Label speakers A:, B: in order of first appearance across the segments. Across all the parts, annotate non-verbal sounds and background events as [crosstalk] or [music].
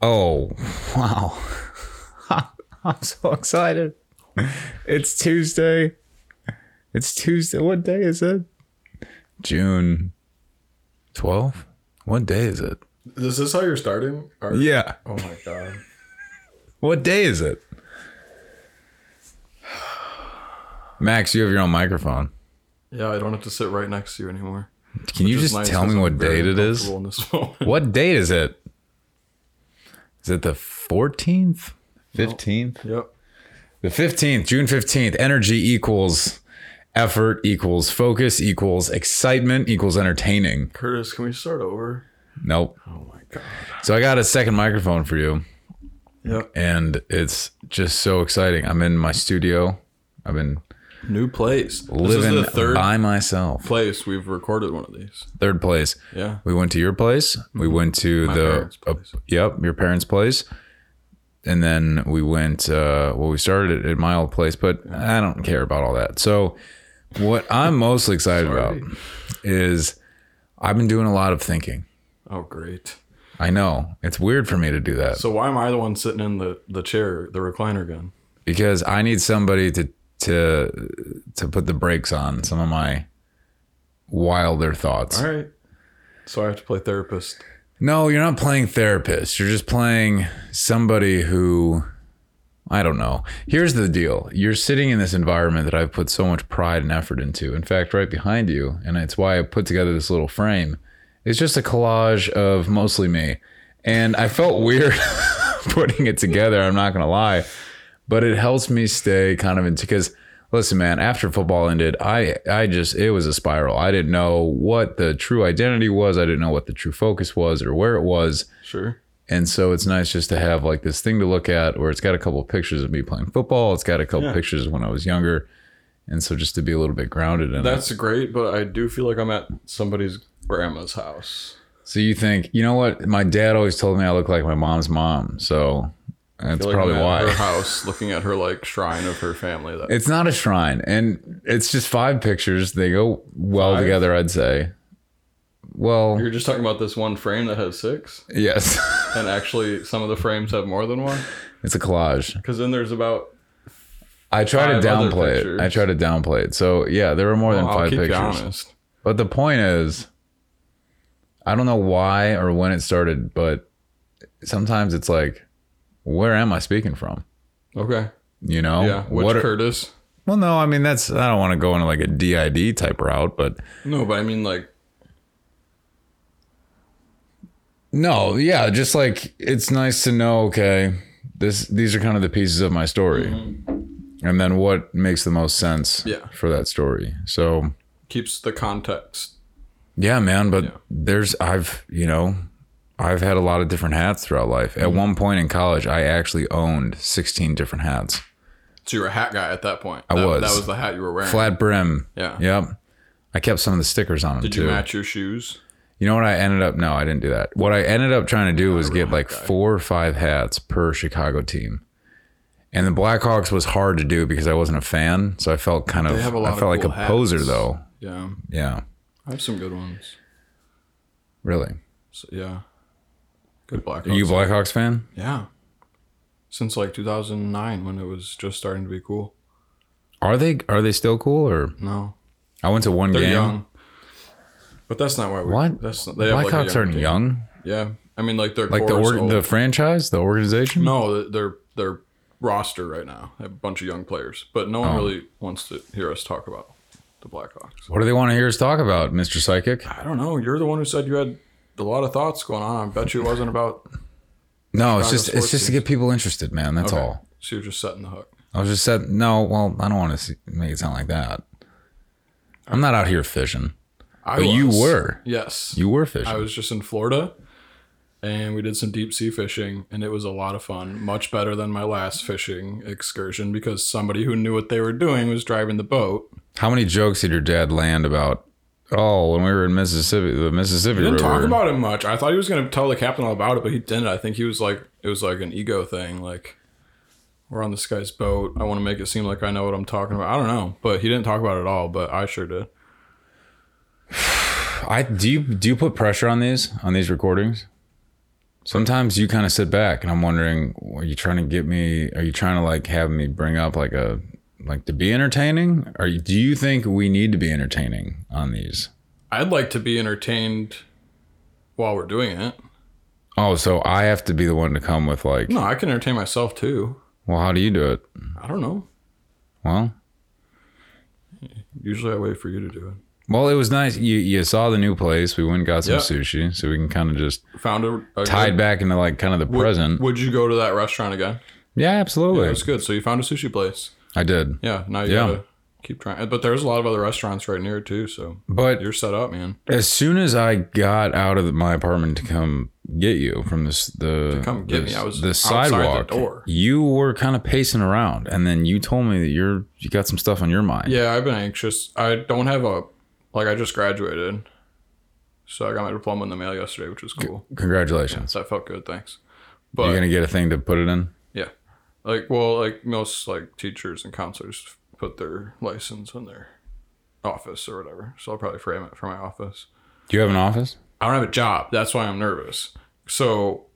A: Oh, wow. [laughs] I'm so excited. It's Tuesday. It's Tuesday. What day is it? June 12th? What day is it?
B: Is this how you're starting? Or-
A: Yeah.
B: Oh my god.
A: What day is it? Max, you have your own microphone.
B: Yeah, I don't have to sit right next to you anymore.
A: Can you
B: Which is
A: just
B: nice
A: tell
B: 'cause
A: me
B: I'm
A: what
B: very
A: date it is?
B: comfortable in this [laughs] moment.
A: What date is it? Is it the 14th? 15th?
B: Yep.
A: The 15th, June 15th, energy equals effort equals focus equals excitement equals entertaining.
B: Curtis, can we start over?
A: Nope.
B: Oh my god.
A: So I got a second microphone for you
B: Yep.
A: and it's just so exciting. I'm in my studio. I've been
B: New place.
A: living
B: this is the third
A: by myself.
B: place we've recorded one of these.
A: Third place.
B: Yeah.
A: We went to your place. We went to the
B: Mm-hmm. parents' place.
A: uh, yep, your parents' place. And then we went uh well we started at, at my old place, but I don't care about all that. So what I'm mostly excited about is I've been doing a lot of thinking.
B: Oh great.
A: I know. It's weird for me to do that
B: So why am I the one sitting in the, the chair, the recliner gun?
A: because I need somebody to to to put the brakes on some of my wilder thoughts.
B: All right. So I have to play therapist.
A: No, you're not playing therapist. You're just playing somebody who I don't know. Here's the deal. You're sitting in this environment that I've put so much pride and effort into. In fact, right behind you, and it's why I put together this little frame. It's just a collage of mostly me. And I felt [laughs] weird putting it together, I'm not going to lie, but it helps me stay kind of in because listen man, after football ended, I I just it was a spiral. I didn't know what the true identity was. I didn't know what the true focus was or where it was.
B: Sure.
A: And so it's nice just to have like this thing to look at where it's got a couple of pictures of me playing football. It's got a couple
B: Yeah.
A: pictures of when I was younger. And so just to be a little bit grounded in that.
B: That's great, but I do feel like I'm at somebody's grandma's house.
A: So you think, you know what? My dad always told me I look like my mom's mom. So that's
B: Like
A: probably
B: I'm at
A: why.
B: her house looking at her like shrine of her family
A: [laughs]
B: that
A: It's not a shrine. And it's just five pictures. They go well
B: Five?
A: together, I'd say. Well,
B: You're just talking about this one frame that has six,
A: yes. [laughs]
B: and actually some of the frames have more than one.
A: it's a collage.
B: Because then there's about
A: I try to
B: Five other
A: downplay it. I
B: pictures.
A: try to downplay it. So yeah, there were more than
B: I'll
A: five
B: keep you
A: pictures.
B: honest.
A: But the point is, I don't know why or when it started, but sometimes it's like, where am I speaking from?
B: Okay.
A: You know?
B: Yeah. Which
A: Oh, What are-
B: Curtis?
A: well, no, I mean, that's, I don't want to go into like a DID type route, but
B: No, but I mean like
A: no, yeah, just like it's nice to know, okay, this, these are kind of the pieces of my story. And then what makes the most sense
B: Mm-hmm. Yeah.
A: for that story. So,
B: keeps the context.
A: Yeah, man, but
B: Yeah.
A: there's I've, you know, I've had a lot of different hats throughout life.
B: Mm-hmm.
A: At one point in college, I actually owned 16 different hats.
B: So you're a hat guy at that point.
A: I
B: that,
A: was.
B: That was the hat you were wearing.
A: Flat brim.
B: Yeah.
A: Yep. I kept some of the stickers on them
B: Did
A: too.
B: you match your shoes?
A: You know what I ended up no, I didn't do that. What I ended up trying to do was get like four or five hats per Chicago team. And the Blackhawks was hard to do because I wasn't a fan, so I felt kind of
B: have a
A: I
B: lot
A: felt
B: of
A: like a
B: cool hats.
A: poser though.
B: Yeah.
A: Yeah.
B: I have some good ones.
A: Really.
B: So, yeah. Good black.
A: Are you a Blackhawks fan?
B: yeah. Since like 2009, when it was just starting to be cool.
A: Are they are they still cool or
B: No,
A: I went to one
B: they're
A: game.
B: young. But that's not why we.
A: What?
B: That's not, they have, like, a
A: Blackhawks aren't
B: team.
A: young.
B: Yeah, I mean, like their
A: Like the
B: core's
A: org-
B: old.
A: the franchise, the organization.
B: no, th- their their roster right now they have a bunch of young players, but no one
A: Oh.
B: really wants to hear us talk about the Blackhawks.
A: What do they want to hear us talk about, Mister Psychic?
B: I don't know. You're the one who said you had a lot of thoughts going on. I bet you it wasn't about. [laughs]
A: No, it's just it's
B: sports
A: just to
B: teams.
A: get people interested, man. That's all.
B: So you're just setting the hook.
A: I was just said no. Well, I don't want to see, make it sound like that. I'm not out here fishing.
B: I
A: But you
B: was.
A: were
B: Yes,
A: you were fishing.
B: I was just in Florida, and we did some deep sea fishing, and it was a lot of fun. Much better than my last fishing excursion because somebody who knew what they were doing was driving the boat.
A: How many jokes did your dad land about? Oh, when we were in Mississippi, the Mississippi
B: Didn't
A: River.
B: talk about it much. I thought he was going to tell the captain all about it, but he didn't. I think he was like, it was like an ego thing. Like, we're on this guy's boat. I want to make it seem like I know what I'm talking about. I don't know, but he didn't talk about it at all. But I sure did.
A: I do you do you put pressure on these on these recordings? Sometimes you kind of sit back and I'm wondering, are you trying to get me? Are you trying to like have me bring up like a, like to be entertaining? Are you, do you think we need to be entertaining on these?
B: I'd like to be entertained while we're doing it.
A: Oh, so I have to be the one to come with like,
B: No, I can entertain myself too.
A: well, how do you do it?
B: I don't know.
A: Well,
B: Usually I wait for you to do it.
A: well, it was nice. You, you saw the new place. We went and got some
B: Yeah.
A: sushi. So we can kind of just
B: Found a, a
A: tied back into like kind of the
B: Would-
A: present.
B: Would you go to that restaurant again?
A: yeah,
B: It
A: absolutely.
B: was good. So you found a sushi place.
A: I did.
B: Yeah. Now you
A: Yeah.
B: gotta keep trying. But there's a lot of other restaurants right near too. So
A: But
B: you're set up, man.
A: As soon as I got out of my apartment to come get you from this the
B: come get
A: this-
B: me. I was
A: the
B: outside the
A: sidewalk.
B: door.
A: You were kind of pacing around, and then you told me that you're you got some stuff on your mind.
B: Yeah, I've been anxious. I don't have a like. I just graduated, so I got my diploma in the mail yesterday, which was cool.
A: Congratulations!
B: So I felt good. Thanks.
A: You're
B: But-
A: gonna get a thing to put it in.
B: Yeah, like well, like most like teachers and counselors put their license in their office or whatever. So I'll probably frame it for my office.
A: Do you have an office?
B: I don't have a job. That's why I'm nervous. So,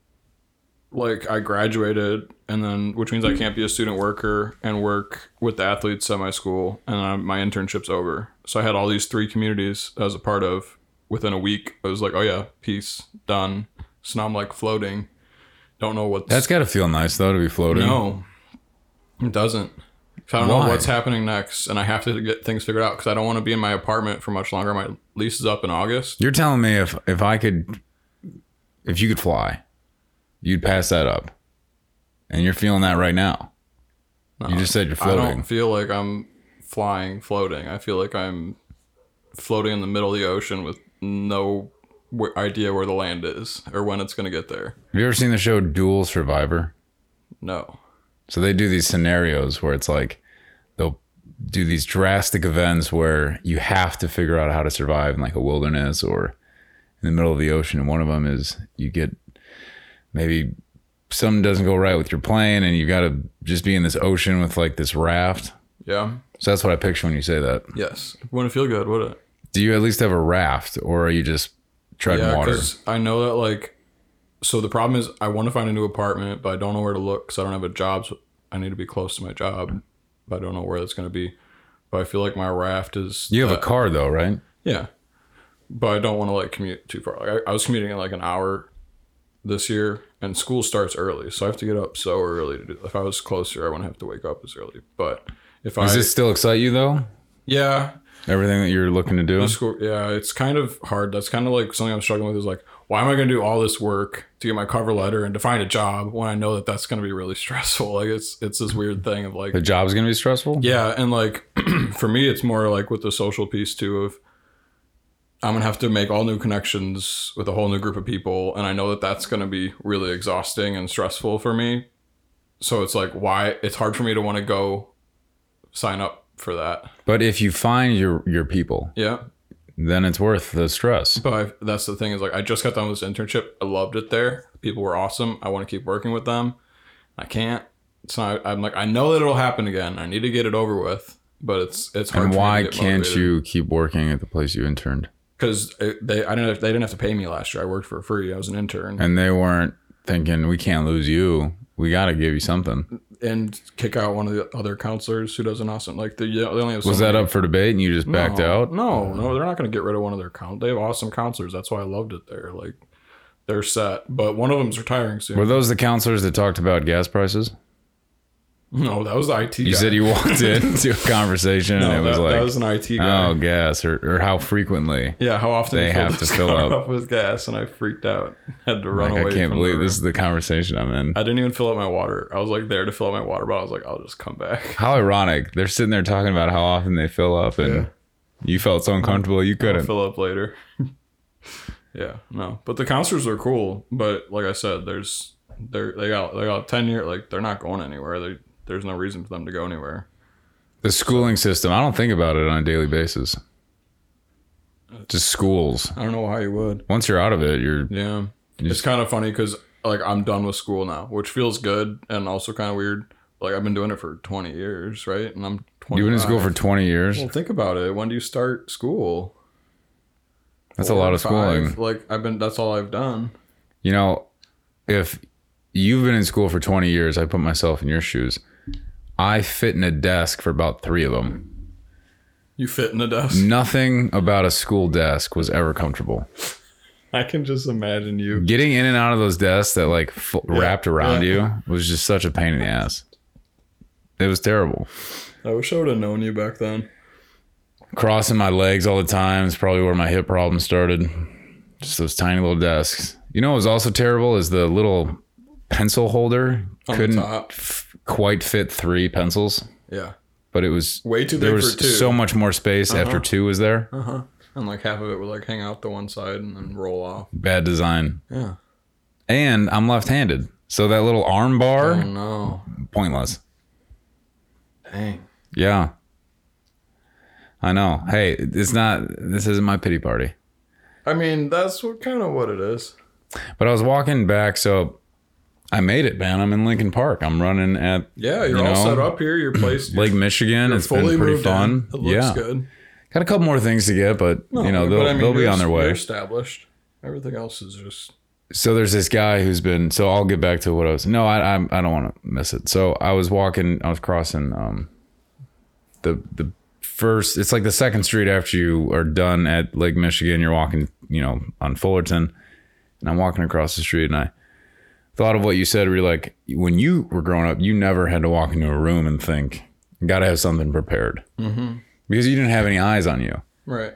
B: like, I graduated, and then which means I can't be a student worker and work with the athletes at my school, and i my internship's over. So I had all these three communities I was a part of. Within a week, I was like, oh yeah, peace, done. So now I'm like floating. Don't know what's
A: That's got to feel nice though to be floating.
B: no, it doesn't. 'Cause I don't
A: Why?
B: know what's happening next, and I have to get things figured out because I don't want to be in my apartment for much longer. My lease is up in August.
A: You're telling me if if I could, if you could fly, you'd pass that up, and you're feeling that right now. you just said you're
B: Uh, I don't
A: floating.
B: feel like I'm flying, floating. I feel like I'm floating in the middle of the ocean with no wh- idea where the land is or when it's going to get there.
A: Have you ever seen the show Dual Survivor?
B: No.
A: So they do these scenarios where it's like they'll do these drastic events where you have to figure out how to survive in like a wilderness or in the middle of the ocean. And one of them is you get maybe something doesn't go right with your plane and you got to just be in this ocean with like this raft.
B: Yeah.
A: So that's what I picture when you say that.
B: Yes. Wouldn't feel good, would it?
A: Do you at least have a raft or are you just treading
B: Yeah,
A: water?
B: because I know that like, so the problem is I want to find a new apartment, but I don't know where to look because I don't have a job. So I need to be close to my job, but I don't know where that's going to be. But I feel like my raft is.
A: You have
B: that-
A: a car though, right?
B: yeah, but I don't want to like commute too far. Like I, I was commuting in like an hour this year, and school starts early, so I have to get up so early to do. If I was closer, I wouldn't have to wake up as early. But if I
A: Does this still excite you though?
B: yeah,
A: Everything that you're looking to do?
B: That's cool. Yeah, it's kind of hard. That's kind of like something I'm struggling with is like, why am I going to do all this work to get my cover letter and to find a job when I know that that's going to be really [laughs] stressful? Like, it's it's this weird thing of like,
A: The job's going to be stressful?
B: yeah, and like [clears throat] for me, it's more like with the social piece too of I'm gonna have to make all new connections with a whole new group of people, and I know that that's gonna be really exhausting and stressful for me. So it's like, why? It's hard for me to want to go sign up for that.
A: But if you find your your people,
B: Yeah.
A: then it's worth the stress.
B: But i that's the thing is like I just got done with this internship. I loved it there. People were awesome. I want to keep working with them. I can't. So I, I'm like I know that it'll happen again. I need to get it over with. But it's it's hard.
A: And why can't you keep working at the place you interned?
B: Because uh, they I don't know if they didn't have to pay me last year. I worked for free. I was an intern
A: And they weren't thinking we can't lose you. We got to give you something.
B: and kick out one of the other counselors who does an awesome like the yeah, they only have so
A: Was that
B: many-
A: up for debate and you just backed
B: no,
A: out?
B: No, no, they're not going to get rid of one of their count. They have awesome counselors. That's why I loved it there. Like they're set. But one of them's retiring soon.
A: Were those the counselors that talked about gas prices?
B: [laughs] no, that was the IT.
A: You
B: guy.
A: said you [laughs] walked into a conversation
B: No,
A: and it was
B: that,
A: like,
B: that was an [laughs] IT guy.
A: oh, gas or, or how frequently.
B: yeah, how often
A: they
B: you fill
A: have to
B: this
A: fill
B: car
A: up.
B: with gas, and I freaked out. [laughs] Had to run
A: Like, I
B: away.
A: can't
B: from
A: believe
B: the
A: this
B: room.
A: is the conversation I'm in.
B: I didn't even fill up my water. I was like there to fill up my water bottle. I was like, I'll just come back.
A: How ironic. They're sitting there talking about how often they fill up and
B: Yeah.
A: you felt so uncomfortable you
B: I'll
A: couldn't.
B: fill up later. [laughs] yeah, no, but the counselors are cool. But like I said, there's they're they got they got ten year like they're not going anywhere. They there's no reason for them to go anywhere.
A: The schooling system, I don't think about it on a daily basis. Just schools.
B: I don't know why you would.
A: Once you're out of it, you're
B: Yeah. It's kind of funny because like I'm done with school now, which feels good and also kind of weird. Like I've been doing it for 20 years, right? And I'm 20.
A: you've been in school for 20 years.
B: Well, think about it. When do you start school?
A: That's a lot of
B: Four, five.
A: schooling.
B: Like I've been. That's all I've done.
A: You know, if you've been in school for 20 years, I put myself in your shoes. I fit in a desk for about three of them.
B: You fit in the desk.
A: Nothing about a school desk was ever comfortable.
B: [laughs] I can just imagine you.
A: Getting in and out of those desks that like f- wrapped around
B: yeah.
A: you was just such a pain in the ass. It was terrible.
B: I wish I would have known you back then.
A: Crossing my legs all the time is probably where my hip problem started. Just those tiny little desks. You know what was also terrible is the little pencil holder
B: On the
A: couldn't
B: top.
A: f- quite fit three pencils,
B: Yeah.
A: but it was
B: Way too
A: there
B: big
A: was
B: for two. Uh-huh.
A: so much more space after two was there.
B: and like half of it would like hang out to one side and then roll off.
A: Bad design.
B: Yeah.
A: And I'm left-handed, so that little arm bar
B: Oh no.
A: pointless.
B: Dang.
A: Yeah. I know. Hey, it's not this isn't my pity party.
B: I mean, that's what kind of what it is.
A: But I was walking back, so I made it, man. I'm in Lincoln Park. I'm running at
B: Yeah,
A: You
B: you're all
A: know?
B: set up here. Your place you're
A: Lake Michigan. It's been pretty
B: moved in.
A: fun.
B: It looks
A: Yeah.
B: good.
A: Got a couple more things to get, but
B: No,
A: you know,
B: but
A: they'll,
B: I mean,
A: they'll be
B: you're-
A: on their way.
B: You're established. Everything else is just
A: so there's this guy who's been so i'll get back to what i was no i i, I don't want to miss it so i was walking i was crossing um the the first it's like the second street after you are done at lake michigan you're walking you know on fullerton and i'm walking across the street and i thought of what you said where you're like when you were growing up you never had to walk into a room and think gotta have something prepared because you didn't have any eyes on you
B: right.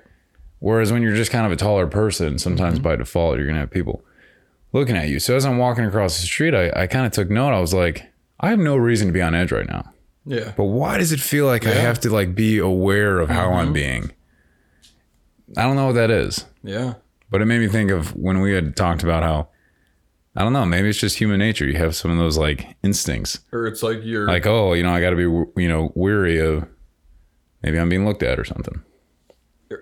A: Whereas when you're just kind of a taller person, sometimes by default, you're going to have people looking at you. So as I'm walking across the street, I, I kind of took note. I was like, I have no reason to be on edge right now.
B: Yeah.
A: But why does it feel like I have to like be aware of how I'm being? I don't know what that is,
B: Yeah.
A: but it made me think of when we had talked about how I don't know, maybe it's just human nature. You have some of those like instincts.
B: Or it's like you're
A: Like, oh, you know, I got to be you know, weary of maybe I'm being looked at or something.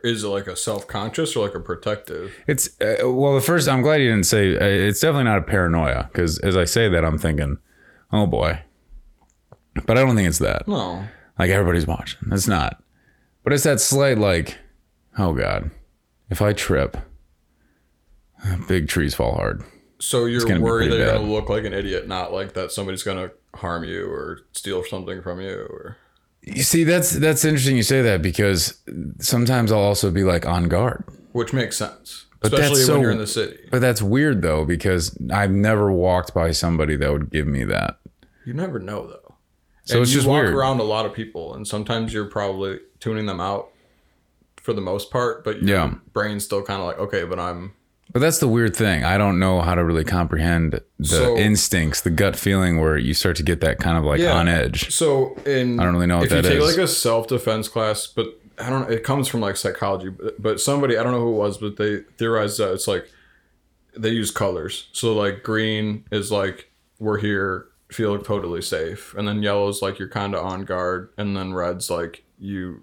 B: is it like a self conscious or like a protective?
A: It's uh, well, the first. I'm glad you didn't say. Uh, it's definitely not a paranoia because as I say that, I'm thinking, oh boy. But I don't think it's that.
B: No.
A: Like everybody's watching. It's not. But it's that slight like, oh god, if I trip, big trees fall hard.
B: So you're
A: gonna be
B: worried
A: pretty
B: that you're
A: bad.
B: gonna look like an idiot, not like that somebody's gonna harm you or steal something from you or
A: You see, that's that's interesting. You say that because sometimes I'll also be like on guard.
B: which makes sense.
A: But
B: Especially
A: that's
B: when
A: so-
B: you're in the city.
A: But that's weird though because I've never walked by somebody that would give me that.
B: You never know though.
A: So it's
B: you
A: just
B: walk
A: weird.
B: around a lot of people, and sometimes you're probably tuning them out for the most part, but your
A: Yeah.
B: brain's still kind of like, okay, but I'm
A: But that's the weird thing. I don't know how to really comprehend the
B: So-
A: instincts, the gut feeling where you start to get that kind of like
B: Yeah.
A: on edge.
B: so in. I
A: don't really know what
B: if
A: that
B: you take
A: is.
B: like a self defense class, but I don't. It comes from like psychology, but, but somebody I don't know who it was, but they theorized that it's like they use colors. So like green is like we're here, feel totally safe, and then yellow's like you're kind of on guard, and then red's like you.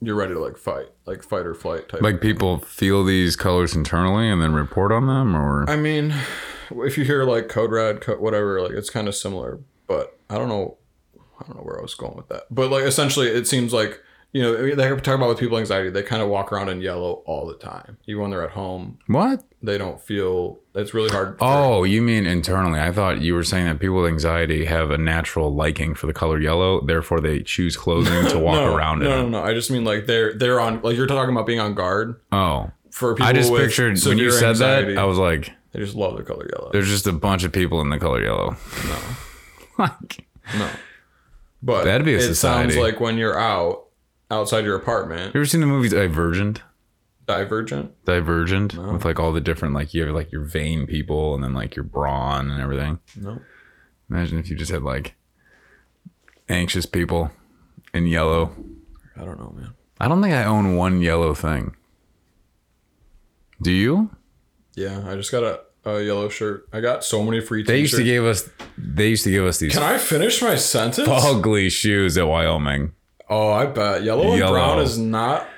B: You're ready to like fight, like fight or flight type.
A: Like people feel these colors internally and then report on them, or
B: I mean, if you hear like Code Red, co whatever, like it's kind of similar, but I don't know, I don't know where I was going with that. But like essentially, it seems like you know I mean, they talk about with people with anxiety, they kind of walk around in yellow all the time, even when they're at home.
A: what?
B: They don't feel. It's really hard.
A: Oh, you mean internally? I thought you were saying that people with anxiety have a natural liking for the color yellow, therefore they choose clothing
B: [laughs]
A: to walk
B: no,
A: around
B: no,
A: in.
B: no, no. I just mean like they're they're on like you're talking about being on guard
A: Oh,
B: for people.
A: I just
B: with
A: pictured when you
B: severe
A: said
B: anxiety,
A: that, I was like,
B: they just love the color yellow.
A: there's just a bunch of people in the color yellow. No. [laughs] like,
B: No, but
A: That'd be a
B: it sounds
A: society.
B: like when you're out outside your apartment,
A: you ever seen the movie Divergent?
B: divergent.
A: Divergent with like all the different like you have like your vein people and then like your brawn and everything.
B: No.
A: Imagine if you just had like anxious people in yellow.
B: I don't know, man.
A: I don't think I own one yellow thing. Do you?
B: Yeah, I just got a, a yellow shirt. I got so many free. T-shirts.
A: They used to give us they used to give us these
B: Can I finish my sentence?
A: [laughs] ugly shoes at Wyoming.
B: Oh, I bet yellow and
A: Yellow.
B: brown is not.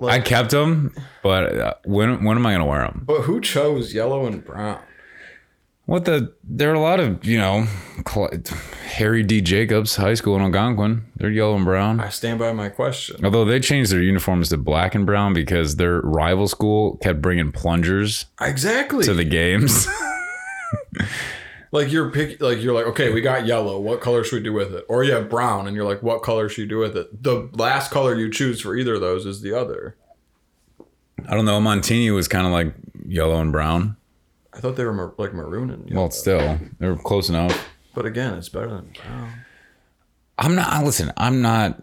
A: I kept them, but uh, when when am I going to wear them?
B: But who chose yellow and brown?
A: What the? There are a lot of you know, cl- Harry D. Jacobs High School in Algonquin. They're yellow and brown.
B: I stand by my question.
A: Although they changed their uniforms to black and brown because their rival school kept bringing plungers [laughs]
B: Exactly.
A: to the games.
B: Like you're pick, like you're like, okay, we got yellow. What color should we do with it? Or you have brown, and you're like, what color should you do with it? The last color you choose for either of those is the other.
A: I don't know. Montini was kind of like yellow and brown.
B: I thought they were mar- like maroon and yellow.
A: Well, still, they're close enough.
B: but again, it's better than brown.
A: I'm not. Listen, I'm not.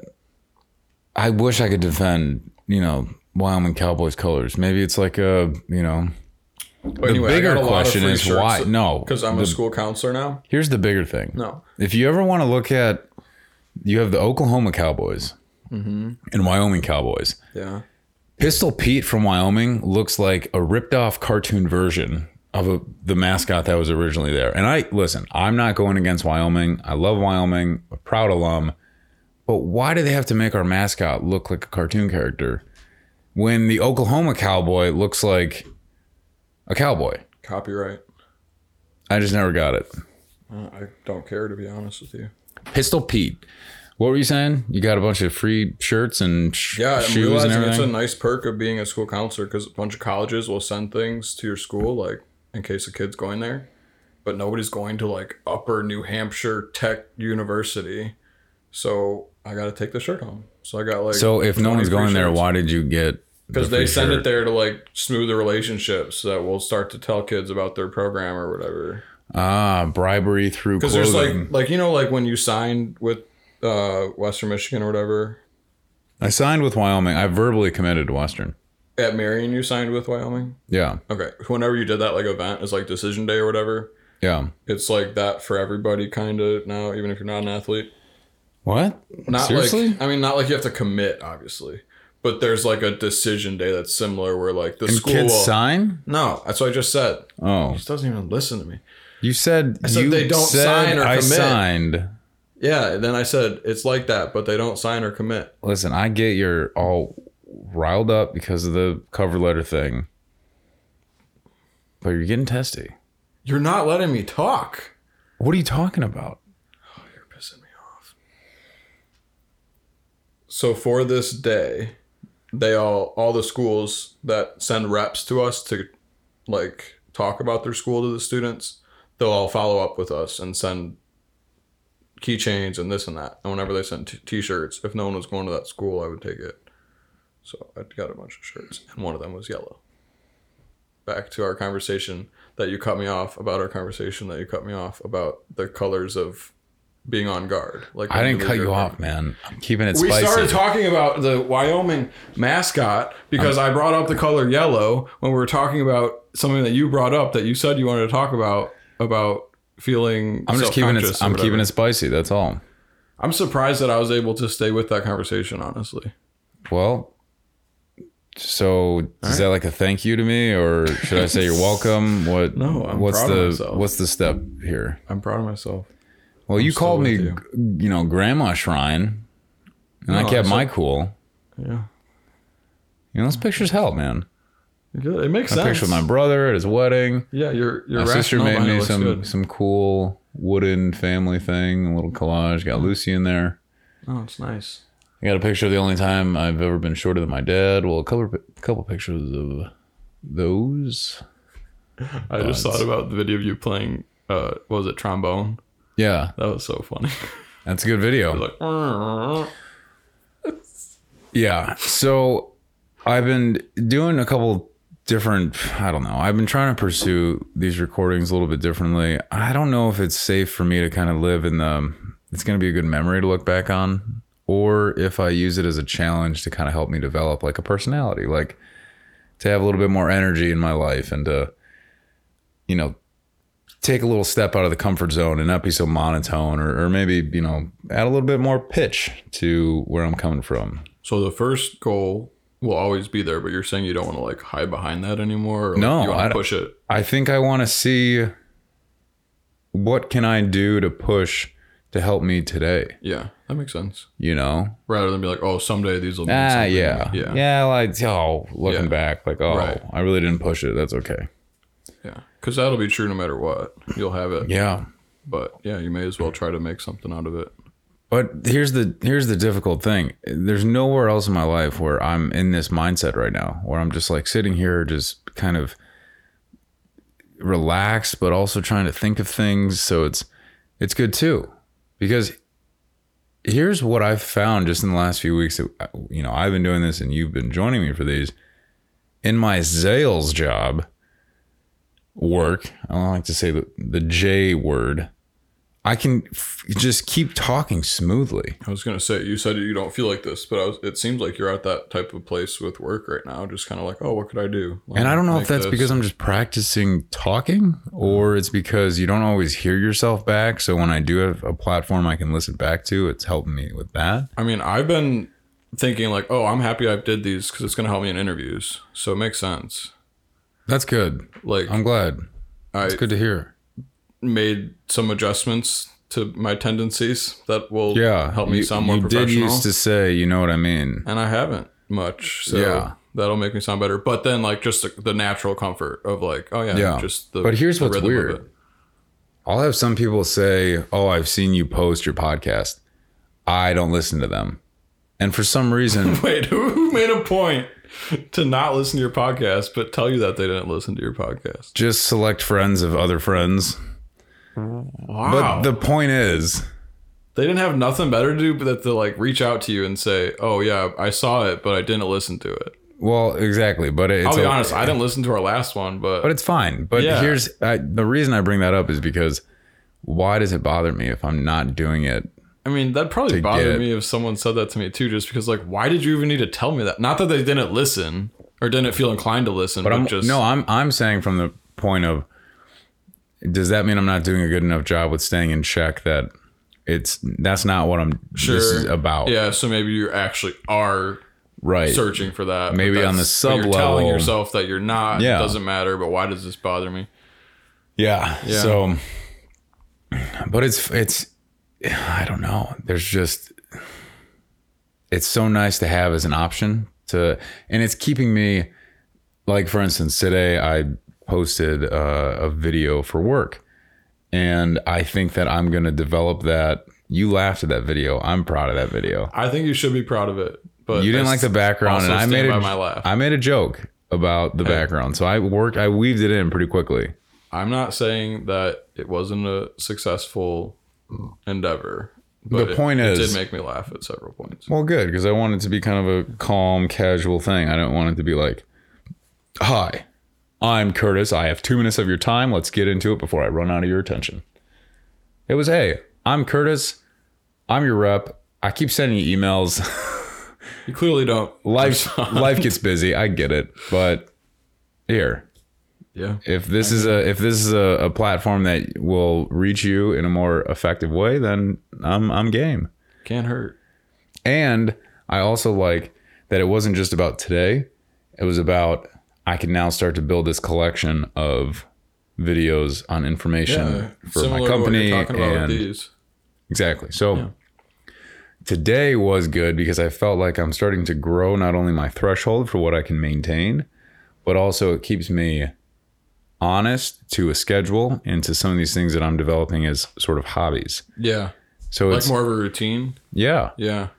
A: I wish I could defend, you know, Wyoming Cowboys colors. Maybe it's like a, you know,
B: But
A: the
B: anyway,
A: bigger question is why.
B: [laughs]
A: No,
B: Because I'm
A: the-
B: a school counselor now.
A: here's the bigger thing.
B: No,
A: If you ever want to look at, you have the Oklahoma Cowboys
B: Mm-hmm.
A: and Wyoming Cowboys.
B: yeah,
A: Pistol Pete from Wyoming looks like a ripped off cartoon version of a, the mascot that was originally there. And I listen, I'm not going against Wyoming. I love Wyoming, a proud alum. But why do they have to make our mascot look like a cartoon character when the Oklahoma cowboy looks like a cowboy?
B: copyright.
A: I just never got it.
B: Uh, I don't care to be honest with you.
A: Pistol Pete. What were you saying? You got a bunch of free shirts and sh-
B: Yeah, I'm
A: shoes and
B: realizing it's a
A: everything.
B: nice perk of being a school counselor because a bunch of colleges will send things to your school, like in case a kid's going there, but nobody's going to like Upper New Hampshire Tech University. So I got to take the shirt home. So I got like
A: so if no one's going there, why did you get?
B: Because
A: the
B: they
A: free
B: send
A: shirt?
B: it there to like smooth the relationships so that will start to tell kids about their program or whatever.
A: Ah, bribery through
B: Because
A: clothing.
B: there's like like you know like when you signed with uh, Western Michigan or whatever
A: I signed with Wyoming. I verbally committed to Western.
B: at Marion, you signed with Wyoming.
A: Yeah,
B: Okay. Whenever you did that like event, it's like decision day or whatever.
A: yeah.
B: It's like that for everybody kind of now, even if you're not an athlete.
A: What?
B: Not
A: Seriously?
B: like I mean, not like you have to commit, obviously. But there's like a decision day that's similar where like the
A: and
B: school
A: kids
B: will-
A: sign?
B: No, that's what I just said.
A: Oh,
B: He doesn't even listen to me.
A: you said,
B: said
A: you
B: they don't
A: said
B: sign or
A: I
B: commit.
A: signed.
B: Yeah, then I said it's like that, but they don't sign or commit.
A: Listen, I get you're all riled up because of the cover letter thing, but you're getting testy.
B: You're not letting me talk.
A: What are you talking about?
B: You're pissing me off. So for this day, they all all the schools that send reps to us to like talk about their school to the students, they'll all follow up with us and send keychains and this and that. And whenever they send t- t-shirts, if no one was going to that school, I would take it. So I got a bunch of shirts and one of them was yellow. Back to our conversation that you cut me off about our conversation that you cut me off about the colors of being on guard. Like
A: I didn't cut
B: individual-
A: you off, man. I'm keeping it
B: we
A: spicy.
B: started talking about the Wyoming mascot because
A: Uh-huh.
B: I brought up the color yellow when we were talking about something that you brought up that you said you wanted to talk about about feeling.
A: I'm just keeping it.
B: self-conscious or
A: I'm keeping
B: whatever.
A: it spicy. That's all.
B: I'm surprised that I was able to stay with that conversation. Honestly,
A: Well, so is that like a thank you to me, or should I say
B: [laughs]
A: you're welcome? What?
B: No, I'm
A: what's
B: proud
A: the
B: of myself.
A: what's the step here?
B: I'm proud of myself.
A: Well, you
B: still
A: called me,
B: with
A: you.
B: you.
A: know, Grandma Shrine, and I
B: No,
A: kept
B: I'm
A: my cool.
B: Yeah,
A: You know, those pictures help, man.
B: You did- it makes
A: I
B: sense.
A: picture with my brother at his wedding.
B: yeah, your your
A: My sister
B: rational
A: made
B: mind
A: me
B: looks
A: some
B: good.
A: some cool wooden family thing, a little collage. Got Lucy in there.
B: Oh, it's nice.
A: I got a picture of the only time I've ever been shorter than my dad. Well, a couple couple pictures of those.
B: I just thought about the video of you playing. Uh, what was it trombone?
A: Yeah,
B: That was so funny. [laughs]
A: that's a good video.
B: like, I
A: Yeah. So I've been doing a couple different I don't know. I've been trying to pursue these recordings a little bit differently. I don't know if it's safe for me to kind of live in the it's going to be a good memory to look back on or if I use it as a challenge to kind of help me develop like a personality, like to have a little bit more energy in my life and to you know take a little step out of the comfort zone and not be so monotone or, or maybe you know add a little bit more pitch to where i'm coming from
B: So the first goal will always be there, but you're saying you don't want to like hide behind that anymore. Or, like,
A: No,
B: you
A: I
B: want to
A: don't-
B: push it.
A: I think I want to see what can I do to push to help me today,
B: Yeah, that makes sense.
A: you know?
B: Rather than be like, oh, someday these will. mean
A: Ah,
B: something.
A: yeah.
B: yeah,
A: like, oh, looking
B: Yeah.
A: back, like, oh,
B: Right.
A: I really didn't push it. That's okay.
B: yeah. Because that'll be true no matter what. You'll have it.
A: Yeah.
B: But yeah, you may as well try to make something out of it.
A: But here's the here's the difficult thing. There's nowhere else in my life where I'm in this mindset right now, where I'm just like sitting here, just kind of relaxed but also trying to think of things so it's it's good too because here's what i've found just in the last few weeks that you know i've been doing this and you've been joining me for these in my sales job work i don't like to say the, the j word i can f- just keep talking smoothly
B: I was gonna say you said you don't feel like this, but I was, it seems like you're at that type of place with work right now, just kind of like, oh, what could I do?
A: And I don't know
B: Like
A: if that's
B: this.
A: because I'm just practicing talking or it's because you don't always hear yourself back. So when I do have a platform I can listen back to, it's helping me with that.
B: I mean, I've been thinking like, oh, I'm happy I did these because it's gonna help me in interviews, so it makes sense.
A: That's good.
B: Like
A: I'm glad.
B: I
A: It's good to hear.
B: made some adjustments to my tendencies that will
A: Yeah.
B: help me
A: you,
B: sound more
A: you
B: professional.
A: did used to say, you know what I mean?
B: and I haven't much. So
A: Yeah.
B: that'll make me sound better. But then like just the, the natural comfort of like, oh yeah,
A: Yeah.
B: just the
A: But here's
B: the
A: what's
B: rhythm of
A: weird.
B: it. [laughs]
A: I'll have some people say, Oh, I've seen you post your podcast. I don't listen to them. And for some reason,
B: [laughs] Wait, who who made a point to not listen to your podcast, but tell you that they didn't listen to your podcast?
A: just select friends of other friends. But
B: Wow.
A: the point is,
B: they didn't have nothing better to do but that to like reach out to you and say, Oh yeah, I saw it, but I didn't listen to it.
A: well, exactly. But it's
B: I'll be
A: a-
B: honest, I didn't listen to our last one, but,
A: but it's fine. But
B: Yeah.
A: here's I, the reason I bring that up is because why does it bother me if I'm not doing it?
B: I mean that'd probably
A: to
B: bother
A: get-
B: me if someone said that to me too, just because like why did you even need to tell me that? Not that they didn't listen or didn't feel inclined to listen, but,
A: But I'm
B: just
A: no, I'm I'm saying from the point of does that mean I'm not doing a good enough job with staying in check that it's that's not what I'm
B: sure
A: this is about.
B: Yeah, so maybe you actually are
A: Right.
B: searching for that. but
A: Maybe on
B: that's-
A: the
B: but You're telling
A: sub-level.
B: yourself that you're not.
A: Yeah.
B: It doesn't matter. But why does this bother me?
A: Yeah.
B: Yeah.
A: So but it's it's I don't know. There's just it's so nice to have as an option to and it's keeping me like for instance today I posted uh, a video for work and I think that I'm going to develop that you laughed at that video. I'm proud of that video.
B: I think you should be proud of it. But
A: You didn't
B: I
A: like the
B: s-
A: background
B: also
A: and I
B: stand
A: made
B: by
A: a,
B: my laugh.
A: I made a joke about the background. So I worked I weaved it in pretty quickly.
B: I'm not saying that it wasn't a successful endeavor. But
A: The
B: it-
A: point
B: it
A: is-
B: did make me laugh at several points.
A: Well, good because I want it to be kind of a calm, casual thing. I don't want it to be like, "Hi, I'm Curtis. I have two minutes of your time. Let's get into it before I run out of your attention." It was, "Hey, I'm Curtis. I'm your rep. I keep sending you emails. [laughs]
B: You clearly don't.
A: life, life gets busy. I get it, but here,
B: Yeah.
A: if this is a if this is a, a platform that will reach you in a more effective way, then I'm I'm game."
B: Can't hurt.
A: And I also like that it wasn't just about today. It was about I can now start to build this collection of videos on information
B: Yeah.
A: for
B: Similar
A: my
B: to
A: company
B: what you're talking about
A: and
B: with these.
A: Exactly. So today was good because I felt like I'm starting to grow not only my threshold for what I can maintain, but also it keeps me honest to a schedule and to some of these things that I'm developing as sort of hobbies.
B: Yeah.
A: So
B: Like
A: it's
B: more of a routine.
A: yeah.
B: Yeah.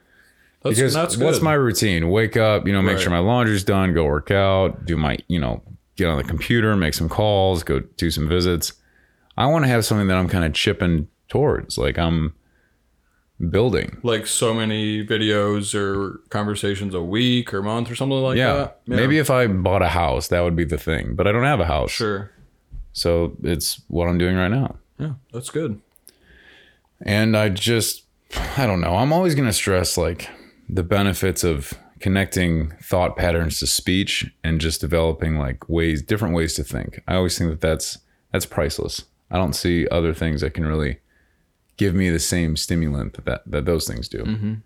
B: That's,
A: Because
B: that's good.
A: what's my routine? Wake up, you know, make
B: Right.
A: sure my laundry's done, go work out, do my, you know, get on the computer, make some calls, go do some visits. I want to have something that I'm kind of chipping towards, like I'm building.
B: like so many videos or conversations a week or month or something like
A: Yeah.
B: that.
A: Maybe if I bought a house, that would be the thing, but I don't have a house.
B: Sure.
A: So it's what I'm doing right now.
B: Yeah, that's good.
A: And I just, I don't know. I'm always going to stress like the benefits of connecting thought patterns to speech and just developing like ways, different ways to think. I always think that that's, that's priceless. I don't see other things that can really give me the same stimulant that, that, that those things do.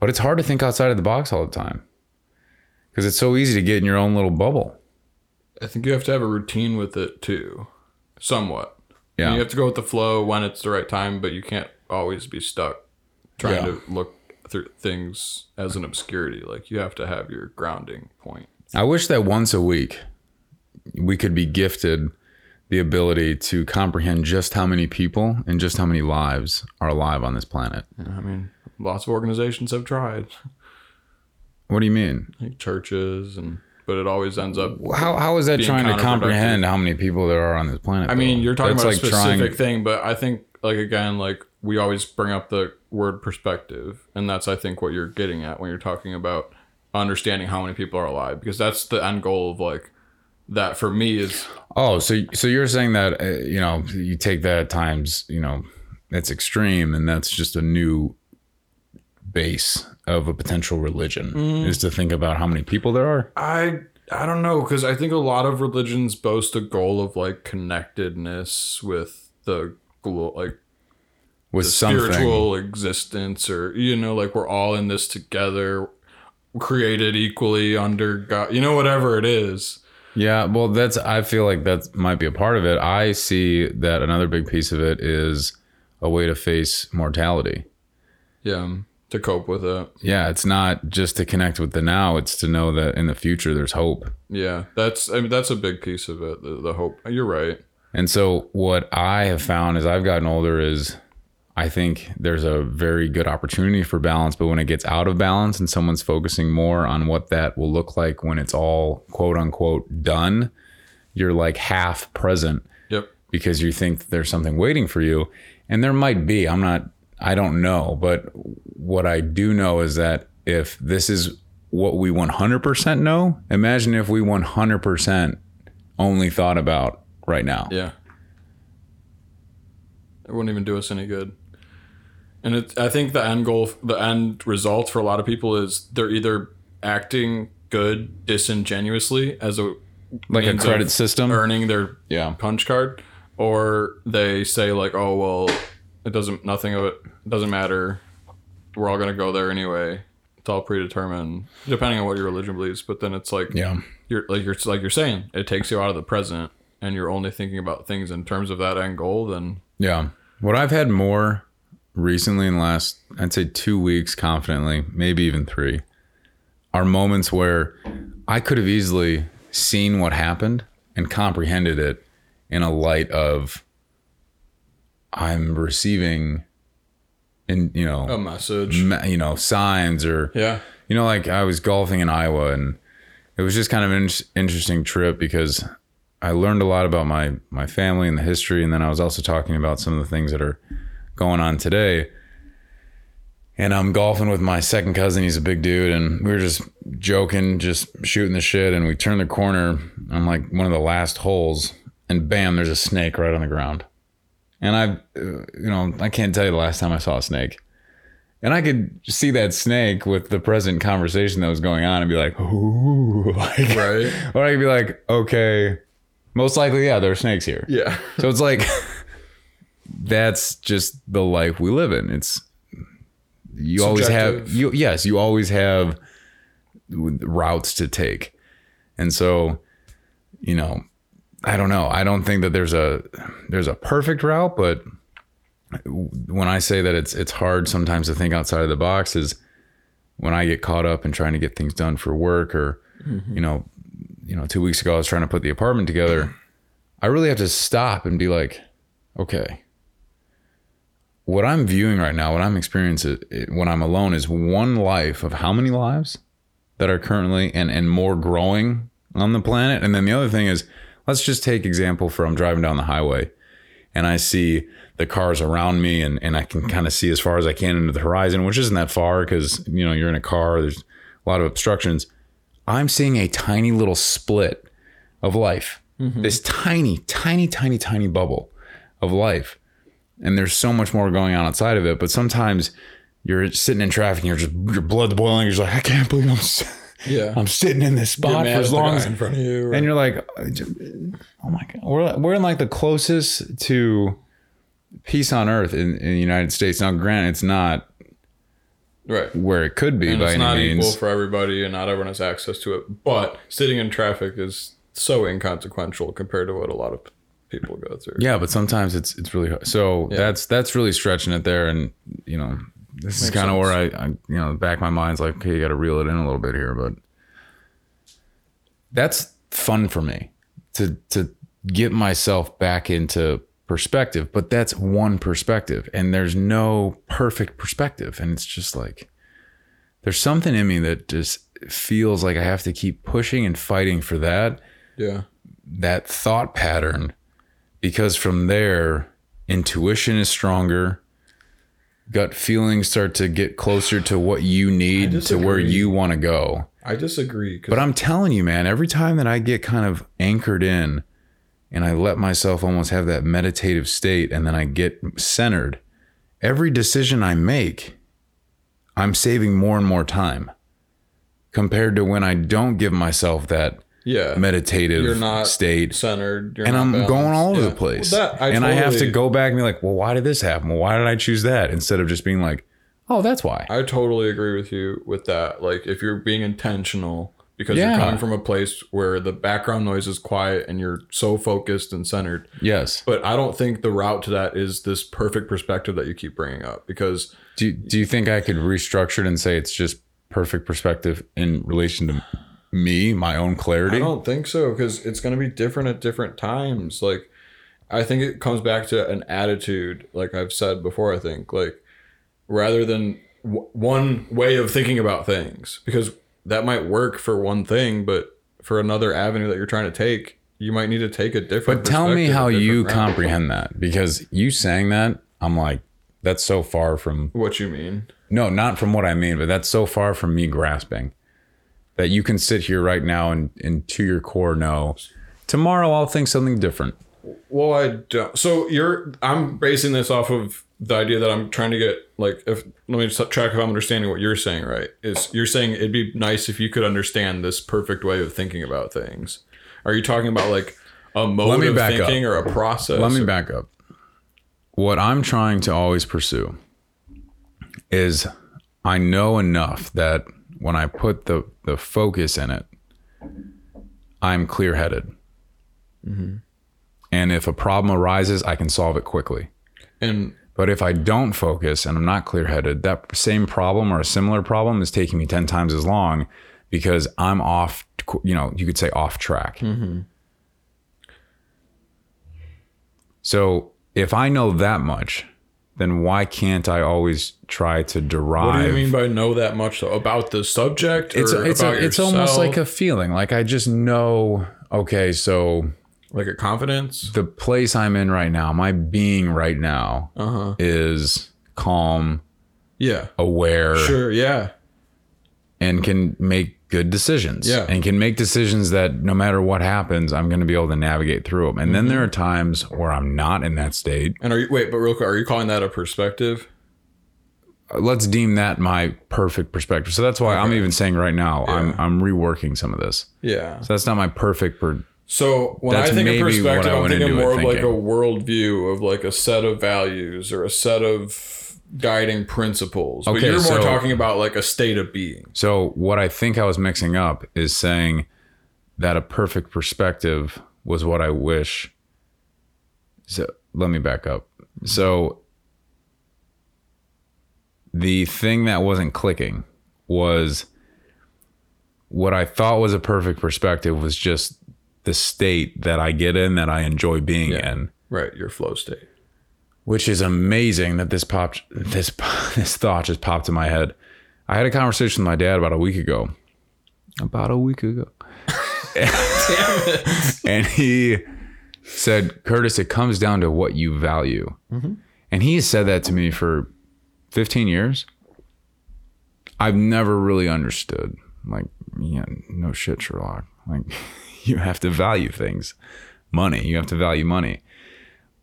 A: But it's hard to think outside of the box all the time because it's so easy to get in your own little bubble.
B: I think you have to have a routine with it too, somewhat.
A: Yeah.
B: You have to go with the flow when it's the right time, but you can't always be stuck trying
A: Yeah.
B: to look through things as an obscurity. Like you have to have your grounding point.
A: I wish that once a week we could be gifted the ability to comprehend just how many people and just how many lives are alive on this planet.
B: I mean, lots of organizations have tried,
A: What do you mean?
B: like churches and but it always ends up.
A: How how is that
B: Being
A: trying to
B: counterproductive.
A: comprehend how many people there are on this planet?
B: I mean,
A: though?
B: you're talking
A: That's
B: about a specific
A: trying-
B: thing, but I think like again, like we always bring up the word perspective, and that's I think what you're getting at when you're talking about understanding how many people are alive, because that's the end goal of like that for me is
A: Oh, so so you're saying that uh, you know you take that times you know that's extreme, and that's just a new base of a potential religion
B: Mm-hmm.
A: is to think about how many people there are.
B: I I don't know because I think a lot of religions boast a goal of like connectedness with the glo- like
A: with
B: the
A: something.
B: spiritual existence or you know like we're all in this together created equally under god you know whatever it is
A: Yeah, well, that's I feel like that might be a part of it. I see that another big piece of it is a way to face mortality.
B: yeah to cope with it
A: Yeah, it's not just to connect with the now; it's to know that in the future there's hope.
B: yeah that's i mean that's a big piece of it the, the hope you're right
A: And so, what I have found as I've gotten older is I think there's a very good opportunity for balance, but when it gets out of balance and someone's focusing more on what that will look like when it's all quote unquote done, you're like half present
B: yep
A: because you think that there's something waiting for you. And there might be. I'm not, I don't know. But what I do know is that if this is what we 100% know, imagine if we 100% only thought about right now.
B: yeah it wouldn't even do us any good and it, i think the end goal the end result for a lot of people is they're either acting good disingenuously as a
A: Like a
B: means
A: credit
B: of
A: system.
B: earning their
A: yeah.
B: punch card or they say like oh well it doesn't nothing of it doesn't matter we're all going to go there anyway it's all predetermined depending on what your religion believes but then it's like
A: Yeah.
B: you're like you're like you're saying it takes you out of the present and you're only thinking about things in terms of that end goal then
A: Yeah. What I've had more recently in the last, I'd say two weeks confidently, maybe even three, are moments where I could have easily seen what happened and comprehended it in a light of I'm receiving and you know
B: a message
A: ma- you know signs or
B: yeah
A: you know like i was golfing in iowa and it was just kind of an in- interesting trip because i learned a lot about my my family and the history and then i was also talking about some of the things that are going on today and i'm golfing with my second cousin he's a big dude and we were just joking just shooting the shit and we turned the corner on like one of the last holes and bam there's a snake right on the ground and i uh, you know i can't tell you the last time i saw a snake and I could see that snake with the present conversation that was going on and be like, ooh, [laughs] like,
B: right
A: or I could be like, okay, most likely, yeah, there are snakes here.
B: [laughs] yeah
A: So it's like, [laughs] that's just the life we live in. It's, you always have,
B: Subjective.
A: you, yes, you always have routes to take. And so, you know, I don't know. I don't think that there's a there's a perfect route, but when I say that it's it's hard sometimes to think outside of the box is when I get caught up in trying to get things done for work or you know, you know, 2 weeks ago I was trying to put the apartment together. I really have to stop and be like, okay. What I'm viewing right now, what I'm experiencing it- when I'm alone is one life of how many lives that are currently and and more growing on the planet. And then the other thing is, let's just take example from driving down the highway and I see the cars around me and, and I can kind of see as far as I can into the horizon, which isn't that far because, you know, you're in a car, there's a lot of obstructions. I'm seeing a tiny little split of life,
B: Mm-hmm.
A: this tiny, tiny, tiny, tiny bubble of life. And there's so much more going on outside of it. But sometimes you're sitting in traffic and you're just, your blood's boiling. You're just like, I can't believe I'm, s- [laughs]
B: yeah
A: I'm sitting in this spot for as long as
B: in front of you
A: and you're like, oh my god, we're we're in like the closest to peace on earth in, in the United States. Now, granted, it's not
B: right
A: where it could be
B: and
A: by
B: it's not
A: any
B: equal
A: means.
B: for everybody and not everyone has access to it but sitting in traffic is so inconsequential compared to what a lot of people go through
A: yeah, but sometimes it's it's really hard. so that's that's really stretching it there, and you know, this is kind of where I, I you know the back of my mind's like, okay, you got to reel it in a little bit here, but that's fun for me to to get myself back into perspective but that's one perspective and there's no perfect perspective and it's just like there's something in me that just feels like I have to keep pushing and fighting for that
B: Yeah.
A: that thought pattern because from there intuition is stronger gut feelings start to get closer to what you need to where
B: disagree.
A: you want to go
B: I disagree.
A: but i'm telling you man every time that i get kind of anchored in and i let myself almost have that meditative state and then i get centered every decision i make i'm saving more and more time compared to when i don't give myself that
B: yeah,
A: meditative
B: You're not
A: state
B: centered. You're
A: and
B: not
A: I'm
B: balanced.
A: going all over
B: Yeah.
A: the place.
B: Well, that, I
A: and I have to
B: totally-
A: go back and be like, well, why did this happen? Well, why did I choose that? Instead of just being like, oh, that's why.
B: I totally agree with you with that. Like if you're being intentional because
A: Yeah.
B: you're coming from a place where the background noise is quiet and you're so focused and centered.
A: yes.
B: But I don't think the route to that is this perfect perspective that you keep bringing up because
A: Do, do you think I could restructure it and say it's just perfect perspective in relation to me, my own
B: I
A: clarity?
B: don't think so because it's going to be different at different times. Like, I think it comes back to an attitude, like I've said before. I think like rather than w- one way of thinking about things because that might work for one thing, but for another avenue that you're trying to take, you might need to take a different.
A: But tell me
B: perspective, a
A: how you
B: different route.
A: comprehend that because you saying that, I'm like, that's so far from,
B: what you mean.
A: no, not from what I mean, but that's so far from me grasping that you can sit here right now and, and to your core know tomorrow I'll think something different.
B: Well, I don't. So you're. I'm basing this off of the idea that I'm trying to get like. If let me just track if I'm understanding what you're saying. Right? Is you're saying it'd be nice if you could understand this perfect way of thinking about things. Are you talking about like a mode
A: me
B: of
A: back up.
B: thinking or a process?
A: Let me back up. What I'm trying to always pursue is I know enough that when I put the, the focus in it, I'm clear headed. And if a problem arises, I can solve it quickly.
B: and
A: But if I don't focus and I'm not clear headed, that same problem or a similar problem is taking me 10 times as long because I'm off, you know, you could say off track.
B: Mm-hmm.
A: So if I know that much, then why can't I always try to derive?
B: what do you mean by know that much though about the subject?
A: It's,
B: or
A: it's, a,
B: about
A: it's almost
B: yourself?
A: like a feeling. Like I just know, okay, so
B: like a confidence.
A: the place I'm in right now, my being right now
B: Uh huh.
A: is calm,
B: Yeah.
A: aware,
B: Sure. Yeah.
A: and can make good decisions.
B: Yeah.
A: And can make decisions that no matter what happens, I'm going to be able to navigate through them. And then there are times where I'm not in that state.
B: And are you wait? But real quick, are you calling that a perspective?
A: Uh, Let's deem that my perfect perspective. So that's why I'm even saying right now, I'm, I'm reworking some of this.
B: Yeah.
A: So that's not my perfect. Per-
B: So when
A: That's
B: I think
A: maybe
B: of
A: what
B: perspective,
A: I
B: I'm
A: went
B: thinking
A: into it
B: more of like a
A: thinking.
B: worldview of like a set of values or a set of guiding principles. but
A: Okay,
B: you're more
A: so-
B: talking about like a state of being.
A: so what I think I was mixing up is saying that a perfect perspective was what I wish. So let me back up. So the thing that wasn't clicking was what I thought was a perfect perspective was just the state that I get in that I enjoy being in,
B: Right, your flow state.
A: which is amazing that this popped this [laughs] this thought just popped in my head. I had a conversation with my dad about a week ago. About a week ago. [laughs] and he said, Curtis, it comes down to what you value. And he has said that to me for 15 years. I've never really understood. I'm like, yeah, no shit, Sherlock. Like, [laughs] you have to value things, money. You have to value money.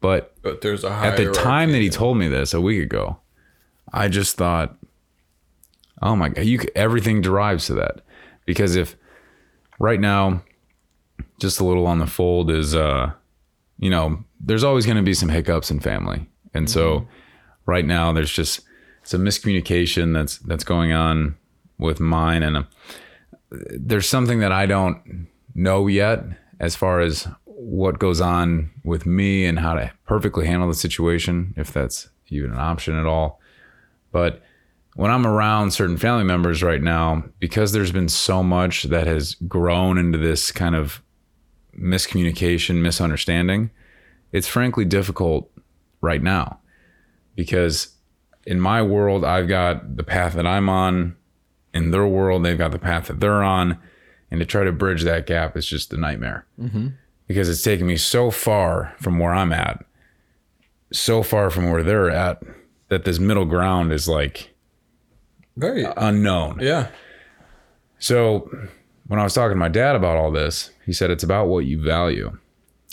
A: But
B: But there's a
A: at
B: higher
A: the time that he told me this a week ago, I just thought, "Oh my god, you c- everything derives to that." Because if right now, just a little on the fold is, uh, you know, there's always going to be some hiccups in family, and so right now there's just some miscommunication that's that's going on with mine, and um, there's something that I don't know yet as far as what goes on with me and how to perfectly handle the situation, if that's even an option at all. But when I'm around certain family members right now, because there's been so much that has grown into this kind of miscommunication, misunderstanding, it's frankly difficult right now because in my world, I've got the path that I'm on in their world, they've got the path that they're on, and to try to bridge that gap is just a nightmare because it's taken me so far from where I'm at, so far from where they're at, that this middle ground is like
B: Very.
A: unknown.
B: yeah.
A: So when I was talking to my dad about all this, he said it's about what you value.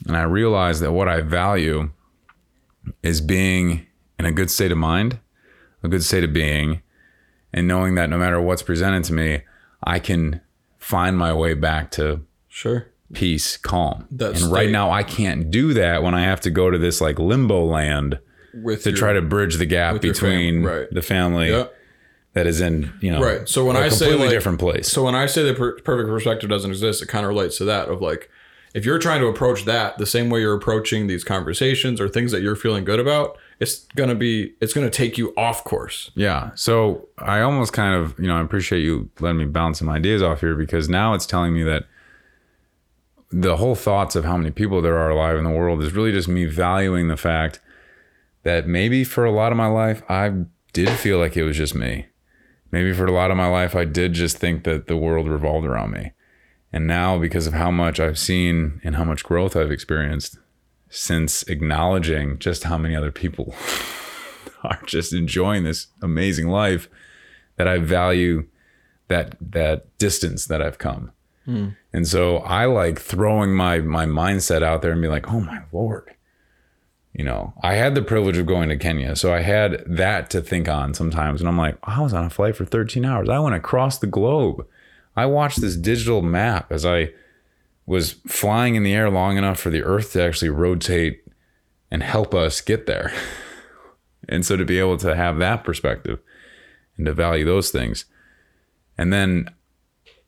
A: And I realized that what I value is being in a good state of mind, a good state of being, and knowing that no matter what's presented to me, I can find my way back to
B: Sure.
A: peace, calm.
B: That
A: and right
B: state.
A: now I can't do that when I have to go to this like limbo land
B: With
A: to try to bridge the gap
B: your fam-
A: between
B: right.
A: the family
B: Yeah.
A: that is in, you know,
B: Right. So when
A: um, a
B: I say,
A: completely
B: like-
A: different place.
B: So when I say the per- perfect perspective doesn't exist, it kind of relates to that of like, if you're trying to approach that the same way you're approaching these conversations or things that you're feeling good about, it's gonna be it's gonna take you off course.
A: Yeah. So I almost kind of, you know, I appreciate you letting me bounce some ideas off here because now it's telling me that the whole thoughts of how many people there are alive in the world is really just me valuing the fact that maybe for a lot of my life, I did feel like it was just me. Maybe for a lot of my life, I did just think that the world revolved around me. And now, because of how much I've seen and how much growth I've experienced since acknowledging just how many other people [laughs] are just enjoying this amazing life that I value that that distance that I've come. And so I like throwing my my mindset out there and be like, "Oh my lord." You know, I had the privilege of going to Kenya, so I had that to think on sometimes and I'm like, "I was on a flight for 13 hours. I went across the globe. I watched this digital map as I was flying in the air long enough for the earth to actually rotate and help us get there." And so to be able to have that perspective and to value those things. And then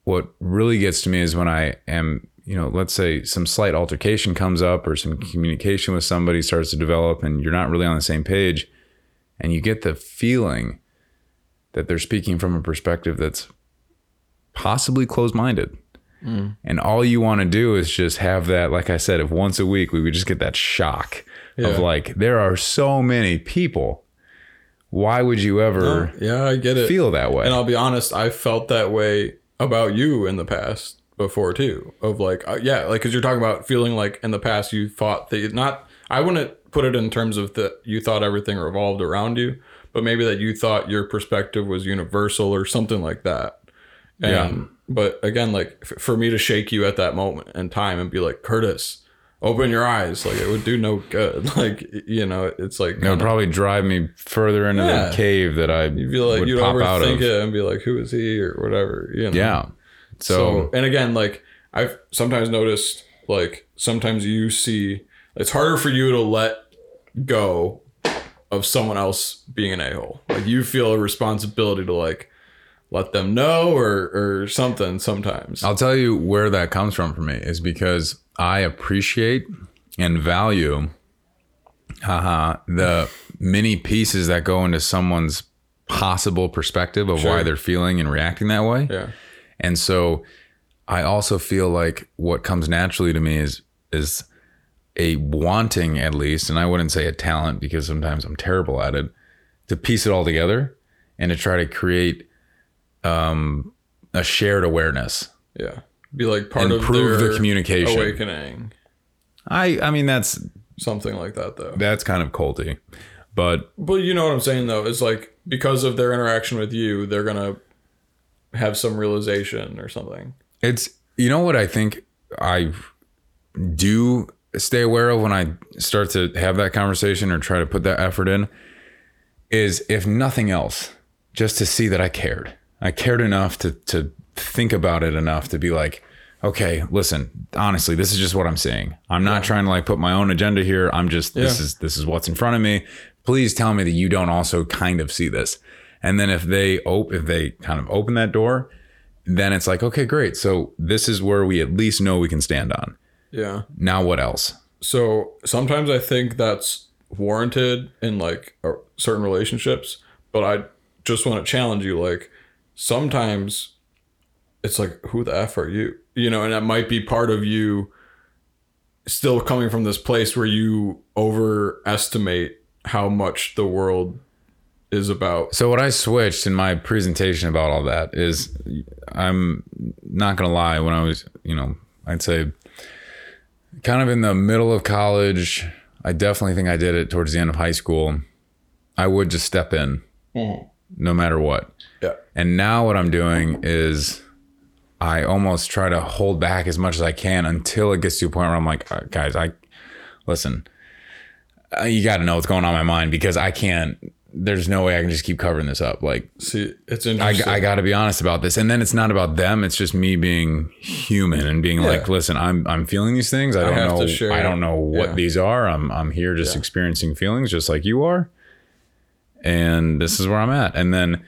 A: what really gets to me is when I am, you know, let's say some slight altercation comes up or some communication with somebody starts to develop and you're not really on the same page and you get the feeling that they're speaking from a perspective that's possibly closed minded. And all you want to do is just have that, like I said, if once a week we would just get that shock
B: Yeah.
A: of like, there are so many people. Why would you ever
B: Yeah, I get it.
A: feel that way?
B: And I'll be honest, I felt that way about you in the past before too. Of like, uh, yeah, like because you're talking about feeling like in the past you thought that you not. I wouldn't put it in terms of that you thought everything revolved around you, but maybe that you thought your perspective was universal or something like that. And,
A: Yeah.
B: But again, like f- for me to shake you at that moment in time and be like, Curtis, open your eyes. Like it would do no good. [laughs] Like you know, it's like
A: It would probably drive me further into
B: Yeah.
A: the cave that I
B: you'd be like
A: would
B: you'd
A: pop out
B: overthink
A: of.
B: it and be like, who is he or whatever. You know.
A: Yeah. So,
B: and again, like I've sometimes noticed, like sometimes you see, it's harder for you to let go of someone else being an a hole. Like you feel a responsibility to like let them know or or something. Sometimes
A: I'll tell you where that comes from for me is because I appreciate and value haha, the many pieces that go into someone's possible perspective of why
B: Sure.
A: they're feeling and reacting that way.
B: yeah,
A: And so I also feel like what comes naturally to me is is a wanting at least, and I wouldn't say a talent because sometimes I'm terrible at it, to piece it all together and to try to create um, a shared awareness.
B: yeah. Be like part
A: Improve
B: of
A: the
B: their
A: communication.
B: awakening,
A: I I mean that's
B: something like that though.
A: that's kind of culty. But
B: But you know what I'm saying though is like because of their interaction with you, they're gonna have some realization or something.
A: It's you know what I think I do stay aware of when I start to have that conversation or try to put that effort in is if nothing else, just to see that I cared. I cared enough to to think about it enough to be like, okay, listen, honestly, this is just what I'm saying. I'm not trying to like put my own agenda here. I'm just this
B: Yeah.
A: is this is what's in front of me. Please tell me that you don't also kind of see this. And then if they op- if they kind of open that door, then it's like, okay, great. So this is where we at least know we can stand on.
B: Yeah.
A: Now what else?
B: So sometimes I think that's warranted in like a- certain relationships, but I just want to challenge you. Like sometimes it's like, who the F are you? You know, and that might be part of you still coming from this place where you overestimate how much the world is about.
A: So what I switched in my presentation about all that is I'm not gonna lie, when I was, you know, I'd say kind of in the middle of college, I definitely think I did it towards the end of high school. I would just step in no matter what.
B: Yeah.
A: And now what I'm doing is I almost try to hold back as much as I can until it gets to a point where I'm like, "Uh, guys, I listen, uh, you got to know what's going on in my mind because I can't, there's no way I can just keep covering this up. Like,
B: See, it's
A: I,
B: interesting.
A: I got to be honest about this. And then it's not about them. It's just me being human and being like, listen, I'm, I'm feeling these things. I don't
B: have to
A: know.
B: share.
A: I don't know what
B: Yeah.
A: these are. I'm, I'm here just experiencing feelings just like you are. And this is where I'm at. And then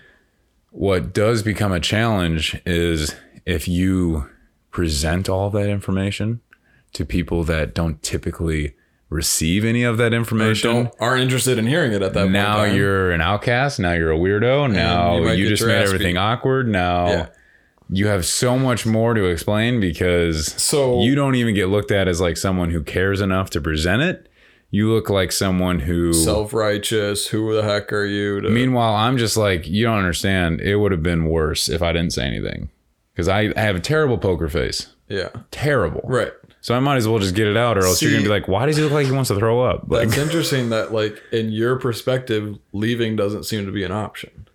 A: what does become a challenge is if you present all of that information to people that don't typically receive any of that information
B: don't aren't interested in hearing it at that point in
A: now
B: time.
A: you're an outcast. Now you're a weirdo. Now
B: you
A: you,
B: might get
A: just
B: your
A: made
B: ass
A: everything
B: beat.
A: awkward. Now
B: Yeah.
A: you have so much more to explain because
B: So-
A: you don't even get looked at as like someone who cares enough to present it. You look like someone who.
B: self righteous. Who the heck are you? To,
A: meanwhile, I'm just like you don't understand. It would have been worse if I didn't say anything because I, I have a terrible poker face.
B: yeah,
A: Terrible.
B: right.
A: So I might as well just get it out, or else you're
B: See-
A: gonna be like, why does he look like he wants to throw up? Like,
B: It's interesting that like in your perspective, leaving doesn't seem to be an option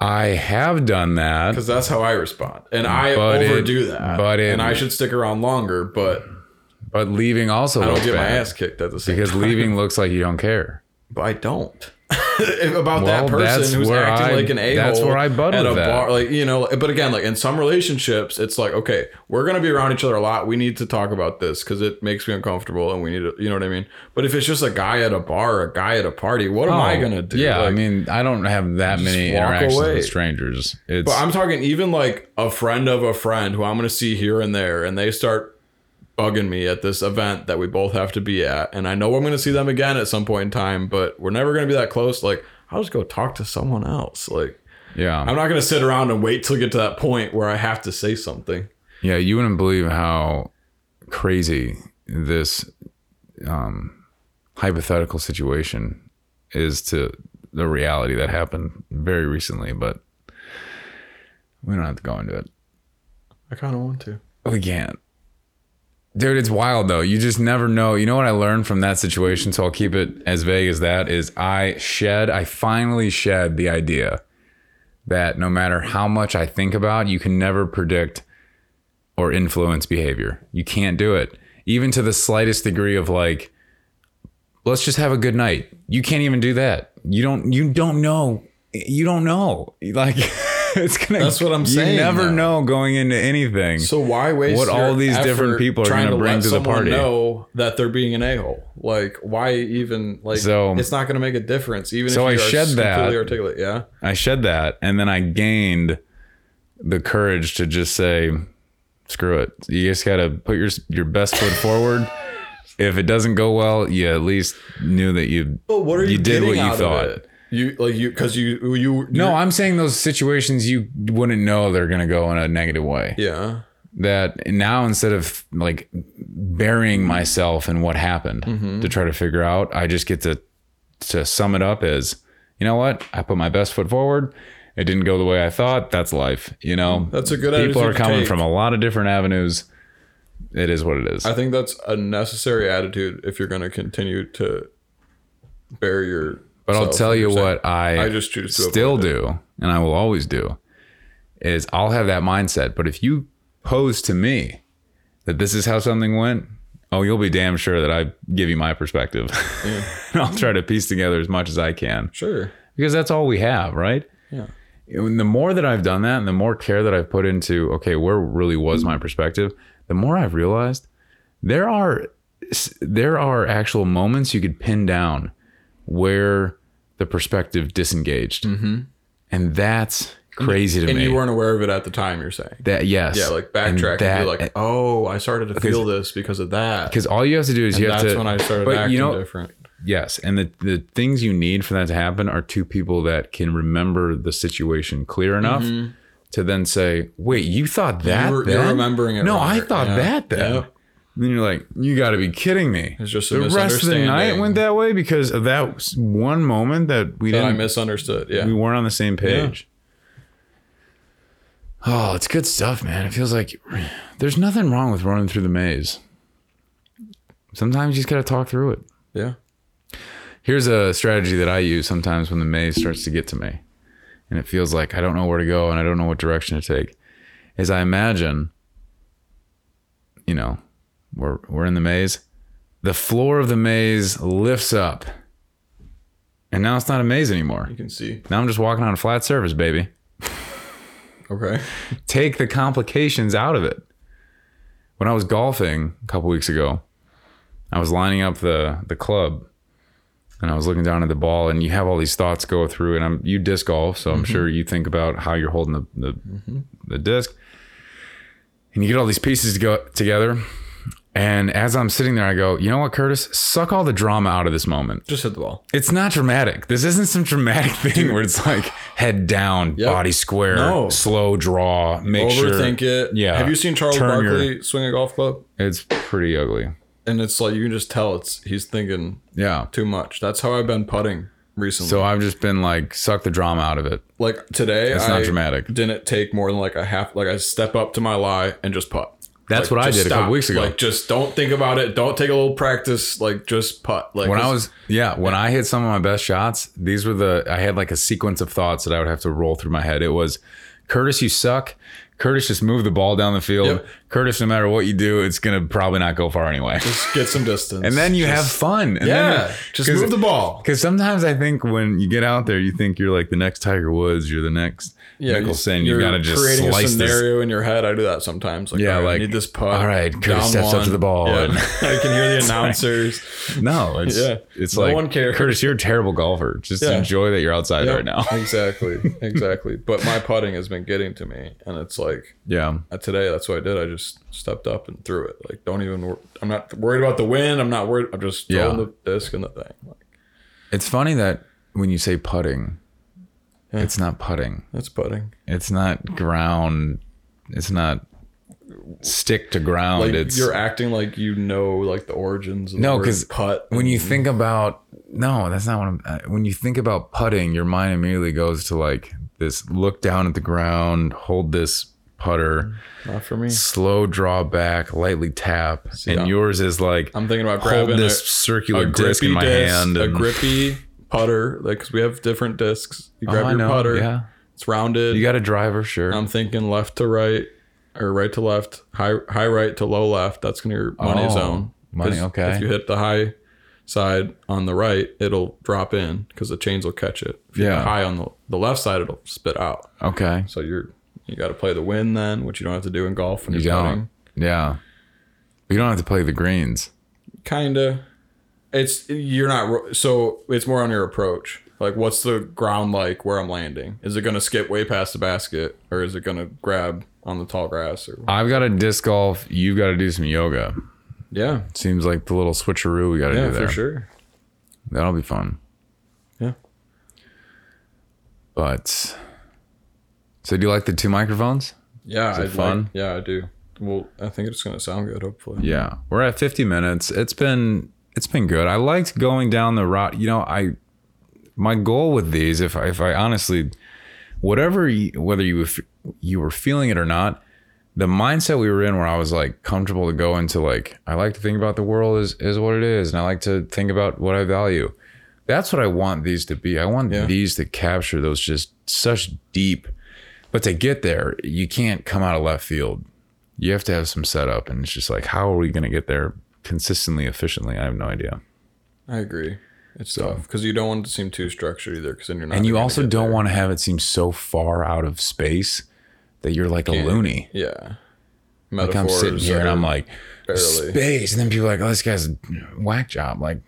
A: I have done that.
B: because that's how I respond, and I
A: But it-
B: overdo that.
A: but it-
B: and I should stick around longer, but
A: But leaving also
B: I don't
A: looks
B: get my
A: bad.
B: ass kicked at the same
A: because
B: time.
A: leaving looks like you don't care.
B: But I don't. [laughs] If- about
A: Well,
B: that
A: that's
B: person who's
A: where
B: acting
A: I-
B: like an a-hole
A: that's where I butt
B: at
A: with
B: a
A: that.
B: bar like you know but again like in some relationships it's like okay we're gonna be around each other a lot we need to talk about this because it makes me uncomfortable and we need to you know what i mean but if it's just a guy at a bar a guy at a party what am i
A: Oh,
B: gonna do
A: Yeah, I
B: Like,
A: mean, I don't have that many
B: walk
A: interactions
B: away.
A: with strangers. It's
B: But I'm talking even like a friend of a friend who I'm going to see here and there, and they start bugging me at this event that we both have to be at. And I know I'm going to see them again at some point in time, but we're never going to be that close. Like, I'll just go talk to someone else. Like,
A: yeah,
B: I'm not going to sit around and wait till we get to that point where I have to say something.
A: yeah. You wouldn't believe how crazy this um, hypothetical situation is to the reality that happened very recently. But we don't have to go into it.
B: I kind of want to.
A: We can't. Dude, it's wild though. You just never know. You know what I learned from that situation, so I'll keep it as vague as that is I shed I finally shed the idea that no matter how much I think about, you can never predict or influence behavior. You can't do it. Even to the slightest degree of like let's just have a good night. You can't even do that. You don't you don't know. You don't know. Like [laughs] it's gonna
B: That's what I'm
A: you
B: saying,
A: never
B: though.
A: know going into anything.
B: So why waste
A: What all
B: your
A: these different
B: effort
A: people are
B: trying
A: gonna bring
B: let
A: to the
B: someone
A: party.
B: Know that they're being an a-hole. Like, why even like?
A: So-
B: it's not going to make a difference. Even
A: So I
B: if you are
A: shed that.
B: completely articulate. Yeah.
A: I shed that and then I gained the courage to just say, screw it. You just got to put your your best foot forward. If it doesn't go well, you at least knew that you
B: But what are you,
A: You did
B: getting
A: what you
B: out of
A: thought.
B: it? You like you because you you
A: No, I'm saying those situations you wouldn't know they're going to go in a negative way.
B: yeah
A: That now instead of like burying myself in what happened to try to figure out, I just get to to sum it up as, you know what? I put my best foot forward. It didn't go the way I thought. That's life, you know.
B: That's a good
A: People
B: attitude
A: are
B: to
A: coming
B: take.
A: from a lot of different avenues. It is what it is.
B: I think that's a necessary attitude if you're going to continue to bear your.
A: But I'll
B: self
A: tell
B: and
A: you
B: your
A: what I
B: I just choose to
A: still do, and I will always do, is I'll have that mindset. But if you pose to me that this is how something went, oh, you'll be damn sure that I give you my perspective. [laughs] and I'll try to piece together as much as I can
B: sure
A: because that's all we have, right?
B: Yeah.
A: And the more that I've done that and the more care that I've put into, okay, where really was my perspective, the more I've realized there are there are actual moments you could pin down where the perspective disengaged. And that's crazy to
B: Mm-hmm. and
A: me.
B: you weren't aware of it at the time. You're saying
A: that yes.
B: yeah, like
A: And
B: backtrack and,
A: that-
B: be like, oh, I started to feel this because of that.
A: because all you have to do is you have
B: That's
A: to
B: when I started
A: but
B: acting
A: you know,
B: different.
A: Yes, and the the things you need for that to happen are two people that can remember the situation clear enough to then say, "Wait, you thought that?
B: Mm-hmm. were-
A: then?
B: you're remembering it
A: No, I
B: wrong."
A: thought
B: Yeah.
A: that then.
B: Yep.
A: And then you're like, you got to be kidding me.
B: It's just a
A: the rest of the night
B: misunderstanding.
A: went that way because of that s- one moment that we
B: That I
A: didn't
B: misunderstood.
A: we
B: Yeah.
A: weren't on the same page. Oh, it's good stuff, man. It feels like [sighs] there's nothing wrong with running through the maze. Sometimes you just got to talk through it.
B: Yeah.
A: Here's a strategy that I use sometimes when the maze starts to get to me and it feels like I don't know where to go and I don't know what direction to take. Is I imagine, you know, we're, we're in the maze, the floor of the maze lifts up, and now it's not a maze anymore.
B: You can see.
A: Now I'm just walking on a flat surface, baby.
B: Okay.
A: Take the complications out of it. When I was golfing a couple weeks ago, I was lining up the the club and I was looking down at the ball and you have all these thoughts go through and I'm you disc golf, so I'm sure you think about how you're holding the the, the disc. And you get all these pieces to go together. And as I'm sitting there, I go, you know what, Curtis? Suck all the drama out of this moment
B: Just hit the ball.
A: it's not dramatic. This isn't some dramatic [laughs] thing where it's like head down,
B: Yep.
A: body square,
B: No.
A: slow draw, make
B: Overthink
A: sure.
B: it.
A: Yeah.
B: Have you seen Charles
A: Turn your-
B: Barkley swing a golf club?
A: It's pretty ugly.
B: And it's like you can just tell it's he's thinking
A: Yeah.
B: too much. That's how I've been putting recently.
A: So I've just been like, suck the drama out of it.
B: like today,
A: It's
B: I
A: not dramatic.
B: didn't take more than like a half. Like I step up to my lie and just putt.
A: That's
B: Like,
A: what I
B: just
A: did a couple weeks ago.
B: Like just don't think about it. Don't take a little practice. Like just putt. Like
A: when I
B: it's-
A: was, yeah, when I hit some of my best shots, these were the, I had like a sequence of thoughts that I would have to roll through my head. It was, Curtis, you suck. Curtis, just move the ball down the field.
B: Yep.
A: Curtis, no matter what you do, it's going to probably not go far anyway.
B: just get some distance.
A: And then you have fun. And then
B: yeah,
A: you're-
B: just
A: 'cause-
B: move the ball.
A: Because sometimes I think when you get out there, you think you're like the next Tiger Woods, you're the next
B: Yeah,
A: Nicholson. You gotta just
B: creating
A: slice
B: a
A: this.
B: scenario in your head. I do that sometimes. Like,
A: Yeah,
B: yeah,
A: like,
B: like I need this putt.
A: all right, Curtis steps
B: down
A: up to
B: one.
A: the ball [laughs]
B: Yeah. [laughs]
A: and-
B: I can hear the announcers.
A: [laughs] No, it's
B: Yeah.
A: it's
B: No
A: like
B: one cares.
A: Curtis, you're a terrible golfer. Just
B: Yeah.
A: enjoy that you're outside right now. [laughs]
B: exactly, exactly. But my putting has been getting to me, and it's like
A: Yeah,
B: uh, today. That's what I did. I just stepped up and threw it. Like, don't even. wor- I'm not worried about the wind. I'm not worried. I'm just throwing
A: Yeah.
B: the disc and the thing. Like,
A: it's funny that when you say putting,
B: Yeah.
A: it's not putting.
B: that's putting.
A: It's not ground. It's not stick to ground.
B: Like
A: it's
B: you're acting like you know, like the origins. Of
A: No,
B: the word
A: 'cause
B: putt.
A: when you think about no that's not what i'm uh, when you think about putting your mind immediately goes to like this look down at the ground hold this putter
B: not for me.
A: slow draw back lightly tap and
B: I'm-
A: yours is like
B: I'm thinking about
A: hold
B: grabbing
A: this
B: a-
A: circular disc in my
B: disc,
A: hand
B: a
A: and-
B: grippy putter, like 'cause we have different discs. You
A: Oh,
B: grab
A: I
B: your
A: know,
B: putter, Um,
A: yeah
B: it's rounded.
A: you got a driver sure
B: I'm thinking left to right or right to left, high high right to low left. That's gonna be your money
A: Oh,
B: zone. 'Cause
A: money, okay.
B: If you hit the high side on the right, it'll drop in because the chains will catch it. If you hit
A: Yeah.
B: high on the, the left side, it'll spit out.
A: okay
B: So you're you got to play the wind then, which you don't have to do in golf when
A: you
B: you're
A: don't
B: putting.
A: yeah you don't have to play the greens
B: kinda it's you're not ro- so it's more on your approach like what's the ground like where i'm landing is it going to skip way past the basket or is it going to grab on the tall grass or
A: i've got to disc golf you've got to do some yoga
B: yeah
A: seems like the little switcheroo we got to
B: yeah
A: do there
B: for sure
A: That'll be fun.
B: Yeah.
A: But so do you like the two microphones?
B: yeah
A: it
B: I'd
A: fun?
B: like- yeah i do well i think it's going to sound good hopefully
A: Yeah. We're at 50 minutes. It's been it's been good. I liked going down the route. You know, I my goal with these if I, if I honestly whatever you, whether you if you were feeling it or not, the mindset we were in where I was like comfortable to go into like I like to think about the world is is what it is and I like to think about what I value. That's what I want these to be. I want
B: Yeah.
A: these to capture those just such deep but to get there, you can't come out of left field. You have to have some setup and it's just like how are we going to get there consistently efficiently? I have no idea.
B: i agree it's tough because you don't want it to seem too structured either because then you're not
A: And you
B: gonna
A: also
B: get
A: don't
B: there.
A: want to have it seem so far out of space that you're like a loony.
B: yeah
A: Like I'm sitting here and I'm
B: are
A: like
B: barely-
A: space, and then people are like, "Oh, this guy's a whack job." Like,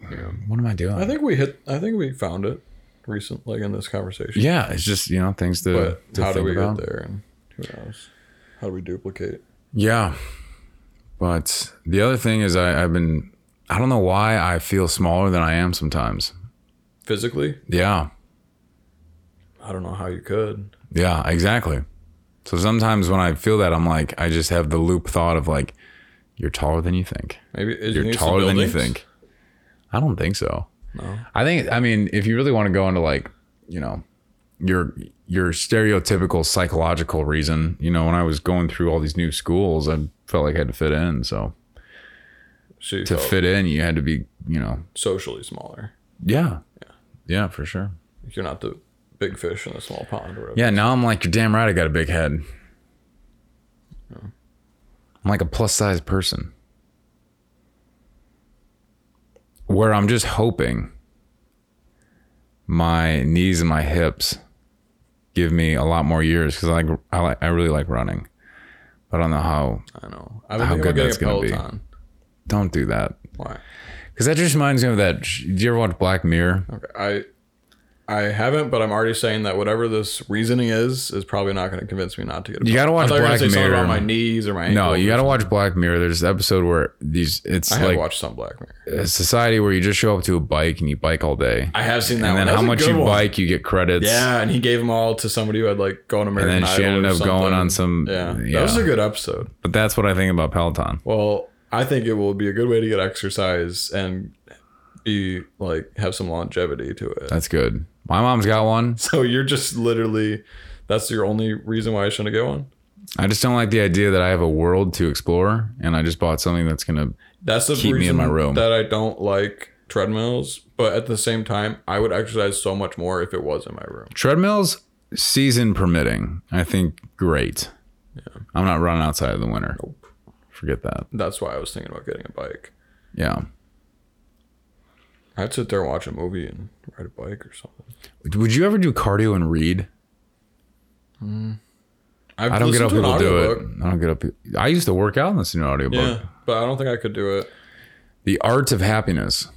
A: what am I doing?
B: i think we hit i think we found it recently like in this conversation
A: yeah, it's just you know things to,
B: but
A: to
B: how do
A: think
B: we
A: about.
B: get there and who knows how do we duplicate
A: Yeah, but the other thing is I, I've been I don't know why I feel smaller than I am sometimes.
B: physically
A: Yeah,
B: i don't know how you could
A: Yeah, exactly. So sometimes when I feel that, I'm like, I just have the loop thought of like, You're taller than you think.
B: Maybe it
A: You're
B: needs the
A: taller than you
B: buildings?
A: think. I don't think so.
B: No.
A: I think I mean if you really want to go into like, you know, your your stereotypical psychological reason, you know, when I was going through all these new schools, I felt like I had to fit in, so
B: So you
A: to
B: felt
A: fit in, you had to be, you know,
B: socially smaller.
A: yeah. Yeah, for sure.
B: Like, You're not the big fish in the small pond or whatever.
A: Yeah, now I'm like, you're damn right I got a big head. I'm like a plus size person. Where I'm just hoping my knees and my hips give me a lot more years because I like I like I really like running. But I don't know how
B: I know. I've been
A: How
B: thinking
A: good
B: about getting
A: that's
B: a
A: gonna be.
B: Peloton.
A: don't do that.
B: Why?
A: Because that just reminds me of that. Do you ever watch Black Mirror?
B: Okay. I I haven't, but I'm already saying that whatever this reasoning is is probably not going to convince me not to get. A
A: You gotta watch
B: Peloton. I thought you were gonna
A: Black
B: say something
A: Mirror.
B: about my knees or my
A: No,
B: ankles
A: you
B: or
A: gotta watch Black Mirror. There's this episode where these it's
B: something. I have
A: like
B: watched some Black Mirror.
A: a society where you just show up to a bike and you bike all day.
B: I have seen that.
A: and then
B: one. That's
A: how
B: a
A: much
B: good
A: you
B: one.
A: bike, you get credits.
B: Yeah, and he gave them all to somebody who had like gone
A: And
B: American
A: then she
B: Idol
A: ended
B: or
A: up going on
B: something.
A: some.
B: Yeah, that was a good episode.
A: but that's what I think about Peloton.
B: Well, I think it will be a good way to get exercise and be like have some longevity to it. [laughs]
A: That's good. My mom's got one.
B: So you're just literally that's your only reason why I shouldn't get one.
A: I just don't like the idea that I have a world to explore, and I just bought something that's gonna.
B: That's the
A: Keep me in
B: reason
A: my room.
B: that I don't like treadmills, but at the same time, I would exercise so much more if it was in my room.
A: Treadmills, season permitting, I think great. I'm not running outside of the winter. Forget that.
B: That's why I was thinking about getting a bike.
A: Yeah.
B: I'd sit there and watch a movie and ride a bike or something.
A: Would you ever do cardio and read?
B: I've
A: I don't get how
B: listened to
A: people
B: an
A: do it.
B: audiobook.
A: I don't get up. I used to work out and listen to an audiobook.
B: Yeah, but I don't think I could do it.
A: The Art of Happiness.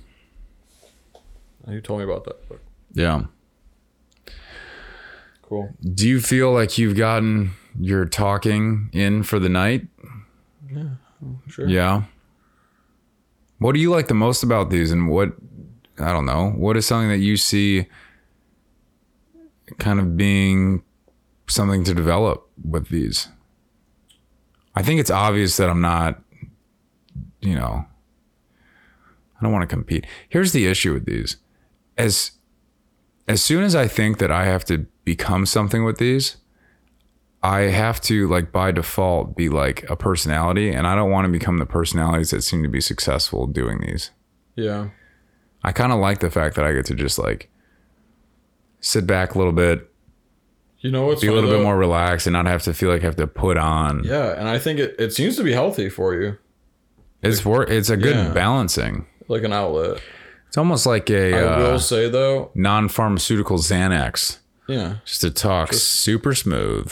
B: You told me about that book.
A: Yeah.
B: Cool.
A: Do you feel like you've gotten your talking in for the night?
B: Sure.
A: Yeah. What do you like the most about these and what I don't know, what is something that you see kind of being something to develop with these? I think it's obvious that I'm not you know I don't want to compete. Here's the issue with these. As as soon as I think that I have to become something with these, I have to like by default be like a personality and I don't want to become the personalities that seem to be successful doing these.
B: Yeah.
A: I kind of like the fact that I get to just like sit back a little bit,
B: You know what's
A: be a
B: funny,
A: little
B: though?
A: bit more relaxed and not have to feel like I have to put on.
B: Yeah, and I think it, it seems to be healthy for you,
A: It's work it's a good
B: Yeah.
A: balancing.
B: like an outlet.
A: It's almost like a
B: I
A: uh,
B: will say though,
A: non-pharmaceutical Xanax
B: yeah,
A: just to talk super smooth.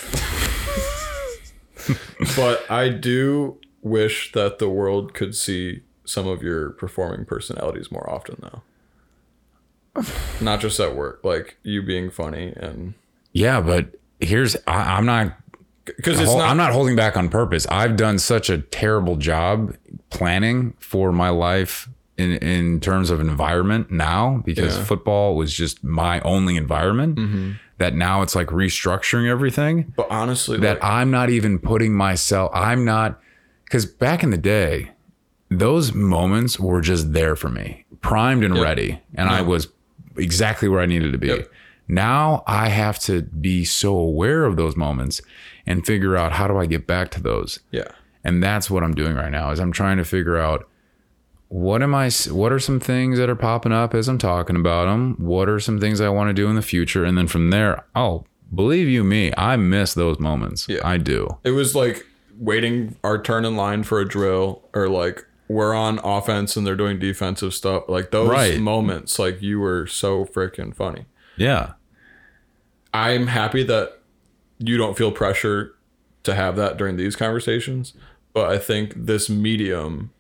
B: but I do wish that the world could see some of your performing personalities more often though. Not just at work, like you being funny and
A: Yeah, but here's I, I'm not
B: because it's
A: Hol-
B: not,
A: Oh, I'm not holding back on purpose. I've done such a terrible job planning for my life in in terms of environment now because
B: Yeah. Mm.
A: football was just my only environment. That now it's like restructuring everything
B: Mm-hmm. but honestly
A: that
B: like,
A: I'm not even putting myself. I'm not because back in the day, those moments were just there for me, primed and ready, and I was exactly where I needed to be.
B: Yep.
A: Now I have to be so aware of those moments and figure out how do I get back to those.
B: yeah.
A: And that's what I'm doing right now is I'm trying to figure out what am I what are some things that are popping up as I'm talking about them? What are some things I want to do in the future? And then from there, oh, believe you me, I miss those moments.
B: Yeah.
A: I do.
B: It was like waiting our turn in line for a drill or like we're on offense and they're doing defensive stuff. Like those
A: Right.
B: moments, like you were so freaking funny.
A: Yeah.
B: I'm happy that you don't feel pressure to have that during these conversations, but I think this medium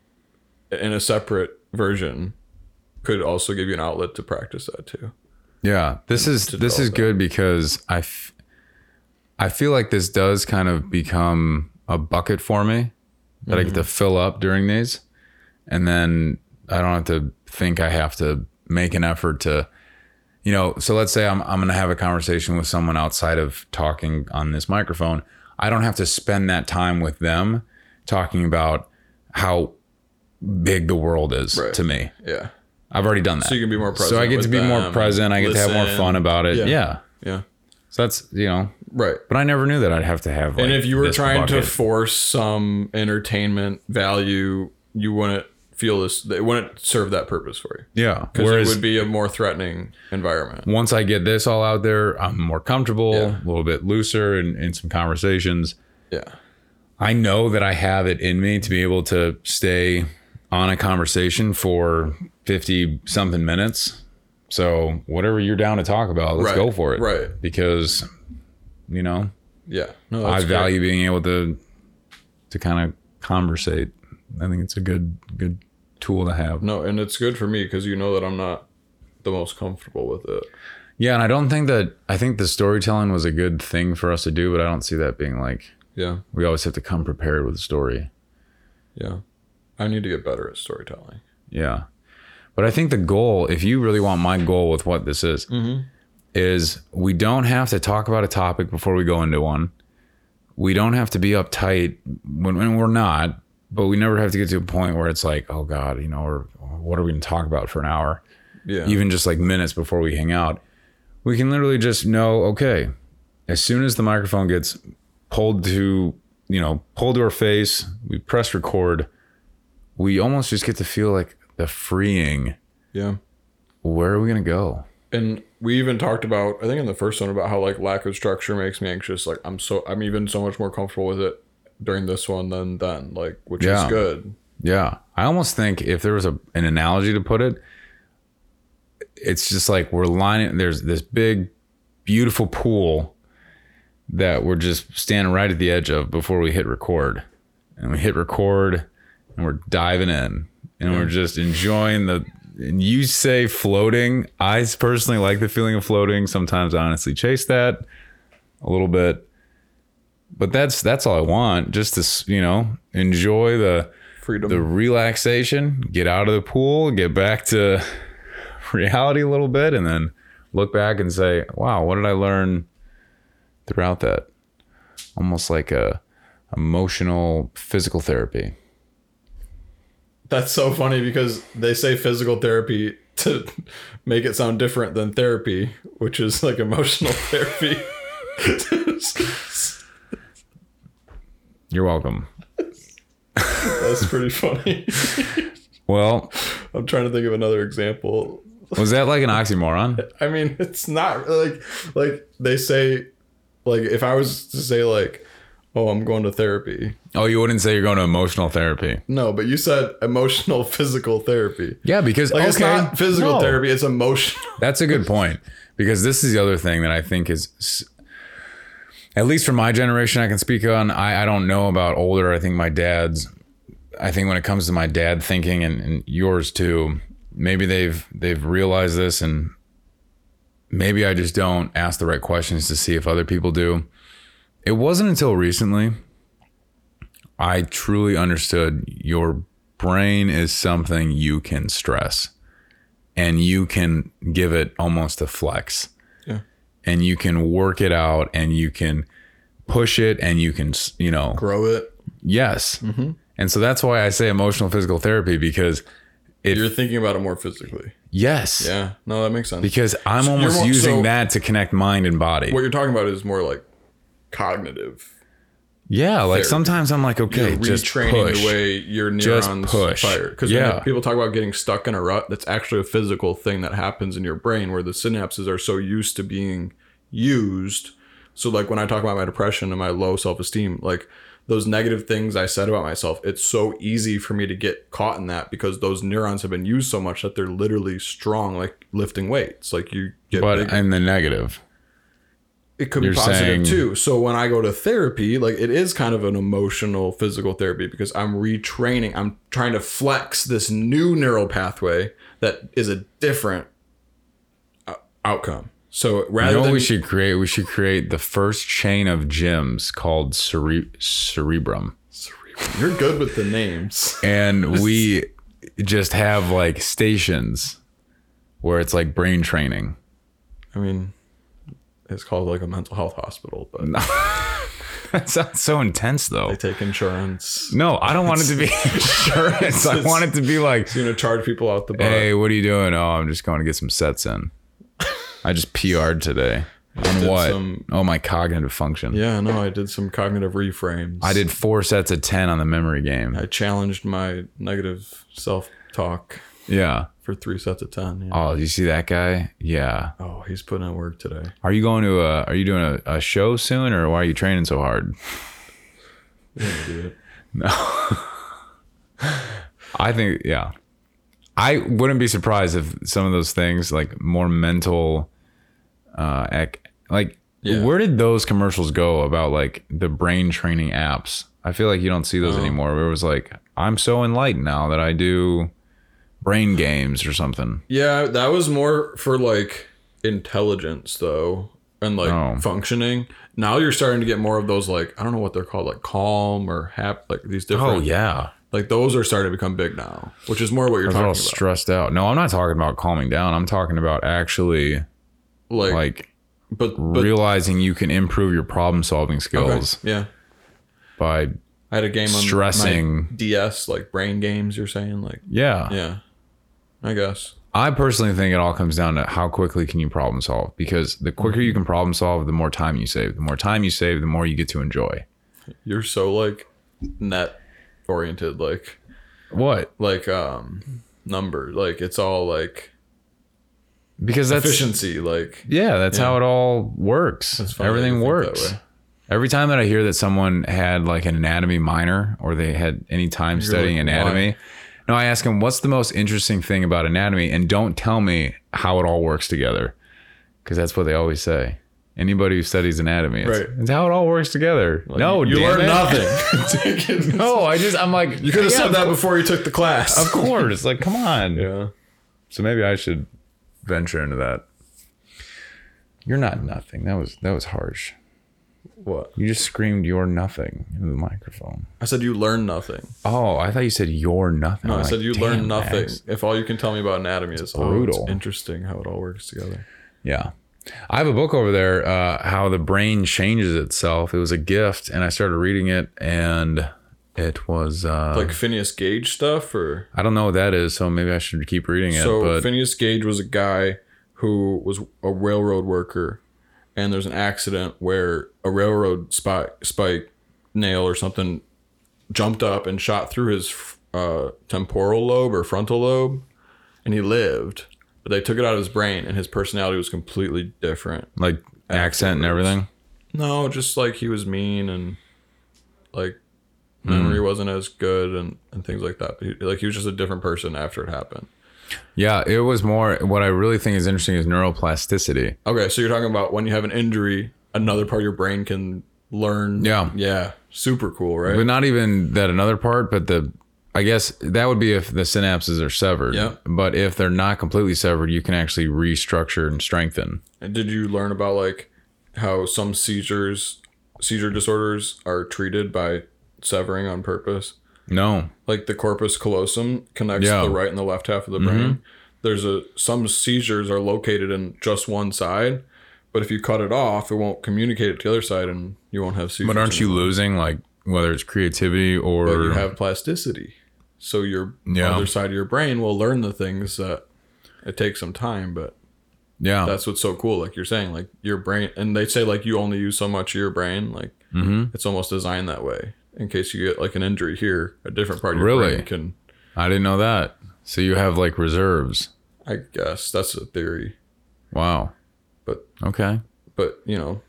B: in a separate version could also give you an outlet to practice that too.
A: Yeah. This is this is good because I f- I feel like this does kind of become a bucket for me that I get
B: Mm-hmm.
A: to fill up during these. And then I don't have to think I have to make an effort to you know, so let's say I'm I'm going to have a conversation with someone outside of talking on this microphone. I don't have to spend that time with them talking about how big the world is
B: Right.
A: to me.
B: Yeah.
A: I've already done that.
B: So you can be more present.
A: So I get to
B: with
A: be more
B: them,
A: present. I get to have more
B: listen.
A: fun about it.
B: Yeah.
A: Yeah.
B: Yeah.
A: So that's you know,
B: Right.
A: but I never knew that I'd have to have. Like,
B: and if you were
A: this
B: trying to
A: bucket.
B: force some entertainment value, you wouldn't feel this. It wouldn't serve that purpose for you.
A: yeah.
B: Because
A: Whereas
B: it would be a more threatening environment.
A: once I get this all out there, I'm more comfortable,
B: Yeah.
A: a little bit looser in, in some conversations.
B: Yeah.
A: I know that I have it in me to be able to stay on a conversation for 50 something minutes. So, whatever you're down to talk about, let's
B: Right,
A: go for it.
B: right.
A: Because, you know,
B: Yeah. No,
A: I
B: that's great.
A: value being able to to kind of conversate. I think it's a good good tool to have.
B: No, and it's good for me because you know that I'm not the most comfortable with it.
A: Yeah, and I don't think that I think the storytelling was a good thing for us to do, but I don't see that being like
B: Yeah.
A: we always have to come prepared with a story.
B: Yeah. I need to get better at storytelling.
A: Yeah. But I think the goal, if you really want my goal with what this is, is we don't have to talk about a topic before we go into one. We don't have to be uptight when, when we're not, but we never have to get to a point where it's like, oh God, you know, or, or what are we going to talk about for an hour?
B: Yeah.
A: Even just like minutes before we hang out. We can literally just know, okay, as soon as the microphone gets pulled to, you know, pulled to our face, we press record, we almost just get to feel like the freeing
B: yeah.
A: where are we gonna go?
B: and we even talked about i think in the first one about how like lack of structure makes me anxious like i'm so i'm even so much more comfortable with it during this one than then like which is
A: Yeah.
B: good
A: Yeah, I almost think if there was a an analogy to put it, it's just like we're lining. There's this big, beautiful pool that we're just standing right at the edge of before we hit record, and we hit record, and we're diving in, and we're just enjoying the. And you say floating. I personally like the feeling of floating. Sometimes I honestly chase that a little bit. But that's that's all I want. Just to s- you know enjoy the
B: freedom
A: the relaxation, get out of the pool, get back to [laughs] reality a little bit, and then look back and say, wow, what did I learn throughout that? Almost like a emotional physical therapy.
B: that's so funny because they say physical therapy to make it sound different than therapy which is like emotional [laughs] therapy
A: You're welcome.
B: that's pretty funny
A: Well,
B: i'm trying to think of another example
A: was that like an
B: [laughs]
A: oxymoron?
B: I mean, it's not like like they say like if I was to say like, "Oh, I'm going to therapy."
A: Oh, you wouldn't say you're going to emotional therapy.
B: No, but you said emotional [laughs] physical therapy.
A: Yeah, because
B: Like
A: okay,
B: it's not physical
A: No.
B: therapy, it's emotional.
A: That's a good point because this is the other thing that I think is, s- at least for my generation, I can speak on. I, I don't know about older. I think my dad's. I think when it comes to my dad thinking and, and yours too, maybe they've they've realized this and maybe I just don't ask the right questions to see if other people do. It wasn't until recently I truly understood your brain is something you can stress and you can give it almost a flex.
B: Yeah.
A: And you can work it out and you can push it and you can, s- you know,
B: [laughs] Grow it.
A: yes.
B: Mm-hmm.
A: And so that's why I say emotional physical therapy because
B: You're thinking about it more physically.
A: yes,
B: Yeah. No, that makes sense.
A: because I'm almost
B: more-
A: using
B: so-
A: that to connect mind and body.
B: what you're talking about is more like cognitive.
A: Yeah, like
B: therapy.
A: sometimes I'm like,
B: You're
A: okay, just
B: retraining
A: push.
B: the way your
A: Just
B: neurons
A: push.
B: fire. Because
A: Yeah.
B: people talk about getting stuck in a rut, that's actually a physical thing that happens in your brain where the synapses are so used to being used. So like when I talk about my depression and my low self-esteem, like those negative things I said about myself, it's so easy for me to get caught in that because those neurons have been used so much that they're literally strong, like lifting weights. Like you get big-
A: but in the negative.
B: it could
A: You're
B: be positive
A: saying-
B: too. So when I go to therapy, like it is kind of an emotional physical therapy because I'm retraining. I'm trying to flex this new neural pathway that is a different uh, outcome. So
A: You
B: rather
A: know what
B: than
A: we should create? We should create the first chain of gyms called Cere- Cerebrum.
B: you're good with the names.
A: and we just have like stations where it's like brain
B: [laughs]
A: training.
B: I mean, it's called like a mental health hospital, but
A: That sounds so intense, though.
B: They take insurance.
A: No, I don't want it to be [laughs] insurance. I want it to be like,
B: You're gonna charge people out the butt.
A: hey, what are you doing? Oh, I'm just going to get some sets in. I just PR'd today. On
B: did
A: what?
B: some-
A: Oh, my cognitive function.
B: Yeah, no, I did some cognitive reframes.
A: I did four sets of 10 on the memory game.
B: I challenged my negative self talk
A: Yeah.
B: for three sets of ten. Yeah.
A: Oh, you see that guy? Yeah.
B: Oh, he's putting in work today.
A: Are you going to a, are you doing a, a show soon or why are you training so hard?
B: Yeah, dude.
A: I think, yeah. I wouldn't be surprised if some of those things, like more mental, uh, ec- like,
B: Yeah.
A: where did those commercials go about like the brain training apps? I feel like you don't see those
B: Uh-huh.
A: anymore. Where it was like, I'm so enlightened now that I do brain games or something.
B: Yeah, that was more for like intelligence though and like
A: Oh.
B: functioning. Now you're starting to get more of those like I don't know what they're called like calm or hap like these different
A: Oh, yeah.
B: like those are starting to become big now, which is more what you're
A: I was all
B: talking about.
A: stressed out. No, I'm not talking about calming down. I'm talking about actually
B: Like,
A: like
B: but but
A: realizing you can improve your problem solving skills
B: yeah.
A: by
B: I had a game on
A: Stressing.
B: my DS like brain games you're saying like
A: yeah.
B: yeah. I guess.
A: I personally think it all comes down to how quickly can you problem solve because the quicker
B: Mm-hmm.
A: you can problem solve, the more time you save. The more time you save, the more you get to enjoy.
B: You're so like net oriented like
A: What?
B: like um number like it's all like
A: Because that's
B: efficiency [laughs] like
A: yeah, that's how it all works.
B: funny that
A: Everything
B: you think that
A: works.
B: way.
A: Every time that I hear that someone had like an anatomy minor or they had any time studying
B: like,
A: anatomy,
B: why?
A: no, I ask them what's the most interesting thing about anatomy, and don't tell me how it all works together, because that's what they always say. Anybody who studies anatomy, it's,
B: Right.
A: it's how it all works together. no,
B: you
A: damn
B: learn
A: it. [laughs]
B: nothing.
A: No, I just I'm like
B: You could have
A: yeah,
B: said that before you took the class.
A: Of course, like come on.
B: yeah.
A: So maybe I should venture into that. You're not nothing. That was that was harsh.
B: What?
A: You just screamed "You're nothing" into the microphone.
B: I said you learn nothing.
A: Oh, I thought you said "You're nothing."
B: No,
A: I'm
B: I
A: like,
B: said you
A: Oh, "Damn,
B: learn nothing.
A: Max."
B: If all you can tell me about anatomy is brutal.
A: brutal.
B: interesting how it all works together.
A: Yeah. I have a book over there, uh, How the Brain Changes Itself. It was a gift, and I started reading it, and it was uh,
B: Like Phineas Gage stuff or
A: I don't know what that is, so maybe I should keep reading it.
B: so
A: but
B: Phineas Gage was a guy who was a railroad worker and there's an accident where a railroad spike spike nail or something jumped up and shot through his uh, temporal lobe or frontal lobe and he lived but they took it out of his brain and his personality was completely different
A: like accent and everything.
B: no just like he was mean and like memory wasn't as good and, and things like that but he, like he was just a different person after it happened
A: Yeah, it was more. What I really think is interesting is neuroplasticity.
B: Okay, so you're talking about when you have an injury, another part of your brain can learn.
A: Yeah.
B: Yeah. Super cool, right?
A: But not even that another part, but the I guess that would be if the synapses are severed.
B: Yeah.
A: But if they're not completely severed, you can actually restructure and strengthen.
B: and did you learn about like how some seizures, seizure disorders are treated by severing on purpose?
A: No.
B: Like the corpus callosum connects
A: Yeah. Mm-hmm.
B: the right and the left half of the brain. There's a some seizures are located in just one side, but if you cut it off, it won't communicate it to the other side and you won't have seizures.
A: But aren't you
B: anymore.
A: losing like whether it's creativity or
B: But you have plasticity. So your
A: Yeah.
B: other side of your brain will learn the things that it takes some time, but
A: yeah
B: that's what's so cool. Like you're saying, like your brain, and they say like you only use so much of your brain. Like
A: Mm-hmm.
B: it's almost designed that way in case you get like an injury here, a different part of your
A: Really?
B: brain can.
A: I didn't know that. So you have like reserves.
B: I guess that's a theory,
A: Wow.
B: But-
A: okay.
B: but you know,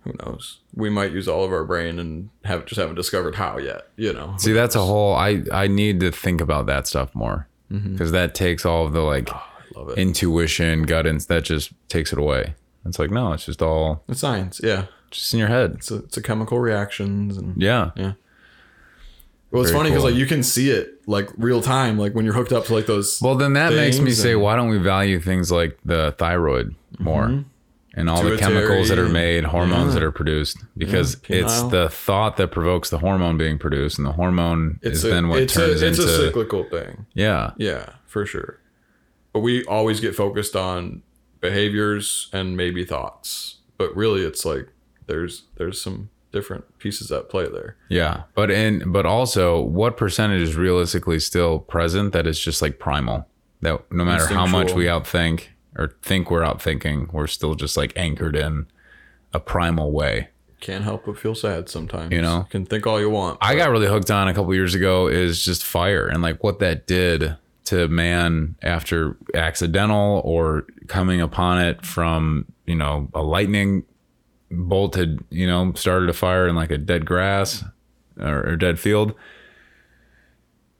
B: who knows? We might use all of our brain and have just haven't discovered how yet. You know,
A: See, that's a whole. I I need to think about that stuff more because that takes all of the like
B: I love it.
A: intuition, gut, ins that just takes it away. It's like no, it's just all
B: It's science, yeah.
A: just in your head.
B: It's a, it's a chemical reactions and
A: Yeah.
B: Well, it's
A: Very
B: funny because
A: cool.
B: like you can see it like real time, like when you're hooked up to like those.
A: Well, then that makes me
B: Things
A: say,
B: and-
A: why don't we value things like the thyroid more and all the chemicals that are
B: Mm-hmm. Pituitary.
A: made, hormones that are produced? Because it's
B: penile.
A: the thought that provokes the hormone being produced, and the hormone
B: it's
A: is
B: a,
A: then what
B: it's
A: turns
B: a, it's
A: into
B: a cyclical thing.
A: yeah.
B: Yeah, for sure. But we always get focused on behaviors and maybe thoughts, but really it's like there's there's some different pieces at play there.
A: Yeah, but in but also, what percentage is realistically still present that is just like primal? That no matter how much we outthink or think we're outthinking, we're still just like anchored in a primal way.
B: Can't help but feel sad sometimes.
A: You know?
B: can think all you want.
A: I got really hooked on a couple years ago is just fire and like what that did to man after accidental or coming upon it from you know a lightning bolt had you know started a fire in like a dead grass or, or dead field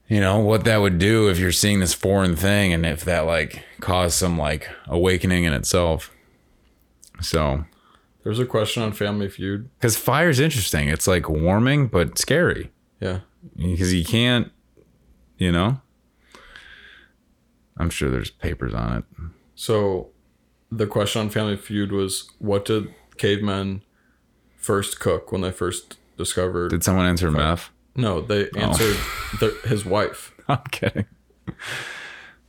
A: you know what that would do if you're seeing this foreign thing and if that like caused some like awakening in itself so
B: There's a question on Family Feud.
A: because fire's interesting it's like warming but scary
B: Yeah,
A: because you can't you know i'm sure there's papers on it
B: So the question on Family Feud was what did cavemen first cook when they first discovered?
A: did someone answer meth [laughs]
B: no, they answered their, his wife.
A: i'm kidding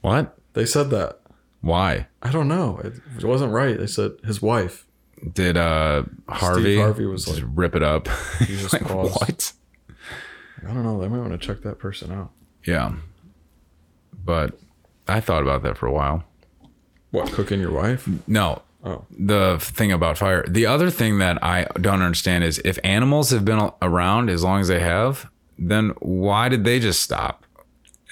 A: what
B: They said that.
A: why
B: I don't know. It, it wasn't right. They said his wife.
A: did uh harvey
B: Harvey was
A: just rip it up [laughs]
B: Jesus
A: like
B: Christ.
A: what
B: I don't know. They might want to check that person out.
A: yeah but i thought about that for a while
B: What, cooking your wife?
A: no
B: Oh.
A: the thing about fire the other thing that i don't understand is if animals have been around as long as they have then why did they just stop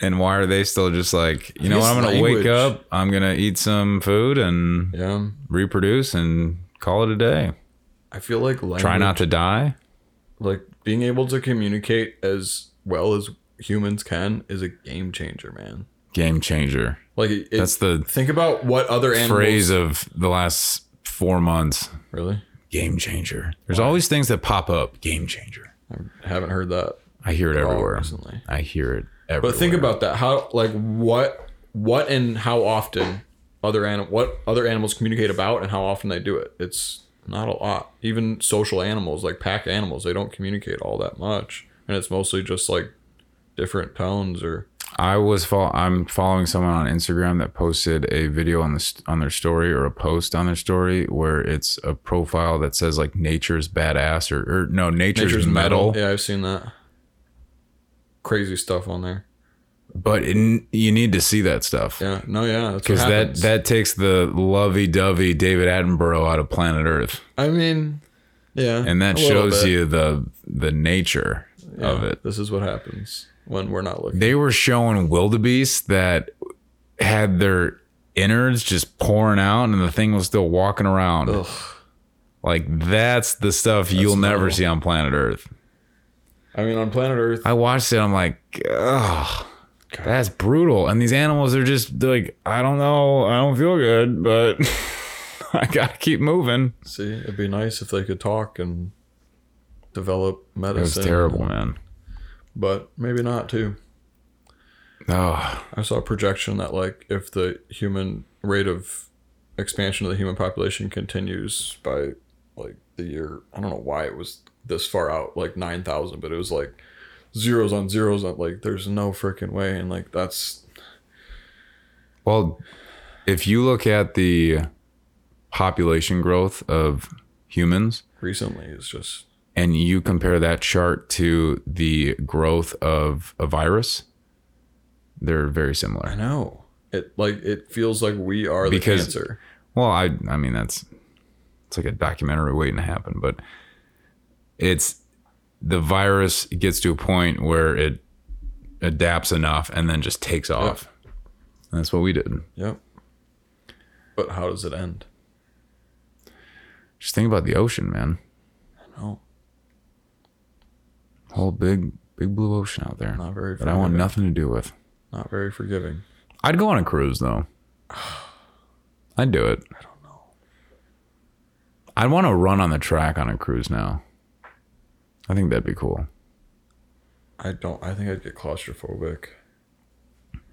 A: and why are they still just like you know
B: guess
A: what i'm gonna wake
B: language.
A: up i'm gonna eat some food and
B: Yeah.
A: reproduce and call it a day
B: I feel like language,
A: try not to die
B: like being able to communicate as well as humans can is a game changer, man.
A: game changer
B: Like it, it-
A: that's the
B: think about what other animals
A: phrase of the last four months
B: really.
A: game changer there's always things that pop up game changer
B: I haven't heard that
A: i hear it
B: at all
A: everywhere
B: recently.
A: i hear it everywhere
B: But think about that. How like what what and how often other anim- what other animals communicate about and how often they do it. It's not a lot. Even social animals like pack animals, they don't communicate all that much, and it's mostly just like different tones or
A: I was fol- I'm following someone on Instagram that posted a video on this on their story or a post on their story where it's a profile that says like nature's badass or, or no nature's, metal,
B: Yeah, I've seen that. Crazy stuff on there.
A: but it, you need to see that stuff
B: Yeah. No. Yeah. That's
A: because
B: what
A: that
B: happens.
A: that takes the lovey-dovey David Attenborough out of planet Earth
B: I mean. Yeah.
A: and
B: a
A: that
B: little
A: shows
B: bit.
A: you the the nature
B: Yeah,
A: of it.
B: This is what happens when we're not looking.
A: They were showing wildebeest that had their innards just pouring out and the thing was still walking around.
B: Ugh.
A: Like that's the stuff you'll never
B: metal.
A: see on planet Earth.
B: I mean, on planet Earth,
A: I watched it. I'm like, ugh, that's brutal. And these animals are just they're like, I don't know, I don't feel good, but [laughs] I gotta keep moving.
B: See, it'd be nice if they could talk and develop
A: It was
B: medicine.
A: terrible, man.
B: But maybe not too.
A: Oh,
B: I saw a projection that like if the human rate of expansion of the human population continues by like the year I don't know why it was this far out, like nine thousand, but it was like zeros on zeros on like there's no freaking way and like that's
A: well, if you look at the population growth of humans,
B: recently it's just
A: and you compare that chart to the growth of a virus, they're very similar.
B: I know. It like it feels like we are the
A: Because-
B: cancer.
A: Well, I I mean that's it's like a documentary waiting to happen, but it's the virus gets to a point where it adapts enough and then just takes off. And That's what we did.
B: Yep. But how does it end?
A: Just think about the ocean, man.
B: No.
A: Whole big big blue ocean out there.
B: Not very
A: that I want
B: forgiving.
A: nothing to do with.
B: Not very forgiving.
A: I'd go on a cruise though.
B: [sighs]
A: I'd do it. I don't know. I'd want to run on the track on a cruise now. I think that'd be cool.
B: I don't. I think I'd get claustrophobic.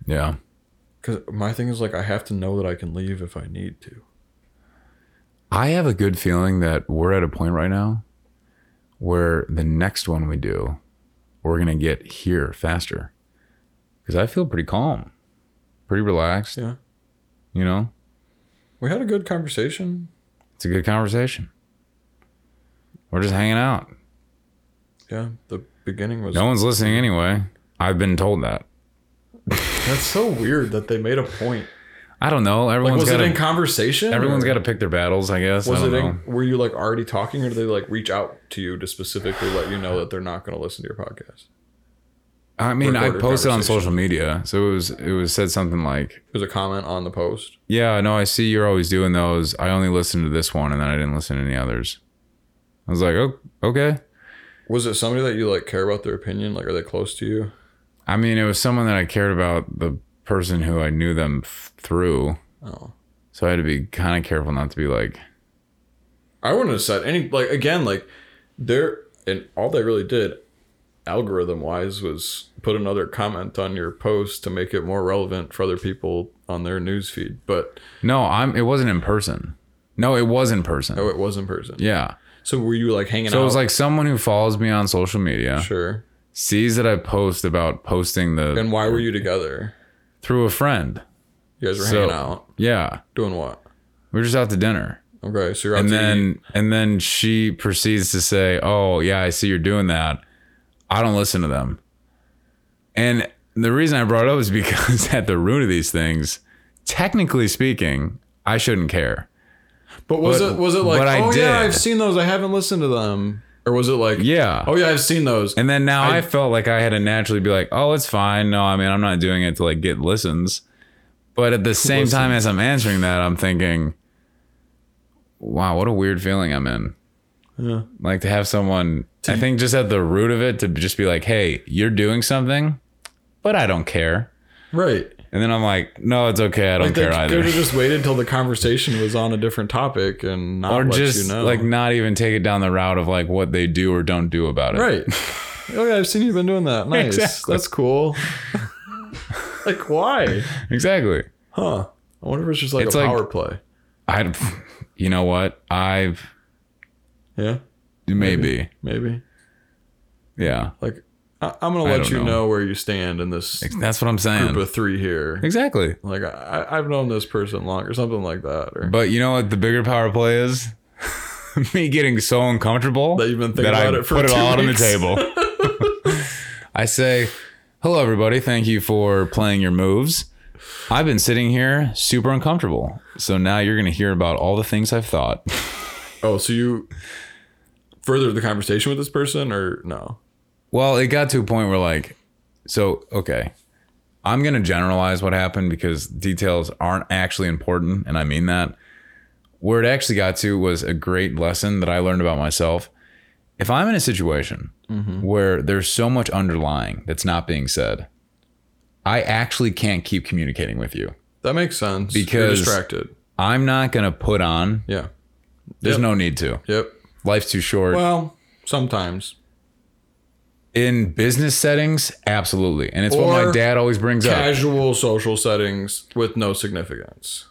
A: Yeah.
B: Cause my thing is like I have to know that I can leave if I need to.
A: I have a good feeling that we're at a point right now where the next one we do, we're going to get here faster. Because I feel pretty calm, pretty relaxed.
B: Yeah.
A: You know,
B: We had a good conversation.
A: it's a good conversation. We're just hanging out.
B: yeah, the beginning was.
A: No one's listening anyway. I've been told that.
B: That's so weird that they made a point.
A: I don't know.
B: Like,
A: Everyone's
B: was
A: got
B: it in
A: to,
B: conversation?
A: everyone's
B: or
A: got to pick their battles, I guess.
B: Was
A: I
B: it?
A: don't know.
B: In, were you like already talking, or did they like reach out to you to specifically let you know that they're not going to listen to your podcast?
A: I mean, I
B: recorded
A: posted on
B: conversation?
A: social media, so it was it was said something like,
B: There's a comment on the post.
A: "Yeah, no, I see you're always doing those. I only listened to this one, and then I didn't listen to any others." I was like, "Oh, okay."
B: Was it somebody that you like care about their opinion? Like, are they close to you?
A: I mean, it was someone that I cared about, the person who I knew them f- through.
B: Oh.
A: So I had to be kind of careful not to be like,
B: I wouldn't have said any like again like there and all they really did algorithm wise was put another comment on your post to make it more relevant for other people on their news feed but
A: "No, I'm." It wasn't in person. No, it was in person.
B: oh it was in person
A: Yeah.
B: so were you like hanging
A: So
B: out
A: it was like someone who follows me on social media
B: sure
A: sees that I post about posting the
B: and why were you together
A: through a friend.
B: you guys were
A: So-
B: hanging out
A: Yeah,
B: doing what
A: we were just out to dinner.
B: okay so you're out
A: and
B: to eat.
A: then and then she proceeds to say, "Oh yeah, I see you're doing that. I don't listen to them." And the reason I brought it up is because [laughs] at the root of these things, technically speaking, I shouldn't care.
B: but was
A: but-
B: it was it like
A: but I
B: oh
A: did.
B: yeah I've seen those I haven't listened to them or was it like
A: Yeah.
B: oh yeah I've seen those
A: And then now I, felt like I had to naturally be like, "Oh, it's fine. No, I mean, I'm not doing it to like get listens." But at the same time as I'm answering that, I'm thinking, "Wow, what a weird feeling I'm in."
B: Yeah.
A: Like to have someone, I think just at the root of it, to just be like, hey, you're doing something, but I don't care.
B: right
A: And then I'm like, no, it's okay. I don't
B: they
A: care
B: could have
A: either.
B: just waited until the conversation was on a different topic and not [laughs]
A: Or
B: let
A: just
B: you know.
A: like not even take it down the route of like what they do or don't do about it. [laughs]
B: right. oh yeah, I've seen you've been doing that. Nice.
A: Exactly.
B: That's
A: [laughs]
B: cool. like why?
A: Exactly.
B: Huh. I wonder if it's just like
A: It's
B: a
A: like-
B: power play.
A: I, [laughs] you know what? I've
B: Yeah,
A: maybe.
B: maybe.
A: Yeah.
B: Like I- I'm gonna let
A: don't
B: you
A: know.
B: know. where you stand in this
A: That's what I'm
B: group
A: saying.
B: of three here.
A: Exactly.
B: Like I- I- I've known this person long or something like that. Or
A: But you know what the bigger power play is? [laughs] Me getting so uncomfortable
B: That you've been thinking about it for
A: put it
B: two
A: all on the
B: weeks.
A: table. [laughs] I say, "Hello, everybody. Thank you for playing your moves. I've been sitting here super uncomfortable, so now you're going to hear about all the things I've thought.
B: oh, so you furthered the conversation with this person or no?
A: Well, it got to a point where, like, so okay, I'm going to generalize what happened because details aren't actually important, and I mean that. Where it actually got to was a great lesson that I learned about myself. If I'm in a situation
B: Mm-hmm.
A: where there's so much underlying that's not being said, I actually can't keep communicating with you.
B: That makes sense. You're
A: Because-
B: distracted.
A: I'm not going to put on.
B: Yeah.
A: There's
B: Yep.
A: no need to.
B: Yep.
A: Life's too short.
B: Well, sometimes.
A: in business settings, absolutely. And it's what my
B: Or
A: dad always brings up.
B: Casual social settings with no significance.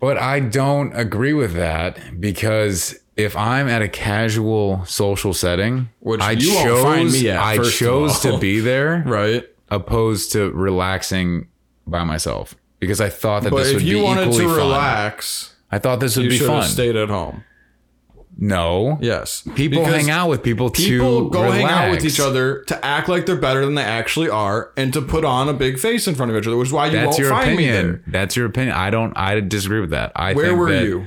A: But I don't agree with that because if I'm at a casual social setting,
B: Which
A: I
B: you
A: chose,
B: won't find me at,
A: I
B: first of
A: chose to
B: all.
A: be there
B: [laughs] Right.
A: opposed to relaxing by myself because I thought that
B: But
A: this
B: if
A: would be
B: you wanted
A: equally
B: to
A: fun.
B: relax,
A: I thought this would
B: you
A: be
B: should
A: fun.
B: have stayed at home.
A: no,
B: Yes.
A: people
B: Because
A: hang out with people, to
B: People go
A: relax.
B: hang out with each other to act like they're better than they actually are and to put on a big face in front of each other, which is why you
A: That's
B: won't
A: your
B: find me there.
A: opinion. That's your opinion. I don't. I disagree with that. I
B: Where
A: think
B: were
A: that
B: you?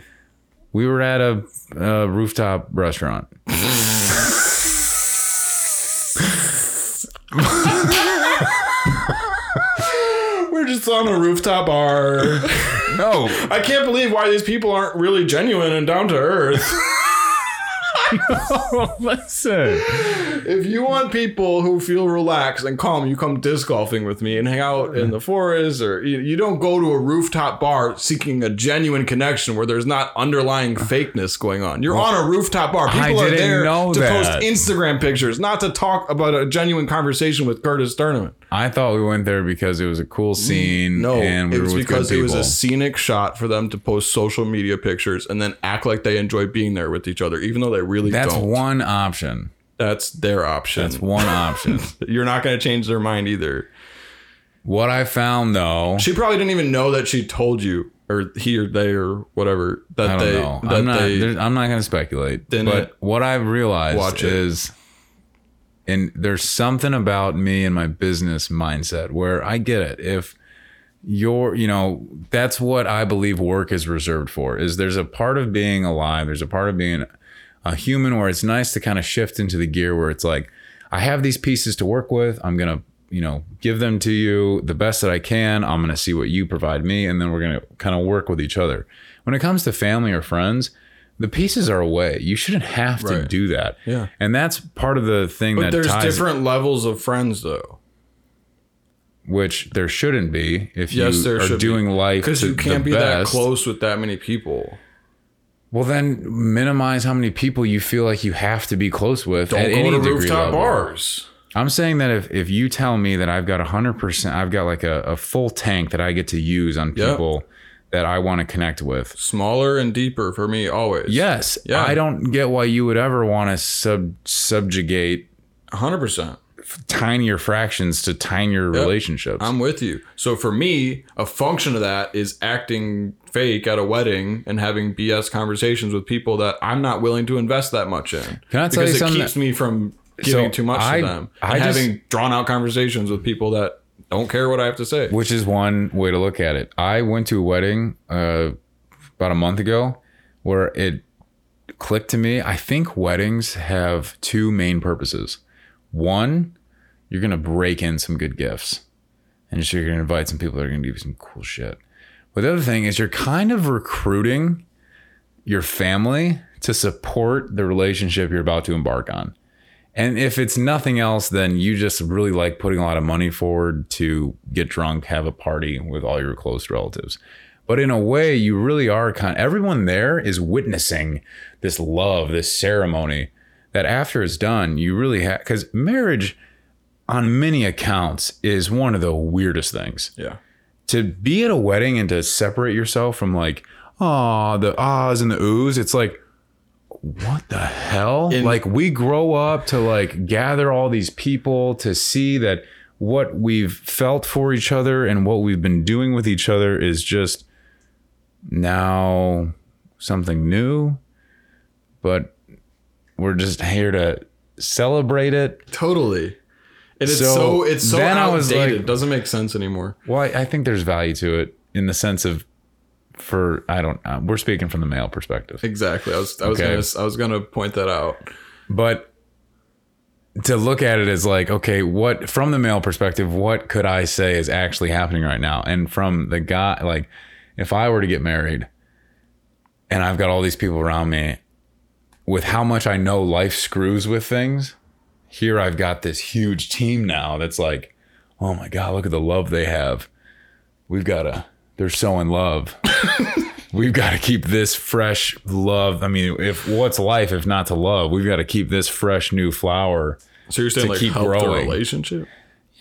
A: We were at a, a rooftop restaurant.
B: We're just on a
A: [laughs]
B: rooftop bar.
A: No,
B: I can't believe why these people aren't really genuine and down to earth.
A: [laughs] listen.
B: If you want people who feel relaxed and calm, you come disc golfing with me and hang out in the forest, or you, you don't go to a rooftop bar seeking a genuine connection where there's not underlying fakeness going on. You're on a rooftop bar. People
A: I
B: are
A: didn't
B: there
A: know
B: to
A: that.
B: post Instagram pictures, not to talk about a genuine conversation with Curtis Tournament.
A: I thought we went there because it was a cool scene.
B: Mm, No,
A: and we
B: it
A: were
B: was
A: with
B: because
A: good
B: it was
A: people.
B: a scenic shot for them to post social media pictures and then act like they enjoy being there with each other, even though they really
A: That's
B: don't.
A: one option.
B: That's their option.
A: That's one
B: [laughs]
A: option.
B: You're not going to change their mind either.
A: what I found though,
B: She probably didn't even know that she told you or he or they or whatever that
A: I don't
B: they
A: know.
B: that
A: I'm not.
B: they
A: there's- I'm not going to speculate.
B: Didn't
A: But what I've realized
B: watch it.
A: is And there's something about me and my business mindset where I get it. If your you know that's what i believe work is reserved for is there's a part of being alive there's a part of being a human where it's nice to kind of shift into the gear where it's like i have these pieces to work with i'm going to you know give them to you the best that i can i'm going to see what you provide me and then we're going to kind of work with each other when it comes to family or friends the pieces are away you shouldn't have to
B: Right.
A: do that
B: Yeah.
A: and that's part of the thing
B: But
A: that
B: there's
A: ties
B: different levels of friends though,
A: which there shouldn't be if
B: Yes,
A: you
B: there
A: are
B: should be.
A: doing life
B: because
A: to
B: you can't
A: the
B: be that
A: best.
B: close with that many people.
A: Well, then minimize how many people you feel like you have to be close with at any degree level.
B: bars.
A: I'm saying that if, if you tell me that I've got 100%, I've got like a, a full tank that I get to use on
B: Yeah.
A: people that I want to connect with.
B: Smaller and deeper for me always.
A: Yes.
B: Yeah.
A: I don't get why you would ever want to sub subjugate
B: hundred percent.
A: tinier fractions to tinier relationships.
B: I'm with you. So for me, a function of that is acting fake at a wedding and having BS conversations with people that I'm not willing to invest that much in.
A: Can I tell
B: because
A: you something
B: It keeps me from giving too much
A: I-
B: to them.
A: I
B: and
A: just-
B: having drawn out conversations with people that don't care what I have to say.
A: which is one way to look at it. I went to a wedding uh, about a month ago where it clicked to me. I think weddings have two main purposes. One, you're going to break in some good gifts, and so you're going to invite some people that are going to give you some cool shit. But the other thing is, you're kind of recruiting your family to support the relationship you're about to embark on. And if it's nothing else, then you just really like putting a lot of money forward to get drunk, have a party with all your close relatives. But in a way, you really are kind everyone there is witnessing this love, this ceremony that after it's done, you really have because marriage on many accounts is one of the weirdest things
B: Yeah.
A: to be at a wedding and to separate yourself from like ah the ahs and the oohs it's like what the hell
B: In-
A: like we grow up to like gather all these people to see that what we've felt for each other and what we've been doing with each other is just now something new but we're just here to celebrate it
B: Totally. And it's
A: So
B: so, it's so
A: then I
B: outdated.
A: was like-
B: it doesn't make sense anymore.
A: Well, I, I think there's value to it in the sense of, for I don't, uh, we're speaking from the male perspective,
B: Exactly. I was I was
A: Okay.
B: gonna I was gonna point that out.
A: but to look at it as like, okay, what from the male perspective, what could I say is actually happening right now? And from the guy, like, if I were to get married, and I've got all these people around me, with how much I know life screws with things, here I've got this huge team now that's like, oh my god, look at the love they have. We've got to. They're so in love. We've got to keep this fresh love. I mean, if what's life if not to love? We've got to keep this fresh new flower.
B: So you're saying
A: To
B: like
A: keep
B: help
A: growing.
B: the relationship?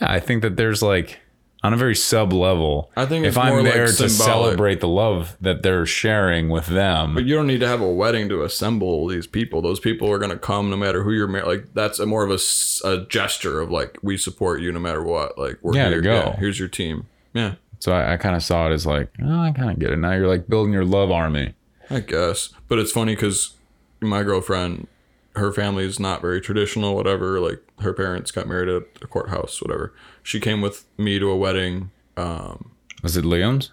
A: Yeah, I think that there's like on a very sub level.
B: I think
A: if
B: it's
A: I'm
B: more like
A: there to
B: symbolic.
A: celebrate the love that they're sharing with them,
B: But you don't need to have a wedding to assemble these people. Those people are going to come no matter who you're married. Like that's a more of a, s- a gesture of like we support you no matter what. Like we're
A: Yeah, to
B: here.
A: go.
B: Yeah, here's your team. Yeah,
A: so I, I kind of saw it as like, oh, I kind of get it now. You're like building your love army.
B: I guess. But it's funny because my girlfriend, her family is not very traditional. Whatever. Like her parents got married at a courthouse. Whatever. She came with me to a wedding. Um,
A: Was it Liam's?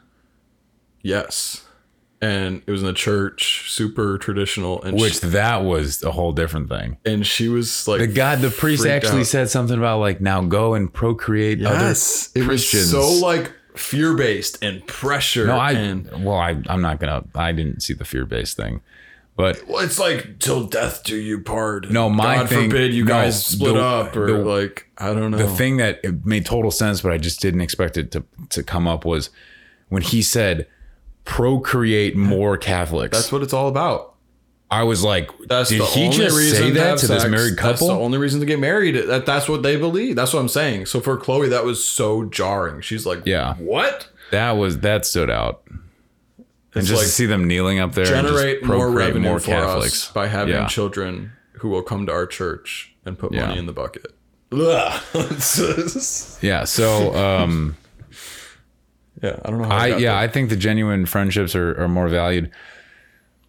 B: yes, and it was in the church. Super traditional. And
A: Which
B: she,
A: that was a whole different thing.
B: and she was like
A: The god, the priest
B: freaked
A: actually
B: out.
A: said something about like now go and procreate
B: Yes,
A: other
B: it was
A: Christians.
B: so like fear based and pressure.
A: no, I
B: and
A: well, I I'm not gonna. I didn't see the fear based thing, but
B: well, it's like till death do you part.
A: No, my
B: God
A: thing-
B: forbid you
A: no,
B: guys split
A: the-
B: up or
A: the-
B: like I don't know.
A: the thing that it made total sense, but I just didn't expect it to to come up was when he said procreate more Catholics.
B: that's what it's all about.
A: I was like,
B: That's
A: did
B: the
A: he
B: only
A: just
B: reason
A: say that
B: have
A: to this
B: sex.
A: married
B: That's the
A: couple?
B: only reason to get married. That that's what they believe. That's what I'm saying. So for Chloe, that was so jarring. She's like,
A: Yeah.
B: what?
A: That was that stood out. And
B: It's
A: just
B: like,
A: to see them kneeling up there, and just
B: generate more
A: procreate
B: revenue
A: more
B: for us by having
A: Yeah.
B: children who will come to our church and put
A: Yeah.
B: money in the bucket. [laughs] Ugh.
A: Yeah. So,
B: [laughs]
A: um,
B: yeah, I don't know. How
A: I
B: got
A: yeah,
B: there.
A: I think the genuine friendships are, are more valued.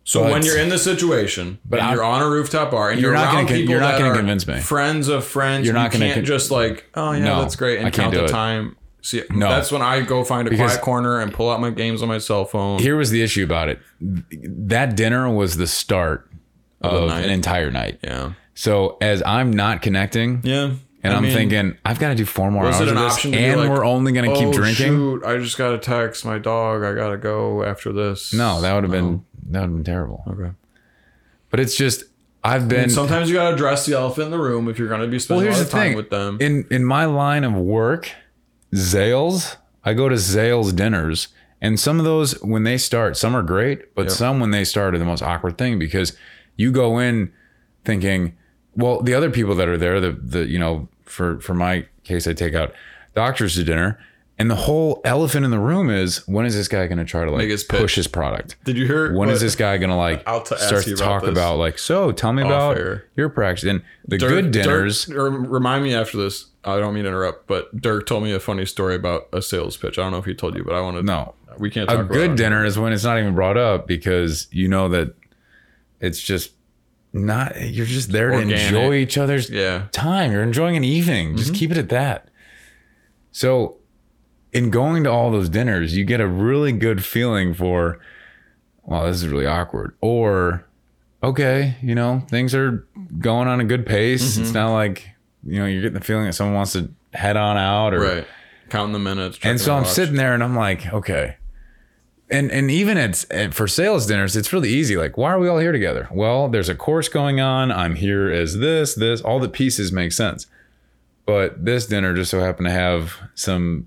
B: So
A: But-
B: when you're in the situation, but
A: I'm-
B: you're on a rooftop bar, and you're,
A: You're not
B: around
A: gonna con-
B: people
A: you're not
B: that
A: gonna
B: are
A: convince me.
B: friends of friends,
A: You're
B: you're
A: not
B: not
A: gonna
B: going to
A: con-
B: just like, oh yeah,
A: No,
B: that's great, and
A: I can't
B: count the
A: do it.
B: time. See,
A: No.
B: that's when I go find a
A: Because-
B: quiet corner and pull out my games on my cell phone.
A: Here was the issue about it. That dinner was the start of
B: night.
A: an entire night.
B: yeah,
A: So as I'm not connecting,
B: yeah.
A: and I am
B: mean,
A: thinking I've got to do four more hours
B: was it an
A: of this,
B: option to be
A: and
B: like,
A: we're only going to
B: oh,
A: keep drinking.
B: Shoot, I just got to text my dog. I got to go after this.
A: No, that would have been that would have been terrible.
B: Okay.
A: But it's just I've been.
B: And sometimes you got to address the elephant in the room if you're going to be
A: well,
B: spending
A: here's
B: a lot
A: the
B: of time
A: thing.
B: with them.
A: In in my line of work, Zales, I go to Zales dinners, and some of those when they start, some are great, but some when they start are the most awkward thing because you go in thinking, well, the other people that are there, the the you know, for for my case, I take out doctors to dinner. And the whole elephant in the room is when is this guy going to try to like
B: Make his pitch.
A: push his product?
B: Did you hear?
A: When is
B: what-
A: this guy gonna like
B: I'll t- ask
A: start
B: you
A: to
B: about
A: talk
B: this.
A: about like so tell me about
B: air.
A: your practice and the
B: Dirk-
A: good dinners
B: Dirk- or remind me after this. I don't mean to interrupt, but Dirk told me a funny story about a sales pitch. I don't know if he told you, but I want to.
A: no
B: we can't talk
A: a
B: about
A: good
B: it.
A: dinner is when it's not even brought up because you know that it's just not you're just there
B: Organic.
A: to enjoy each other's
B: Yeah, Mm-hmm.
A: time you're enjoying an evening just keep it at that so in going to all those dinners you get a really good feeling for wow this is really awkward or okay you know things are going on a good pace
B: Mm-hmm.
A: it's not like you know you're getting the feeling that someone wants to head on out or
B: right. Counting the minutes.
A: and
B: checking
A: so
B: the
A: I'm
B: watch.
A: sitting there and I'm like, okay. And and even at, at for sales dinners, it's really easy. Like, why are we all here together? Well, there's a course going on. I'm here as this, this, all the pieces make sense. But this dinner just so happened to have some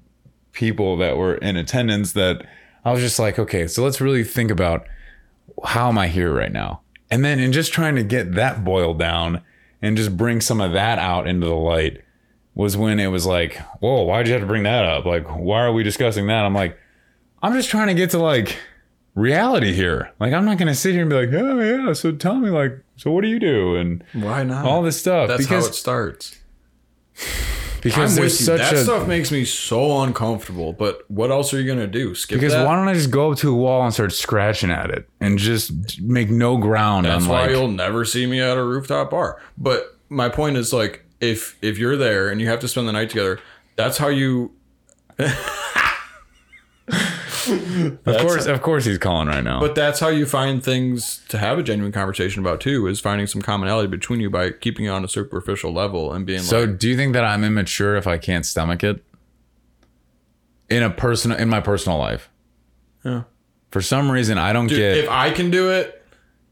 A: people that were in attendance that I was just like, okay, so let's really think about how am I here right now? And then in just trying to get that boiled down and just bring some of that out into the light was when it was like, whoa, why'd you have to bring that up? Like, why are we discussing that? I'm like, I'm just trying to get to like reality here. Like, I'm not going to sit here and be like, oh, yeah. So tell me, like, so what do you do? And
B: Why not?
A: all this stuff.
B: Hmm. That's
A: because
B: how it starts.
A: because
B: I'm
A: there's
B: with you.
A: such
B: That
A: a.
B: stuff makes me so uncomfortable. But what else are you gonna do? Skip
A: because
B: that?
A: why don't I just go up to a wall and start scratching at it and just make no ground
B: That's
A: on
B: why
A: like
B: you'll never see me at a rooftop bar. But my point is like if if you're there and you have to spend the night together, that's how you
A: of course of course he's calling right now.
B: But that's how you find things to have a genuine conversation about too, is finding some commonality between you by keeping it on a superficial level and being
A: so
B: like
A: do you think that I'm immature if I can't stomach it? In a personal in my personal life.
B: Yeah.
A: For some reason I don't
B: "Dude,
A: get
B: if I can do it,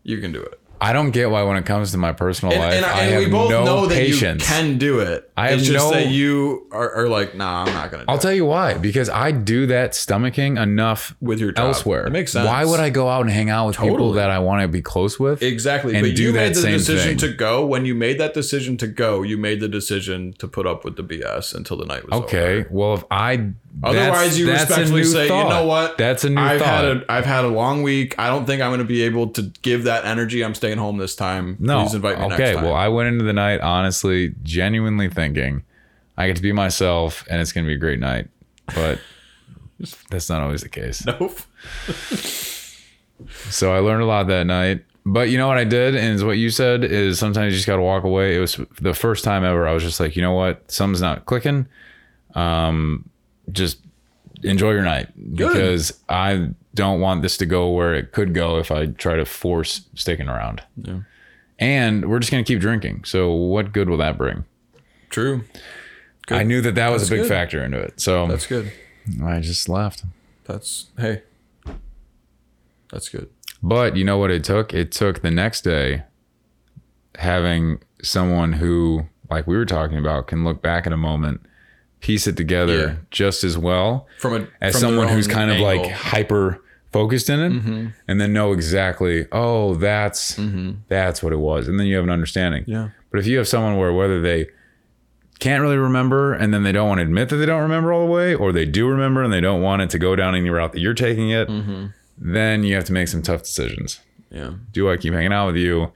B: you can do it.
A: I don't get why when it comes to my personal
B: And,
A: life
B: and,
A: I
B: and
A: have
B: we both
A: no
B: know
A: patience.
B: that you can do it.
A: I have
B: it's just
A: no-
B: that you are, are like, nah, I'm not gonna do
A: I'll
B: it
A: tell you why. Because I do that stomaching enough
B: with your job.
A: elsewhere.
B: It makes sense.
A: Why would I go out and hang out with people
B: Totally.
A: that I want to be close with?
B: Exactly.
A: and
B: but
A: do
B: you
A: that
B: made the
A: same
B: decision
A: thing.
B: to go. When you made that decision to go, you made the decision to put up with the BS until the night was over.
A: Okay. Well, if I
B: Otherwise,
A: that's-
B: you
A: that's a
B: respectfully
A: new
B: say,
A: thought.
B: you know what?
A: That's a new
B: I've
A: thought.
B: had a I've had a long week. I don't think I'm going to be able to give that energy. I'm staying home this time.
A: no.
B: Please invite me
A: okay.
B: next time.
A: Well, I went into the night honestly, genuinely thinking I get to be myself, and it's going to be a great night.
B: [laughs]
A: But that's not always the case.
B: nope.
A: So I learned a lot that night. But you know what I did, and is what you said is sometimes you just got to walk away. It was the first time ever I was just like, you know what, something's not clicking. Um, just enjoy your night because I don't want this to go where it could go if I try to force sticking around.
B: Yeah.
A: And we're just gonna keep drinking. So what good will that bring?
B: True. Good.
A: I knew that that was
B: That's
A: a big
B: good.
A: factor into it. So
B: That's good.
A: I just left.
B: That's hey. That's good.
A: But you know what it took? It took the next day having someone who, like we were talking about, can look back at a moment, piece it together
B: Yeah.
A: just as well
B: From a
A: as
B: from
A: someone
B: their
A: who's
B: own
A: kind of like
B: angle. Mm-hmm.
A: hyper focused in it and then know exactly, oh, that's that's what it was. And then you have an understanding.
B: yeah.
A: But if you have someone where whether they can't really remember and then they don't want to admit that they don't remember all the way, or they do remember and they don't want it to go down any route that you're taking it,
B: Mm-hmm.
A: then you have to make some tough decisions.
B: Yeah.
A: Do I keep hanging out with you?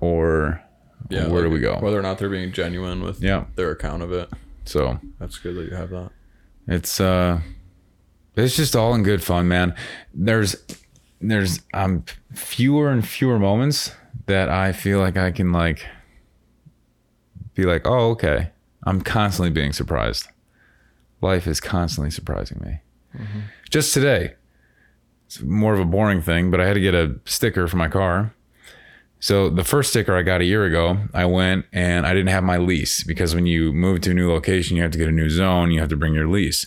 A: Or
B: Yeah.
A: where do
B: like
A: we go?
B: Whether or not they're being genuine with
A: Yeah.
B: their account of it.
A: so
B: That's good that you have that.
A: it's uh it's just all in good fun, man. There's there's um fewer and fewer moments that I feel like I can like be like, oh okay. I'm constantly being surprised. Life is constantly surprising me. Just today, it's more of a boring thing, but I had to get a sticker for my car. So the first sticker I got a year ago, I went and I didn't have my lease because when you move to a new location, you have to get a new zone, you have to bring your lease.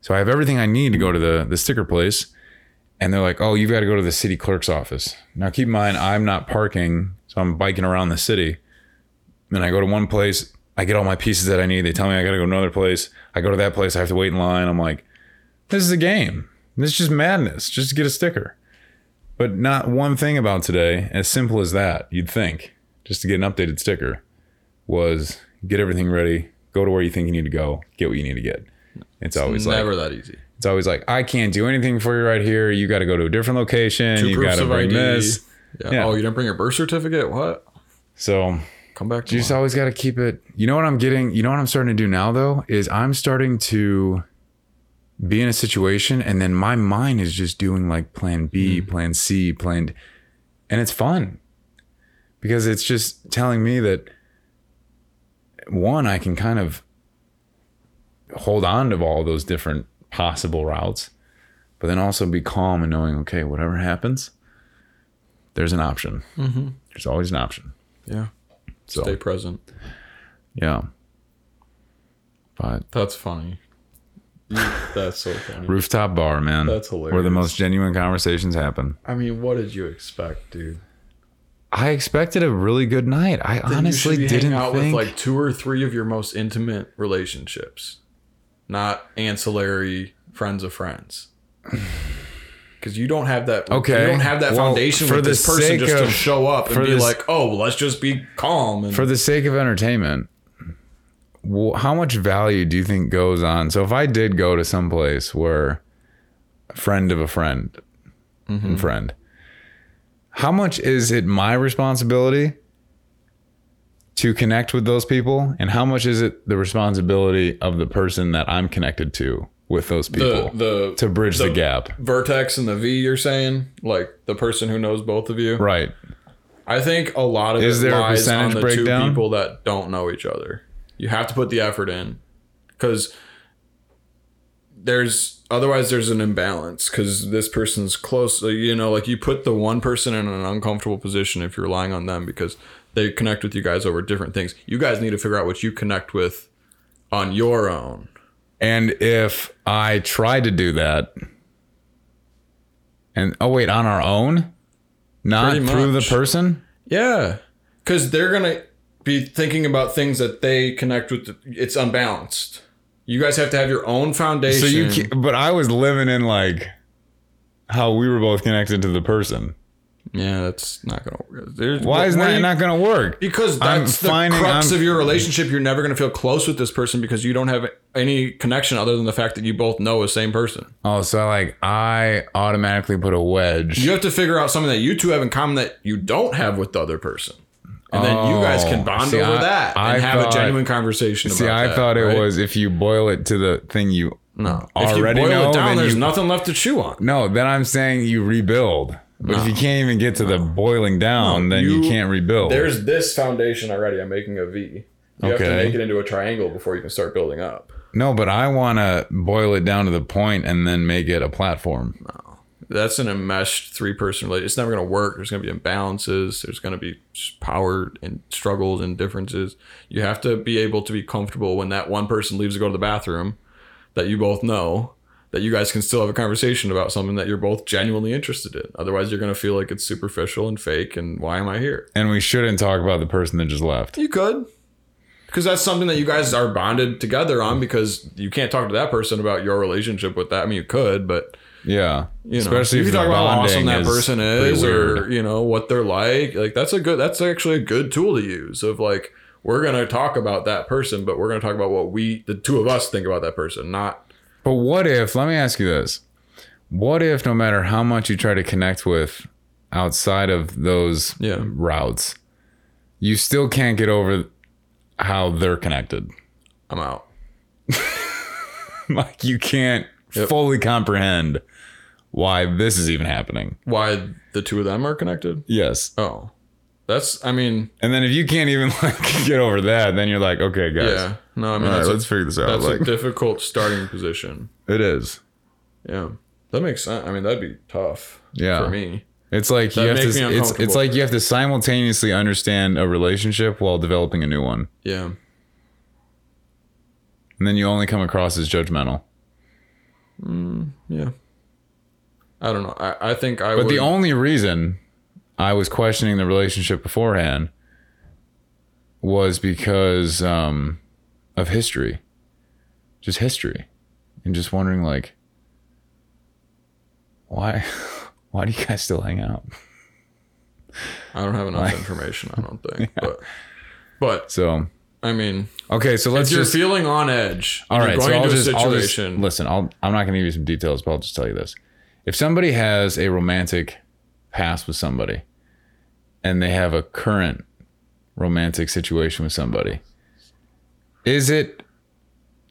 A: So I have everything I need to go to the the sticker place and they're like, "Oh, you've got to go to the city clerk's office." Now, keep in mind, I'm not parking, so I'm biking around the city. Then I go to one place, I get all my pieces that I need. They tell me I got to go to another place. I go to that place, I have to wait in line. I'm like, "This is a game. This is just madness. Just to get a sticker." But not one thing about today, as simple as that, you'd think, just to get an updated sticker, was get everything ready, go to where you think you need to go, get what you need to get. It's always like
B: Never that easy.
A: it's always like, I can't do anything for you right here. You got to go to a different location. you got
B: Proofs
A: to
B: of
A: bring
B: ID.
A: this.
B: Yeah.
A: Yeah.
B: Oh, you didn't bring your birth certificate? What?
A: So
B: Come back to
A: you
B: you.
A: just always got to keep it. You know what I'm getting? You know what I'm starting to do now, though, is I'm starting to be in a situation and then my mind is just doing like plan B, plan C, plan D. And it's fun because it's just telling me that one, I can kind of hold on to all those different possible routes, but then also be calm and knowing, okay, whatever happens, there's an option. There's always an option.
B: Yeah.
A: So,
B: Mm-hmm. Stay present.
A: yeah. But
B: That's funny. That's so funny.
A: rooftop bar, man.
B: That's
A: Where the
B: hilarious.
A: most genuine conversations happen.
B: [laughs] I mean, what did you expect, dude?
A: I expected a really good night. I honestly
B: you should be
A: didn't
B: hanging out
A: think.
B: with like two or three of your most intimate relationships, not ancillary friends
A: [sighs]
B: of friends. Because you don't have that.
A: Okay.
B: You don't have that
A: Well,
B: foundation
A: for
B: with
A: the
B: this person
A: sake
B: just to
A: of-
B: show up and
A: for
B: be
A: this-
B: like, "Oh, well, let's just be calm." And
A: for the sake of entertainment, wh- how much value do you think goes on? So if I did go to some place where a friend of a friend and friend, how much is it my responsibility to connect with those people, and how much is it the responsibility of the person that I'm connected to with those people
B: the the
A: to bridge the,
B: the-
A: gap?
B: vertex and the V, you're saying, like the person who knows both of you.
A: Right.
B: I think a lot of
A: Is
B: it
A: there a
B: lies on
A: percentage
B: the
A: breakdown?
B: two people that don't know each other. You have to put the effort in because there's otherwise there's an imbalance because this person's close. You know, like you put the one person in an uncomfortable position if you're relying on them because they connect with you guys over different things. You guys need to figure out what you connect with on your own.
A: And if I tried to do that, and oh wait, on our own, not
B: Pretty
A: through the
B: much.
A: person.
B: Yeah, because they're gonna be thinking about things that they connect with. It's unbalanced. You guys have to have your own foundation.
A: So you, ca- but I was living in like how we were both connected to the person.
B: Yeah, that's not gonna work. There's-
A: Why is
B: what
A: that
B: do you-
A: not going to work?
B: Because
A: I'm
B: that's the
A: finding
B: crux
A: I'm-
B: of your relationship. You're never gonna feel close with this person because you don't have any connection other than the fact that you both know the same person.
A: Oh, so like I automatically put a wedge.
B: You have to figure out something that you two have in common that you don't have with the other person. And then you guys
A: Oh,
B: can bond
A: see,
B: over
A: I-
B: that
A: I
B: and have
A: thought-
B: a genuine conversation
A: See,
B: about
A: I
B: that,
A: thought
B: right?
A: it was if you boil it to the thing you
B: no.
A: already
B: if you boil
A: know,
B: it down,
A: then
B: there's
A: you-
B: nothing left to chew on.
A: No, then I'm saying you rebuild. But if you can't even get to the boiling down, then you,
B: you-
A: can't rebuild.
B: There's this foundation already. I'm making a V. You have to
A: Okay.
B: make it into a triangle before you can start building up.
A: No, but I want to boil it down to the point and then make it a platform.
B: that's an enmeshed three person relationship. It's never going to work. There's going to be imbalances. There's going to be s- power and struggles and differences. You have to be able to be comfortable when that one person leaves to go to the bathroom that you both know that you guys can still have a conversation about something that you're both genuinely interested in. Otherwise, you're going to feel like it's superficial and fake. And why am I here?
A: And we shouldn't talk about the person that just left.
B: You could. Because that's something that you guys are bonded together on because you can't talk to that person about your relationship with that. I mean, you could, but
A: Yeah.
B: you know,
A: Especially
B: you
A: if
B: can
A: the
B: talk about how awesome
A: bonding
B: that
A: is
B: person
A: pretty
B: is, or
A: weird.
B: you know what they're like. Like that's a good. That's actually a good tool to use. Of like we're gonna talk about that person, but we're gonna talk about what we, the two of us, think about that person. Not
A: But what if, let me ask you this. What if no matter how much you try to connect with outside of those
B: Yeah.
A: routes, you still can't get over how they're connected? [laughs]
B: I'm out.
A: like you can't fully comprehend why this is even happening.
B: Why the two of them are connected?
A: Yes.
B: Oh, that's. I mean,
A: And then if you can't even [laughs] like get over that, then you're like, okay, guys,
B: yeah. No, I mean
A: all right,
B: that's,
A: let's
B: a,
A: figure this out.
B: that's
A: Like,
B: a difficult starting position.
A: it is.
B: Yeah, that makes sense. I mean, that'd be tough.
A: Yeah.
B: for me.
A: It's like you have
B: makes me
A: to. It's it's
B: uncomfortable.
A: like you have to simultaneously understand a relationship while developing a new one,
B: Yeah,
A: and then you only come across as judgmental.
B: yeah. I don't know. I, I think I
A: But
B: would.
A: the only reason I was questioning the relationship beforehand was because um, of history, just history, and just wondering like, why, [laughs] why do you guys still hang out?
B: I don't have enough information. I don't
A: [laughs]
B: think. But, but
A: So
B: I mean,
A: okay, so let's
B: if you're
A: just
B: feeling on edge,
A: All
B: you're
A: right,
B: going
A: so I'll
B: into
A: just,
B: a
A: I'll just-
B: situation.
A: listen. I'll, I'm not going to give you some details, but I'll just tell you this: if somebody has a romantic past with somebody, and they have a current romantic situation with somebody, is it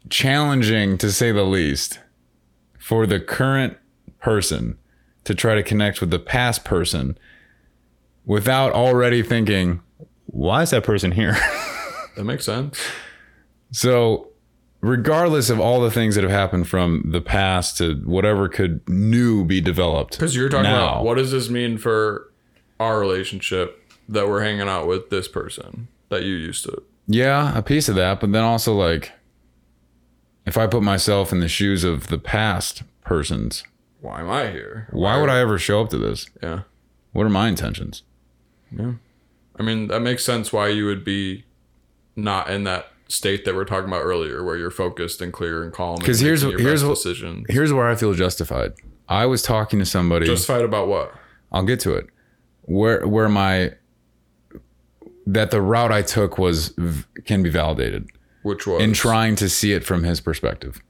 A: challenging to say the least for the current person to try to connect with the past person without already thinking, why is that person here?
B: that makes sense.
A: So, regardless of all the things that have happened from the past to whatever could new be developed,
B: Because you're talking
A: now,
B: about what does this mean for our relationship that we're hanging out with this person that you used to.
A: Yeah, a piece of that, but then also like, if I put myself in the shoes of the past persons,
B: Why am I here?
A: why would I ever show up to this?
B: Yeah.
A: What are my intentions?
B: I mean, that makes sense why you would be not in that state that we are talking about earlier, where you're focused and clear and calm.
A: 'Cause here's- here's what- [laughs]
B: decision.
A: Here's where I feel justified. I was talking to somebody.
B: Justified about what?
A: I'll get to it. Where where my that the route I took was v- can be validated.
B: Which was
A: and trying to see it from his perspective.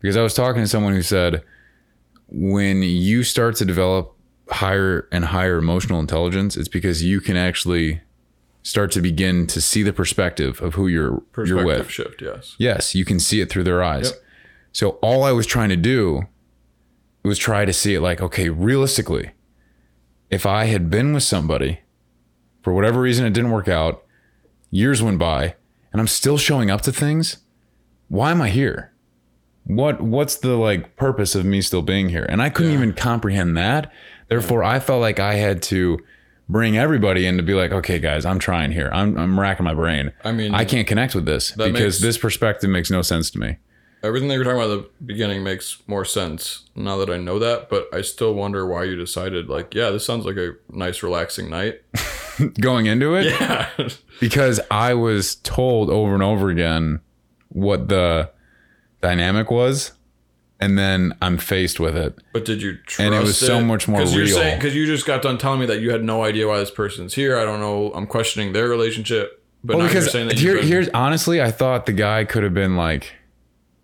A: Because I was talking to someone who said, when you start to develop higher and higher emotional intelligence, it's because you can actually start to begin to see the perspective of who you're you're
B: perspective
A: with.
B: shift. Yes.
A: Yes, you can see it through their eyes.
B: Yep.
A: So all I was trying to do was try to see it like, okay, realistically, if I had been with somebody for whatever reason it didn't work out, years went by, and I'm still showing up to things, why am I here? What what's the like purpose of me still being here? And I couldn't even comprehend that. Therefore, I felt like I had to bring everybody in to be like, okay, guys, I'm trying here. I'm I'm racking my brain.
B: I mean,
A: I can't connect with this because
B: makes-
A: this perspective makes no sense to me.
B: everything that you were talking about at the beginning makes more sense now that I know that, but I still wonder why you decided, like, yeah, this sounds like a nice, relaxing night. [laughs]
A: Going into it,
B: Yeah. [laughs]
A: because I was told over and over again what the dynamic was, and then I'm faced with it.
B: but did you trust
A: And it was so much more
B: Because you're
A: real.
B: saying, because you just got done telling me that you had no idea why this person's here. I don't know. I'm questioning their relationship. But
A: Well,
B: now you're
A: because
B: saying that
A: here,
B: you've been-
A: here's honestly, I thought the guy could have been like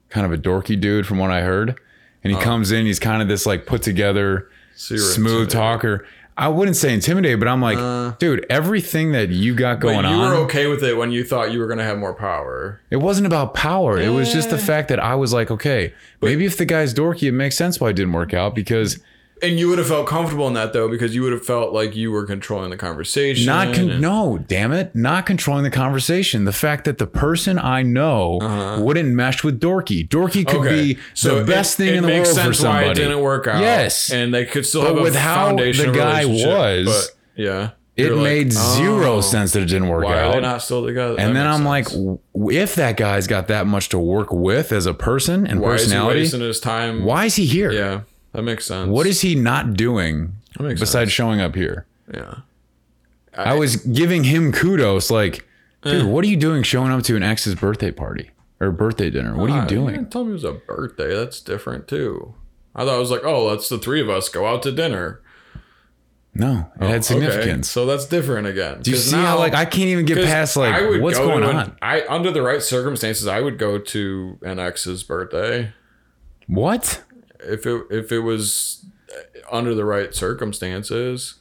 A: kind of a dorky dude from what I heard, and
B: Oh.
A: he comes in, he's kind of this like put together,
B: so you're
A: smooth
B: intimidated.
A: talker. I wouldn't say intimidated, but I'm like, dude, everything that you got
B: But
A: going
B: Uh. you
A: on,
B: were okay with it when you thought you were going to have more power.
A: It wasn't about power. It was
B: Eh.
A: just the fact that I was like, okay, maybe if the guy's dorky, it makes sense why it didn't work out because
B: And you would have felt comfortable in that, though, because you would have felt like you were controlling the conversation.
A: not con-
B: and-
A: no, damn it, not controlling the conversation. The fact that the person I know wouldn't mesh with dorky. Dorky could be the
B: Uh-huh. it-
A: best thing
B: it
A: in the
B: makes
A: world for
B: sense
A: somebody.
B: Why it didn't work out.
A: Yes.
B: and they could still
A: But
B: have
A: with
B: a
A: how
B: foundation.
A: the
B: of a
A: guy
B: relationship,
A: was,
B: but, yeah,
A: it
B: You're like,
A: made zero
B: "Oh,
A: sense that it didn't work
B: Why are they
A: out.
B: not still together?
A: and
B: That
A: then
B: makes
A: I'm
B: sense.
A: like, w- if that guy's got that much to work with as a person and
B: why is he
A: personality,
B: wasting his time?
A: why is he here?
B: Yeah, that makes sense.
A: What is he not doing
B: that makes
A: besides showing up here?
B: sense. Yeah,
A: I was giving him kudos, like, dude, what are you doing showing up to an ex's birthday party or birthday dinner? What are you
B: Ah, You
A: doing?
B: didn't tell me it was a birthday. That's different too. I thought it was like, oh, let's the three of us go out to dinner.
A: No, it had
B: Oh, Okay,
A: significance.
B: so that's different again.
A: Do you see how like I can't even get past like what's going
B: to an-
A: on?
B: I under the right circumstances, I would go to an ex's birthday.
A: What?
B: if it if it was uh, under the right circumstances.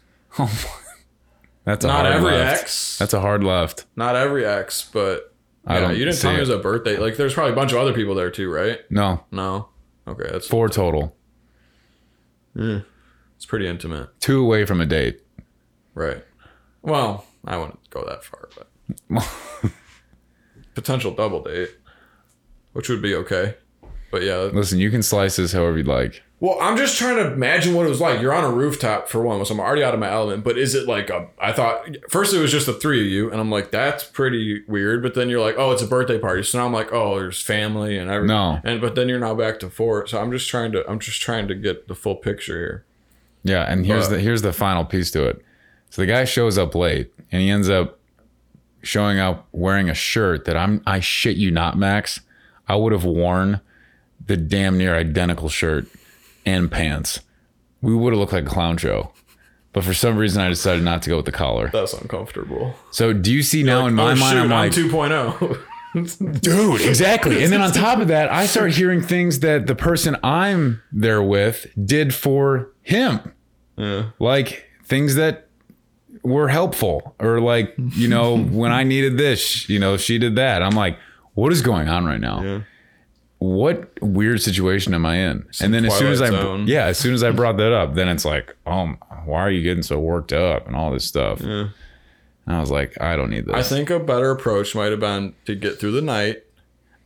A: That's a
B: Not
A: hard
B: every
A: left.
B: ex,
A: That's a hard left.
B: not every ex, but
A: I
B: yeah,
A: don't
B: you didn't
A: see
B: tell me
A: it.
B: it was a birthday. Like, there's probably a bunch of other people there too, right?
A: No,
B: No, okay, that's
A: four total.
B: It's pretty intimate,
A: Two away from a date.
B: right? Well, I wouldn't go that far, but [laughs] potential double date, which would be okay. But yeah,
A: Listen, you can slice this however you'd like.
B: Well, I'm just trying to imagine what it was like. You're on a rooftop for one, so I'm already out of my element. But is it like a? I thought first it was just the three of you, and I'm like, that's pretty weird. But then you're like, oh, it's a birthday party. So now I'm like, oh, there's family and everything.
A: No.
B: And but then you're now back to four. So I'm just trying to, I'm just trying to get the full picture here.
A: Yeah, and here's
B: But-
A: the here's the final piece to it. So the guy shows up late and he ends up showing up wearing a shirt that I'm I shit you not, Max. I would have worn the damn near identical shirt and pants. We would have looked like a clown show. But for some reason I decided not to go with the collar.
B: That's uncomfortable.
A: So do you see now in my
B: oh,
A: mind
B: shoot,
A: I'm like
B: 2.0.
A: dude exactly and then on top of that i start hearing things that the person i'm there with did for him like things that were helpful or like you
B: [laughs]
A: know when i needed this you know she did that i'm like what is going on right now what weird situation am i in and then as soon as i
B: Twilight Zone.
A: yeah as soon
B: [laughs]
A: as i brought that up then it's like um why are you getting so worked up and all this stuff and i was like i don't need this
B: I think a better approach might have been to get through the night,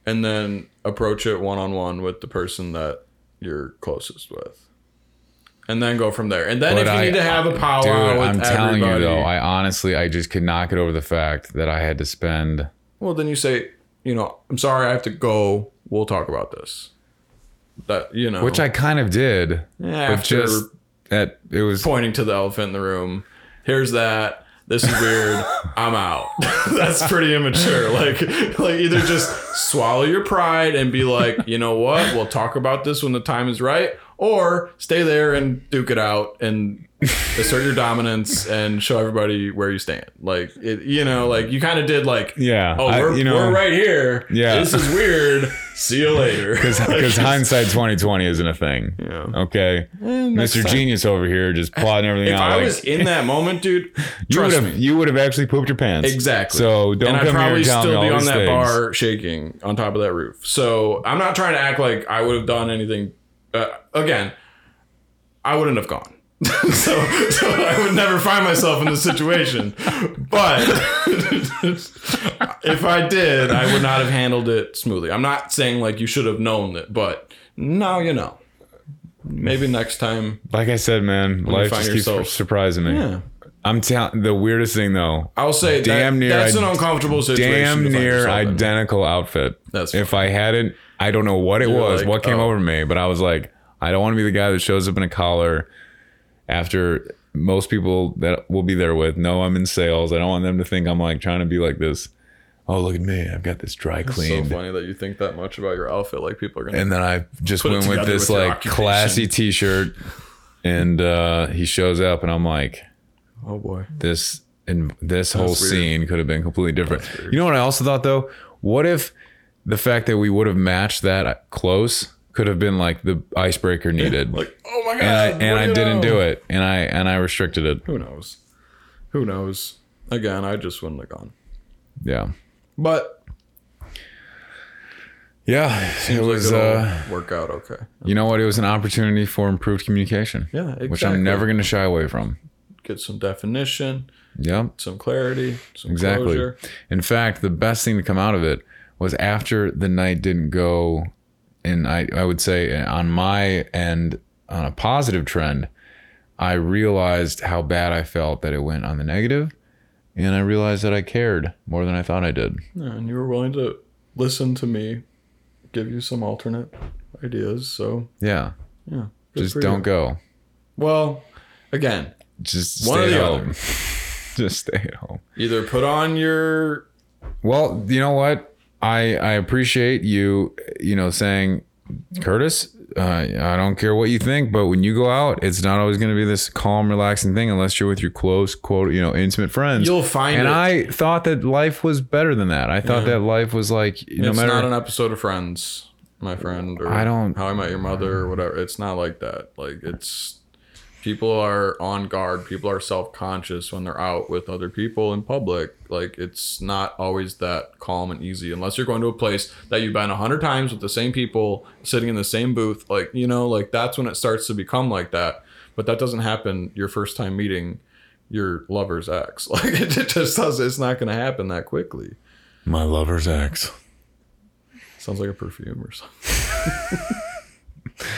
B: and then approach it one on one with the person that you're closest with, and then go from there. And then
A: But
B: if you
A: I-
B: need to have a powwow
A: Dude,
B: with
A: I'm telling you
B: everybody,
A: though, I honestly, I just could not get over the fact that I had to spend.
B: well, then you say, you know, I'm sorry, I have to go. We'll talk about this. That you know,
A: Which I kind of did, but
B: after
A: just that it was. [laughs]
B: pointing to the elephant in the room. Here's that. This is
A: [laughs]
B: weird. I'm out. [laughs] That's pretty immature. Like, like either just swallow your pride and be like, you know what? We'll talk about this when the time is right, or stay there and duke it out and assert your dominance and show everybody where you stand. Like, it, you know, like you kind of did. Like,
A: Yeah,
B: Oh,
A: I-
B: we're,
A: you know-
B: we're right here.
A: Yeah.
B: this is weird. See you
A: [laughs]
B: later. [laughs]
A: Because hindsight 2020 isn't a thing.
B: Yeah.
A: Okay. Mr. Genius over here just plotting everything
B: if
A: out.
B: I
A: like,
B: was in that moment, dude,
A: [laughs] you would
B: trust me.
A: have you would have actually pooped your pants.
B: Exactly.
A: So don't
B: and
A: come
B: I'd
A: here
B: probably
A: and tell me
B: still
A: all
B: be on
A: these
B: that
A: things.
B: bar shaking on top of that roof. So I'm not trying to act like I would have done anything. Uh, again, I wouldn't have gone. [laughs] so, so I would never find myself in this situation. But if I did, I would not have handled it smoothly. I'm not saying like you should have known it, but now you know. Maybe next time.
A: Like I said, man, life
B: find
A: just keeps
B: yourself-
A: surprising me. I'm telling the weirdest thing though.
B: I'll say
A: Damn
B: that,
A: near
B: that's
A: I-
B: an uncomfortable situation. to
A: damn
B: find
A: near
B: yourself in.
A: identical outfit.
B: That's
A: if I hadn't, I don't know what it was,
B: like,
A: what came
B: oh.
A: over me, but I was like, I don't want to be the guy that shows up in a collar after most people that will be there with know I'm in sales. I don't want them to think I'm like trying to be like this. Oh, look at me. I've got this dry
B: so
A: cleaned.
B: funny that you think that much about your outfit. Like people are gonna.
A: and then I just
B: Put it
A: went with
B: together
A: this
B: with your
A: like
B: occupation.
A: classy t shirt. And uh, he shows up, and I'm like,
B: oh boy.
A: this and this whole
B: weird.
A: scene could have been completely different. You know what I also thought though? What if the fact that we would have matched that close could have been like the icebreaker needed,
B: Like oh my god.
A: and I and I didn't do
B: it.
A: it, and I and I restricted it.
B: Who knows? Who knows? Again, I just wouldn't have gone.
A: Yeah,
B: But
A: yeah. it
B: seems like
A: was,
B: it'll
A: uh,
B: work out okay.
A: you know what? It was an opportunity for improved communication.
B: Yeah,
A: which I'm
B: exactly.
A: never going to shy away from.
B: Get some definition,
A: Yeah,
B: some clarity, some
A: exactly.
B: closure.
A: In fact, the best thing to come out of it was after the night didn't go, and I, I would say on my end, on a positive trend, I realized how bad I felt that it went on the negative, and I realized that I cared more than I thought I did.
B: Yeah, and you were willing to listen to me, give you some alternate ideas. So
A: Yeah,
B: yeah, good
A: just
B: for
A: don't
B: you.
A: go.
B: Well, again,
A: Just
B: One or
A: stay
B: the
A: at
B: other.
A: home. [laughs] just stay at home.
B: either put on your
A: Well, you know what? I I appreciate you, you know, saying, Curtis, uh, I don't care what you think, but when you go out, it's not always going to be this calm, relaxing thing unless you're with your close, quote, you know, intimate friends.
B: You'll find
A: and
B: it.
A: I thought that life was better than that. I thought that life was like, no
B: it's
A: matter.
B: not an episode of Friends, my friend. Or
A: I don't-
B: How I Met Your Mother or whatever. It's not like that. Like it's people are on guard people are self-conscious when they're out with other people in public like it's not always that calm and easy unless you're going to a place that you've been a hundred times with the same people sitting in the same booth like you know like that's when it starts to become like that but that doesn't happen your first time meeting your lover's ex [laughs] like it just does it's not going to happen that quickly
A: My lover's ex.
B: sounds like a perfume or something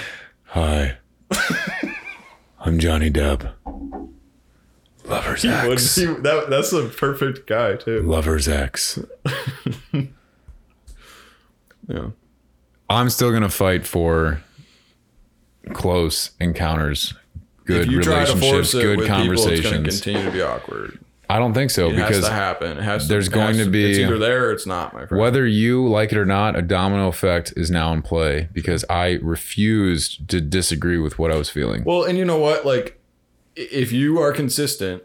B: [laughs]
A: Hi. I'm Johnny Depp. Lover's ex.
B: that, that's the perfect guy too
A: Lover's ex.
B: yeah
A: I'm still going to fight for close encounters, good
B: if you try to
A: relationships,
B: force it
A: good
B: with people,
A: conversations.
B: it's going to continue to be awkward.
A: I don't think so
B: It has
A: because
B: to happen. It has to,
A: there's
B: it
A: going
B: has
A: to be-
B: It's either there or it's not, my friend.
A: Whether you like it or not, a domino effect is now in play because I refused to disagree with what I was feeling.
B: Well, and you know what? Like, i- if you are consistent,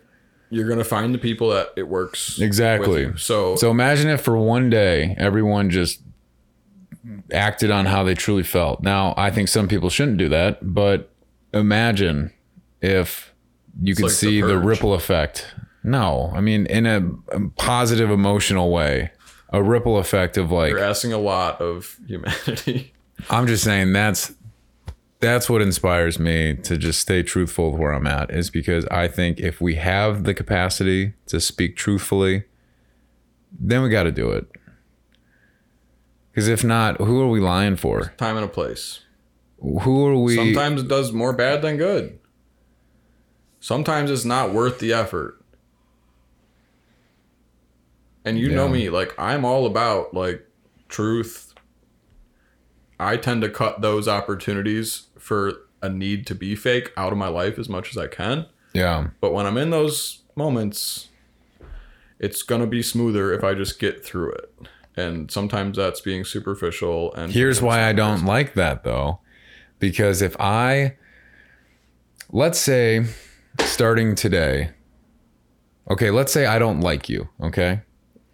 B: you're going to find the people that it works with
A: Exactly.
B: you. So,
A: So imagine if for one day everyone just acted on how they truly felt. Now, I think some people shouldn't do that, but imagine if you could
B: like the
A: see the,
B: purge.
A: ripple effect. No, I mean, in a um, positive emotional way, a ripple effect of like,
B: you're asking a lot of humanity. [laughs]
A: I'm just saying that's that's what inspires me to just stay truthful with where I'm at is because I think if we have the capacity to speak truthfully, then we got to do it. Because if not, who are we lying for?
B: Time and a place.
A: Who are we?
B: Sometimes it does more bad than good. Sometimes it's not worth the effort. And you know
A: Yeah.
B: me, like I'm all about like truth. I tend to cut those opportunities for a need to be fake out of my life as much as I can.
A: yeah,
B: But when I'm in those moments, it's going to be smoother if I just get through it. And sometimes that's being superficial and
A: Here's why I don't like that though. Because if I, let's say, starting today, okay, let's say I don't like you, okay?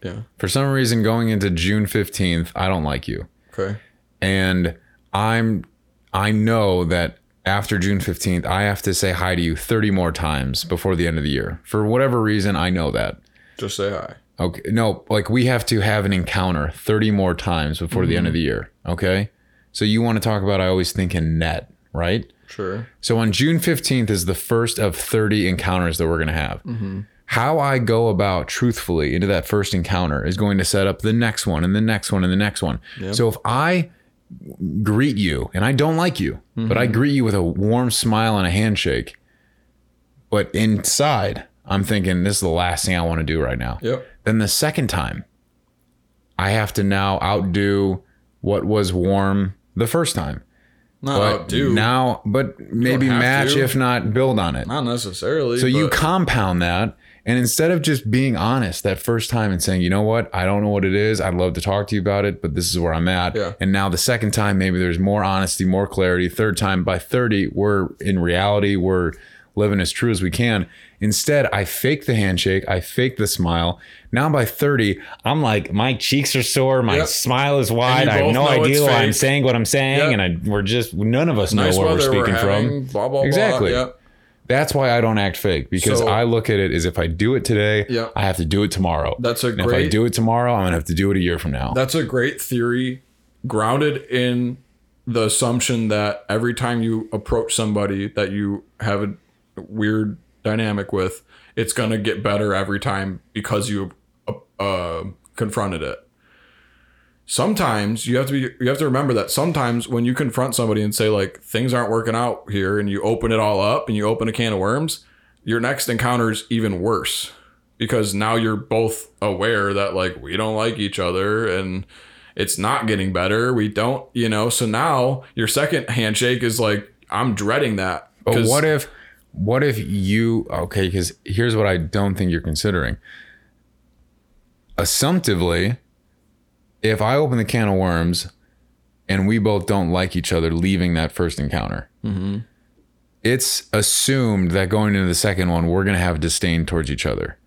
B: yeah.
A: For some reason, going into June 15th, I don't like you.
B: Okay.
A: And I'm, I know that after June 15th, I have to say hi to you 30 more times before the end of the year. For whatever reason, I know that.
B: Just say hi.
A: Okay. No, like we have to have an encounter 30 more times before the end of the year. Okay. So you want to talk about, I always think in net, right?
B: Sure.
A: So on June 15th is the first of 30 encounters that we're going to have. How I go about truthfully into that first encounter is going to set up the next one and the next one and the next one. So if I greet you and I don't like you, but I greet you with a warm smile and a handshake, but inside I'm thinking this is the last thing I want to do right now.
B: Yep.
A: Then the second time, I have to now outdo what was warm the first time.
B: Not
A: But
B: outdo.
A: now, but maybe
B: have
A: match
B: to.
A: if not build on it.
B: Not necessarily.
A: So you
B: but
A: compound that, and instead of just being honest that first time and saying, you know what, I don't know what it is. I'd love to talk to you about it, but this is where I'm at.
B: Yeah.
A: And now the second time, maybe there's more honesty, more clarity. Third time, by 30, we're in reality. We're living as true as we can. Instead, I fake the handshake. I fake the smile. Now by 30, I'm like, my cheeks are sore. My
B: Yep.
A: smile is wide.
B: you
A: I have
B: both
A: no
B: know
A: idea
B: it's
A: why I'm
B: fake.
A: saying what I'm saying.
B: Yep.
A: And I, we're just, none of us
B: nice
A: know where we're
B: weather
A: speaking
B: we're
A: from.
B: having, Blah blah
A: Exactly.
B: blah. Yep.
A: That's why I don't act fake because
B: So-
A: I look at it as if I do it today,
B: Yeah.
A: I have to do it tomorrow.
B: That's a
A: and If I
B: great-
A: do it tomorrow, I'm gonna have to do it a year from now.
B: That's a great theory, grounded in the assumption that every time you approach somebody that you have a weird dynamic with, it's gonna get better every time because you uh, confronted it. sometimes you have to be you have to remember that sometimes when you confront somebody and say like things aren't working out here and you open it all up and you open a can of worms your next encounter is even worse because now you're both aware that like we don't like each other and it's not getting better we don't you know so now your second handshake is like i'm dreading that
A: but
B: 'Cause-
A: what if what if you okay, because here's what I don't think you're considering. Assumptively, if I open the can of worms and we both don't like each other leaving that first encounter,
B: Mm-hmm.
A: it's assumed that going into the second one, we're going to have disdain towards each other.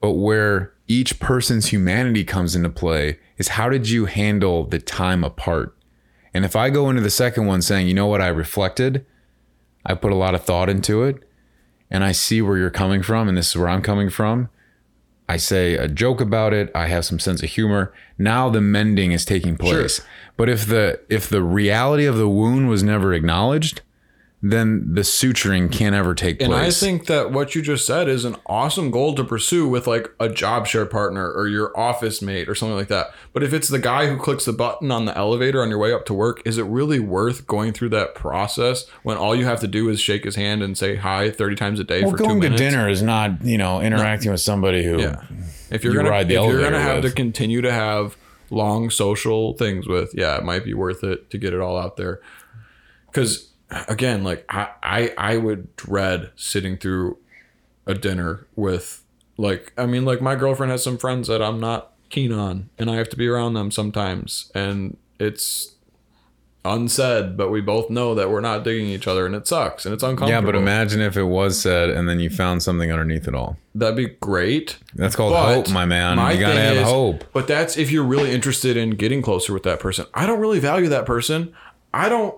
A: But where each person's humanity comes into play is how did you handle the time apart? And if I go into the second one saying, you know what, I reflected, I put a lot of thought into it,
C: and I see where you're coming from, and this is where I'm coming from. I say a joke about it. I have some sense of humor. Now the mending is taking place. But if the if the reality of the wound was never acknowledged, then the suturing can't ever take place.
B: And I think that what you just said is an awesome goal to pursue with like a job share partner or your office mate or something like that. But if it's the guy who clicks the button on the elevator on your way up to work, is it really worth going through that process when all you have to do is shake his hand and say hi 30 times a day
C: well,
B: for two
C: going to
B: minutes?
C: dinner is not you know interacting with somebody who
B: Yeah. If you're
C: You
B: gonna
C: ride the
B: if you're
C: elevator
B: gonna have
C: with.
B: to continue to have long social things with, yeah, it might be worth it to get it all out there. Because again, like I, I I would dread sitting through a dinner with like I mean like my girlfriend has some friends that I'm not keen on, and I have to be around them sometimes, and it's unsaid, but we both know that we're not digging each other, and it sucks, and it's uncomfortable.
C: yeah. But imagine if it was said, and then you found something underneath it all.
B: that'd be great.
C: That's called
B: But
C: hope, my man. you gotta
B: thing
C: have
B: is-
C: hope.
B: But that's if you're really interested in getting closer with that person. I don't really value that person. I don't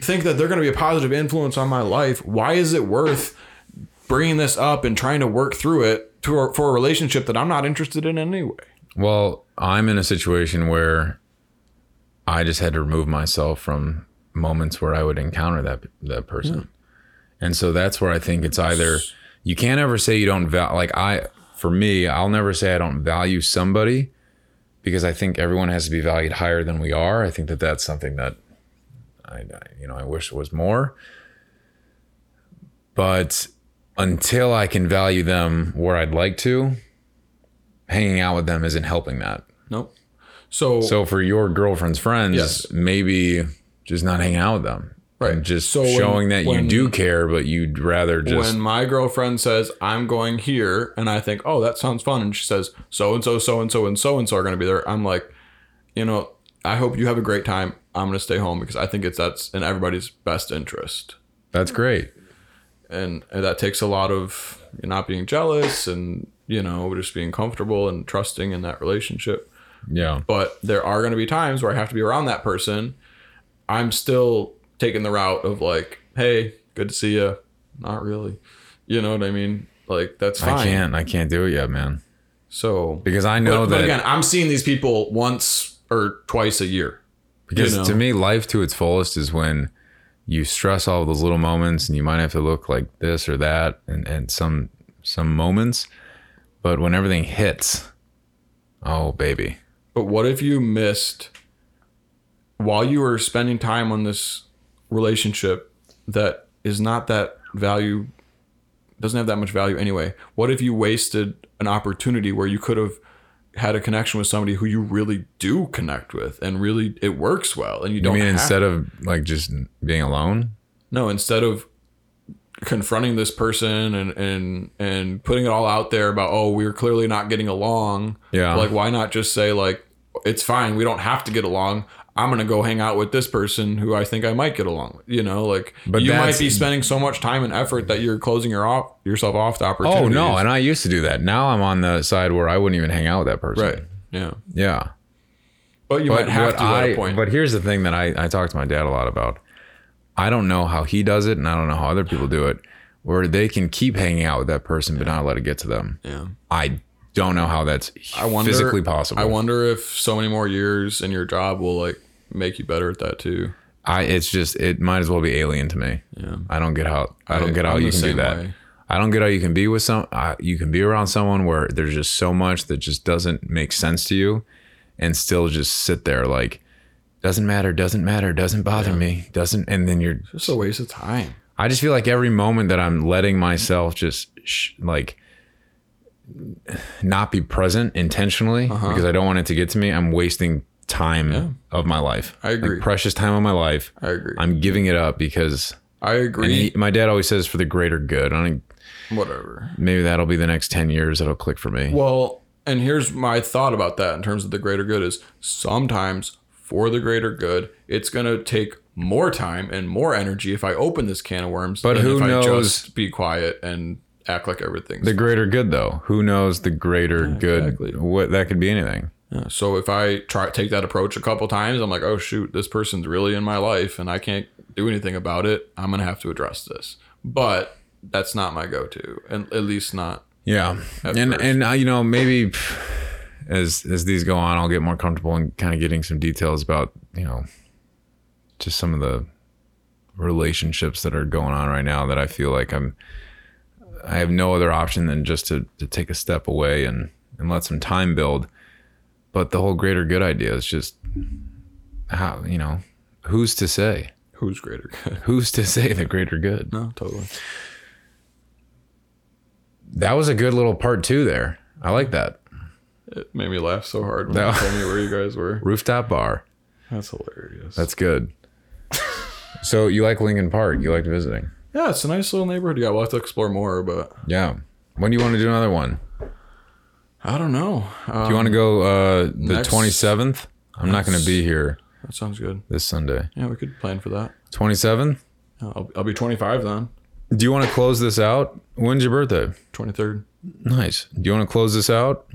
B: think that they're going to be a positive influence on my life. Why is it worth bringing this up and trying to work through it to, for a relationship that I'm not interested in anyway?
A: Well, I'm in a situation where I just had to remove myself from moments where I would encounter that that person. And so that's where I think it's either you can't ever say you don't value like I for me, I'll never say I don't value somebody because I think everyone has to be valued higher than we are. I think that that's something that I I- you know, I wish was more. But until I can value them where I'd like to, hanging out with them isn't helping that.
B: Nope. So,
A: So for your girlfriend's friends,
B: Yes.
A: maybe just not hanging out with them.
B: Right.
A: And just
B: So when-
A: showing that
B: when-
A: you do care, but you'd rather just
B: when my girlfriend says I'm going here, and I think, oh, that sounds fun, and she says so and so, so and so, and so and so are going to be there, I'm like, you know, I hope you have a great time. I'm going to stay home because I think it's that's in everybody's best interest,
A: that's great.
B: and, and that takes a lot of not being jealous and you know just being comfortable and trusting in that relationship
A: Yeah.
B: but there are going to be times where I have to be around that person. I'm still taking the route of like, hey, good to see you. Not really. You know what I mean? Like that's fine.
A: I can't I can't do it yet, man.
B: So,
A: Because I
B: but,
A: know
B: but
A: that
B: again, I'm seeing these people once or twice a year.
A: because
B: you know.
A: to me, life to its fullest is when you stress all those little moments and you might have to look like this or that and, and some some moments. But when everything hits, oh baby.
B: But what if you missed while you were spending time on this relationship that is not that value doesn't have that much value anyway. What if you wasted an opportunity where you could have had a connection with somebody who you really do connect with and really it works well and you
A: You
B: don't
A: mean
B: have-
A: instead of like just being alone?
B: no, instead of confronting this person and and and putting it all out there about oh we're clearly not getting along.
A: Yeah.
B: Like why not just say like it's fine, we don't have to get along. I'm gonna go hang out with this person who I think I might get along with. You know, like
A: But
B: you might
A: that's-
B: be spending so much time and effort that you're closing your off yourself off to opportunities.
A: Oh no, and I used to do that. Now I'm on the side where I wouldn't even hang out with that person.
B: right. Yeah.
A: Yeah.
B: But you
A: But
B: might have
A: what
B: to at
A: I
B: a point.
A: but here's the thing that I, I talk to my dad a lot about. I don't know how he does it and I don't know how other people do it, where they can keep hanging out with that person but not let it get to them.
B: yeah.
A: I don't know how that's
B: I wonder
A: physically possible.
B: I wonder if so many more years in your job will like make you better at that too.
A: I it's just it might as well be alien to me.
B: Yeah.
A: I don't get how I don't
B: I-
A: get how
B: I'm
A: you
B: the
A: can do
B: same
A: that.
B: way.
A: I don't get how you can be with some uh, you can be around someone where there's just so much that just doesn't make sense to you and still just sit there like doesn't matter, doesn't matter, doesn't bother me, doesn't and then you're
B: Just a waste of time.
A: I just feel like every moment that I'm letting myself just sh- like not be present intentionally
B: Uh-huh.
A: because I don't want it to get to me, I'm wasting time of my life.
B: I agree.
A: Like, precious time of my life.
B: I agree.
A: I'm giving it up because
B: I
A: and
B: agree.
A: he, my dad always says for the greater good. I think
B: Whatever.
A: maybe that'll be the next 10 years that'll click for me.
B: Well, and here's my thought about that in terms of the greater good is sometimes for the greater good, it's going to take more time and more energy if I open this can of worms.
A: But
B: than
A: who
B: if
A: knows-
B: I just be quiet and act like everything's
A: the greater good though. Who knows the greater good?
B: exactly.
A: What that could be anything.
B: Yeah, So if I try take that approach a couple times, I'm like, oh shoot, this person's really in my life and I can't do anything about it. I'm gonna have to address this. But that's not my go-to, and at least not.
A: Yeah,
B: At
A: and
B: first.
A: and I, you know maybe pff, as as these go on, I'll get more comfortable in kind of getting some details about you know just some of the relationships that are going on right now that I feel like I'm I have no other option than just to to take a step away and and let some time build. But the whole greater good idea is just how you know who's to say
B: Who's greater? good?
A: who's to [laughs] say the greater good.
B: [laughs] no, totally.
A: That was a good little part two there. I like that
B: It made me laugh so hard when
A: No.
B: you told me where you guys were.
A: rooftop bar.
B: That's
A: [laughs]
B: hilarious.
A: That's good. so you like Lincoln Park? You liked visiting?
B: yeah, it's a nice little neighborhood. Yeah, we'll have to explore more, but
A: Yeah. When do you want to do another one?
B: I don't know. Uh,
A: Do you want to go uh, the
B: next-
A: twenty seventh? I'm not going to be here
B: that sounds good.
A: this Sunday.
B: Yeah, we could plan for that.
A: Twenty seventh.
B: Yeah, I'll, I'll be 25 then,
A: Do you want to close this out? When's your birthday?
B: 23rd.
A: Nice. Do you want to close this out?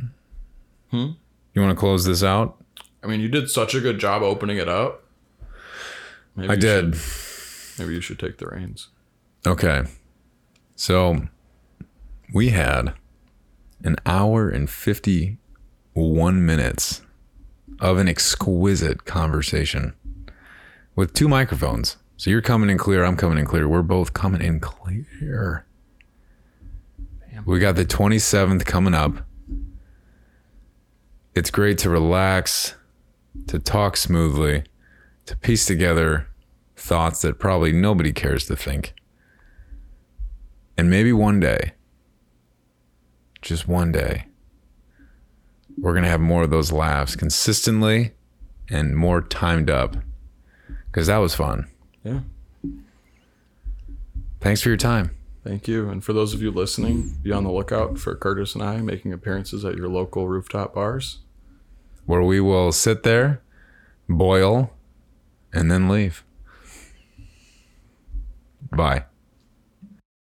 A: Hmm. You want to close this out?
B: I mean, you did such a good job opening it up. Maybe
A: I
B: you
A: did.
B: should- maybe you should take the reins.
A: Okay. So we had an hour and 51 minutes of an exquisite conversation with two microphones. So you're coming in clear, I'm coming in clear. We're both coming in clear. We got the 27th coming up. It's great to relax, to talk smoothly, to piece together thoughts that probably nobody cares to think. And maybe one day, just one day, we're going to have more of those laughs consistently and more timed up because that was fun.
B: Yeah.
A: Thanks for your time.
B: Thank you. And for those of you listening, be on the lookout for Curtis and I making appearances at your local rooftop bars.
A: Where we will sit there, boil, and then leave. Bye.